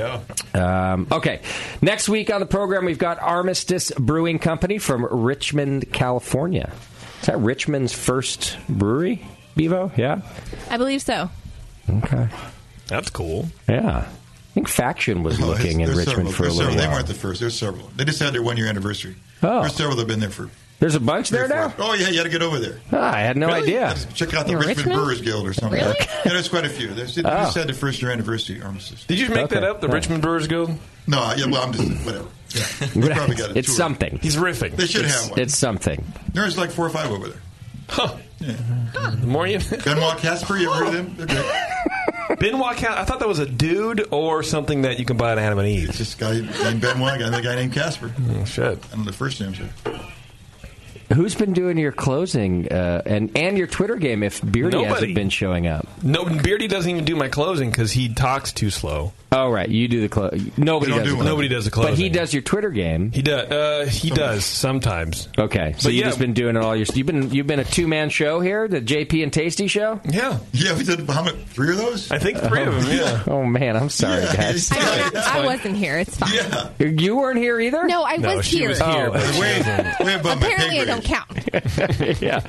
Um, okay. Next week on the program, we've got Armistice Brewing Company from Richmond, California. Is that Richmond's first brewery, Bevo? Yeah.
I believe so.
Okay.
That's cool.
Yeah. I think Faction was looking in
Oh, There's
Richmond
several.
for a
There's
little
several. They
while.
weren't the first. There's several. They just had their one year anniversary.
Oh.
There's several that have been there for
There's a bunch there now.
Oh yeah, you had to get over there.
Ah, I had no
Really?
idea.
Check out the
In
Richmond,
Richmond?
Brewers Guild or something.
Really?
Yeah, there's quite a few. There's, they
Oh.
said the first year anniversary armistice.
Did you just make that up? The Richmond Brewers Guild?
No, yeah, well, I'm just whatever. Yeah. They probably got a
it's
tour.
something.
He's riffing.
They should
it's,
have one.
It's something.
There's like four or five over there.
Huh.
Yeah.
The more you.
Benoit Casper, you ever heard of them? They're great.
Benoit Cal- I thought that was a dude or something that you can buy at Adam and Eve.
It's this guy named Benoit, guy, the guy named Casper.
Oh, shit.
I don't know the first names. Are.
Who's been doing your closing uh, and and your Twitter game? If Beardy
Nobody.
hasn't been showing up.
No, Beardy doesn't even do my closing because he talks too slow.
Oh right, you do the close. Nobody
You don't
does.
do
the
one. Nobody does the closing.
But he does your Twitter game.
He does. Uh, he does sometimes.
Okay, so
But
you've
yeah.
just been doing it all your. You've been you've been a two man show here, the JP and Tasty show.
Yeah,
Yeah, we did how many- three of those.
I think three of them. Yeah.
Oh man, I'm sorry, guys.
it's-
I, mean, I, I wasn't here. It's fine.
You weren't here either.
No, I
No,
was
she
here.
was here.
Oh.
but she
Way,
wasn't.
way above my pay
Apparently, I
grade.
don't count.
yeah,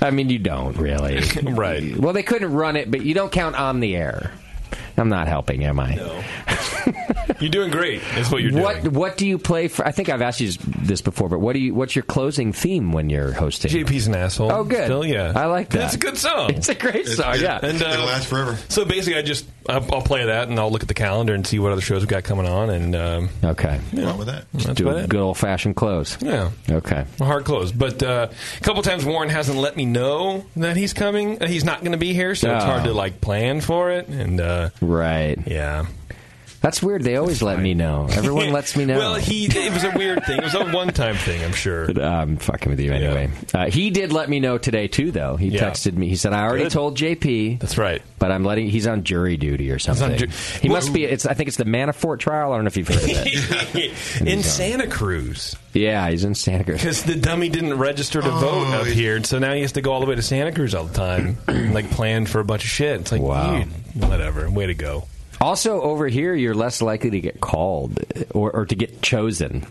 I mean you don't really.
Right.
Well, they couldn't run it, but you don't count on the air. I'm not helping, am I?
You're doing great. That's what you're
What
doing.
What do you play for? I think I've asked you this before, but what do you? What's your closing theme when you're hosting?
JP's an asshole.
Oh, good.
Still, yeah.
I like that.
That's a good song.
It's a great song.
it-
Yeah.
And, uh,
It'll last forever.
So basically, I just I'll, I'll play that and I'll look at the calendar and see what other shows we got coming on and um,
Okay.
Wrong with that?
that's
Do
about
a
it.
good old fashioned close.
Yeah.
Okay.
A hard close. But uh, a couple times Warren hasn't let me know that he's coming. uh, He's not going to be here, so it's
Oh.
hard to like plan for it. And uh,
Right.
yeah,
That's weird. They always let me know. Everyone lets me know.
well, he it was a weird thing. It was a one time thing. I'm sure.
But uh, I'm fucking with you anyway. Uh, he did let me know today too, though. He
Yeah.
texted me. He said, "I already
Good.
told JP."
That's right.
But I'm letting. He's on jury duty or something.
ju-
he
Well-
must be. It's. I think it's the Manafort trial. I don't know if you've heard of it.
in Santa Cruz,
yeah, he's in Santa Cruz.
because the dummy didn't register to vote up
he-
here, and so now he has to go all the way to Santa Cruz all the time, and, like plan for a bunch of shit. It's like,
Wow.
dude, whatever, way to go.
Also, over here, you're less likely to get called or, or to get chosen.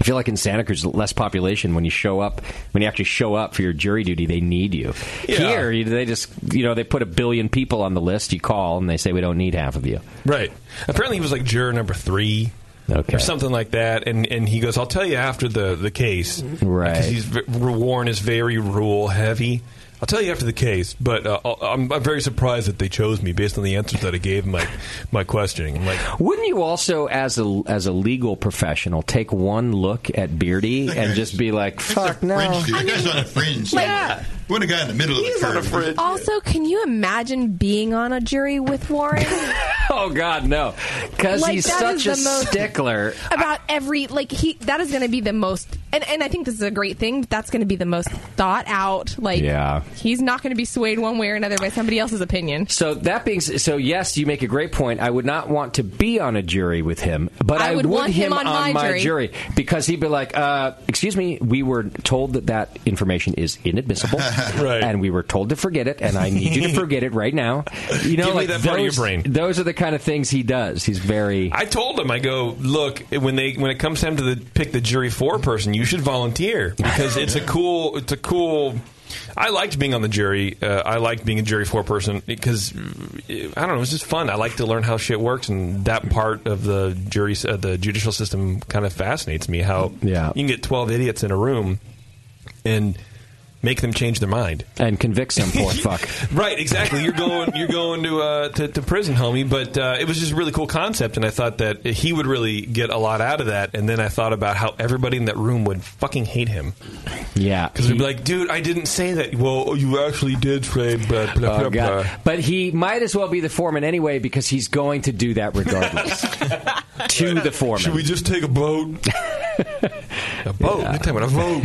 I feel like in Santa Cruz, less population. When you show up, when you actually show up for your jury duty, they need you.
Yeah.
Here, you- they just, you know, they put a billion people on the list. You call and they say, we don't need half of you.
Right. Apparently, he was like juror number three.
Okay.
Or something like that, and, and he goes, "I'll tell you after the, the case,
Right.
Because he's v- Warren is very rule heavy. I'll tell you after the case, but uh, I'll- I'm, I'm very surprised that they chose me based on the answers that I gave my my questioning. I'm like,
Wouldn't you also, as a as a legal professional, take one look at Beardy and just be like,
It's
"Fuck
a
no"?
Fringe dude. That guy's on a fringe.
like-
yeah. When a guy in the middle of the curve.
Also, can you imagine being on a jury with Warren
Oh God, no! Because
Like,
he's
that
such
is
a
the most-
stickler.
about every like he? That is going to be the most, and and I think this is a great thing. But that's going to be the most thought out. Like,
Yeah.
he's not going to be swayed one way or another by somebody else's opinion.
So that being s- so, yes, you make a great point. I would not want to be on a jury with him, but I,
I would want him on my
jury.
jury.
because he'd be like, uh, "Excuse me, we were told that that information is inadmissible,
Right.
and we were told to forget it, and I need you to forget it right now." You
Give
know,
me
like
that
those,
part of your brain.
Those are the kind of things he does. He's very.
I told him, I go, look, when they when it comes time to the, pick the jury four person, you should volunteer because it's a cool, it's a cool. I liked being on the jury. Uh, I liked being a jury four person because mm, I don't know, it's just fun. I like to learn how shit works, and that part of the jury, s- uh, the judicial system, kind of fascinates me. How
Yeah.
you can get twelve idiots in a room and make them change their mind.
and convicts some poor fuck.
Right, exactly. You're going, you're going to, uh, to to prison, homie. But uh, it was just a really cool concept, and I thought that he would really get a lot out of that. And then I thought about how everybody in that room would fucking hate him
Yeah,
because we'd be like, "Dude, I didn't say that." Well, you actually did say blah blah blah.
Oh, God.
blah.
But he might as well be the foreman anyway because he's going to do that regardless to the foreman.
Should we just take a boat? a boat. Next time, a vote.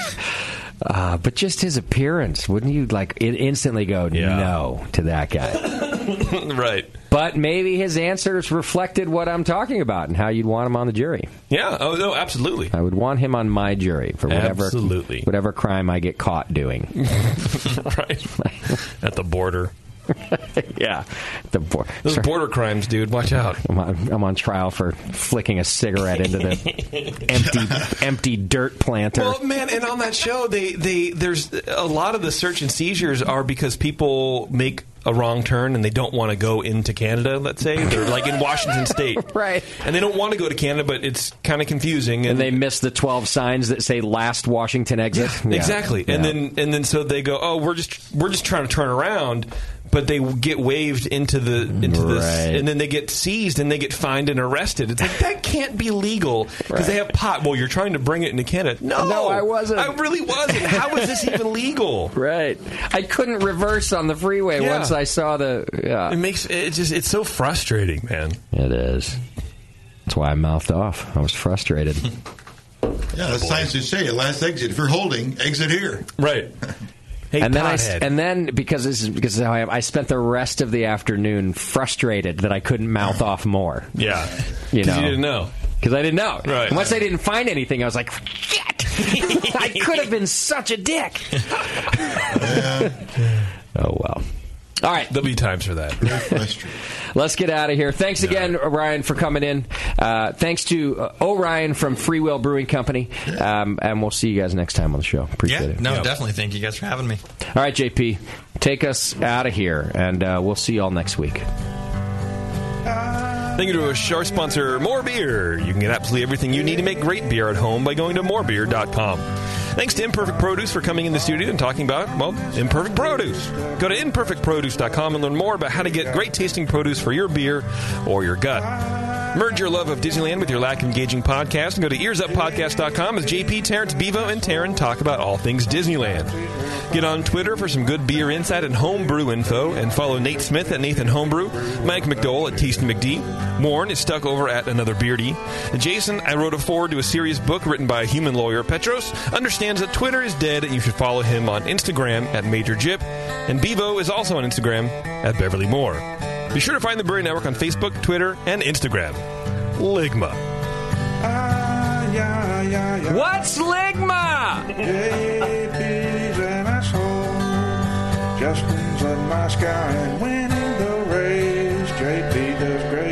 Uh, but just his appearance, wouldn't you like it instantly go
Yeah.
no to that guy?
right.
but maybe his answers reflected what I'm talking about and how you'd want him on the jury.
Yeah. Oh no, absolutely.
I would want him on my jury for whatever
Absolutely.
whatever crime I get caught doing.
right. At the border.
yeah, the board.
Those border crimes, dude. Watch out.
I'm on, I'm on trial for flicking a cigarette into the empty empty dirt planter.
Well, man, and on that show, they, they there's a lot of the search and seizures are because people make a wrong turn and they don't want to go into Canada, let's say. They're like in Washington State.
right.
And they don't want to go to Canada, but it's kind of confusing.
And, they miss the 12 signs that say last Washington exit. Yeah,
Exactly. And
Yeah.
then and then so they go, "Oh, we're just we're just trying to turn around." But they get waved into the into this,
Right.
and then they get seized and they get fined and arrested. It's like that can't be legal because they have pot. Well, you're trying to bring it into Canada. No,
No, I wasn't.
I really wasn't. How is this even legal?
Right. I couldn't reverse on the freeway
Yeah.
once I saw the. Yeah.
It makes it just it's so frustrating, man.
It is. That's why I mouthed off. I was frustrated.
Yeah, the signs that say last exit. If you're holding, exit here.
Right. Hey,
and then I s-
pothead.
and then because this is because this is how I am, I spent the rest of the afternoon frustrated that I couldn't mouth off more.
Yeah,
you
'Cause
know,
you didn't know.
because I didn't know.
Right.
And once I didn't find anything, I was like, shit, I could have been such a dick. Oh well. All right,
there'll be times for that.
Let's get out of here. Thanks again, Ryan, for coming in. Uh, thanks to uh, Orion from Free Will Brewing Company, um, and we'll see you guys next time on the show. Appreciate
Yeah,
it.
no, definitely. Thank you guys for having me.
All right, JP, take us out of here, and uh, we'll see y'all next week.
Thank you to our sponsor, More Beer. You can get absolutely everything you need to make great beer at home by going to morebeer.com. Thanks to Imperfect Produce for coming in the studio and talking about, well, imperfect produce. Go to imperfectproduce.com and learn more about how to get great tasting produce for your beer or your gut. Merge your love of Disneyland with your lack of engaging podcast and go to earsuppodcast.com as JP, Terrence, Bevo, and Taryn talk about all things Disneyland. Get on Twitter for some good beer insight and homebrew info and follow Nate Smith at Nathan Homebrew, Mike McDowell at Tasty McD, Warren is stuck over at Another Beardy, and Jason, I wrote a forward to a serious book written by a human lawyer, Petros, understands that Twitter is dead and you should follow him on Instagram at Major Jip, and Bevo is also on Instagram at Beverly Moore. Be sure to find the Brewery Network on Facebook, Twitter, and Instagram. Ligma.
What's Ligma?
JP's an asshole. Justin's a nice guy and winning the race. JP does great.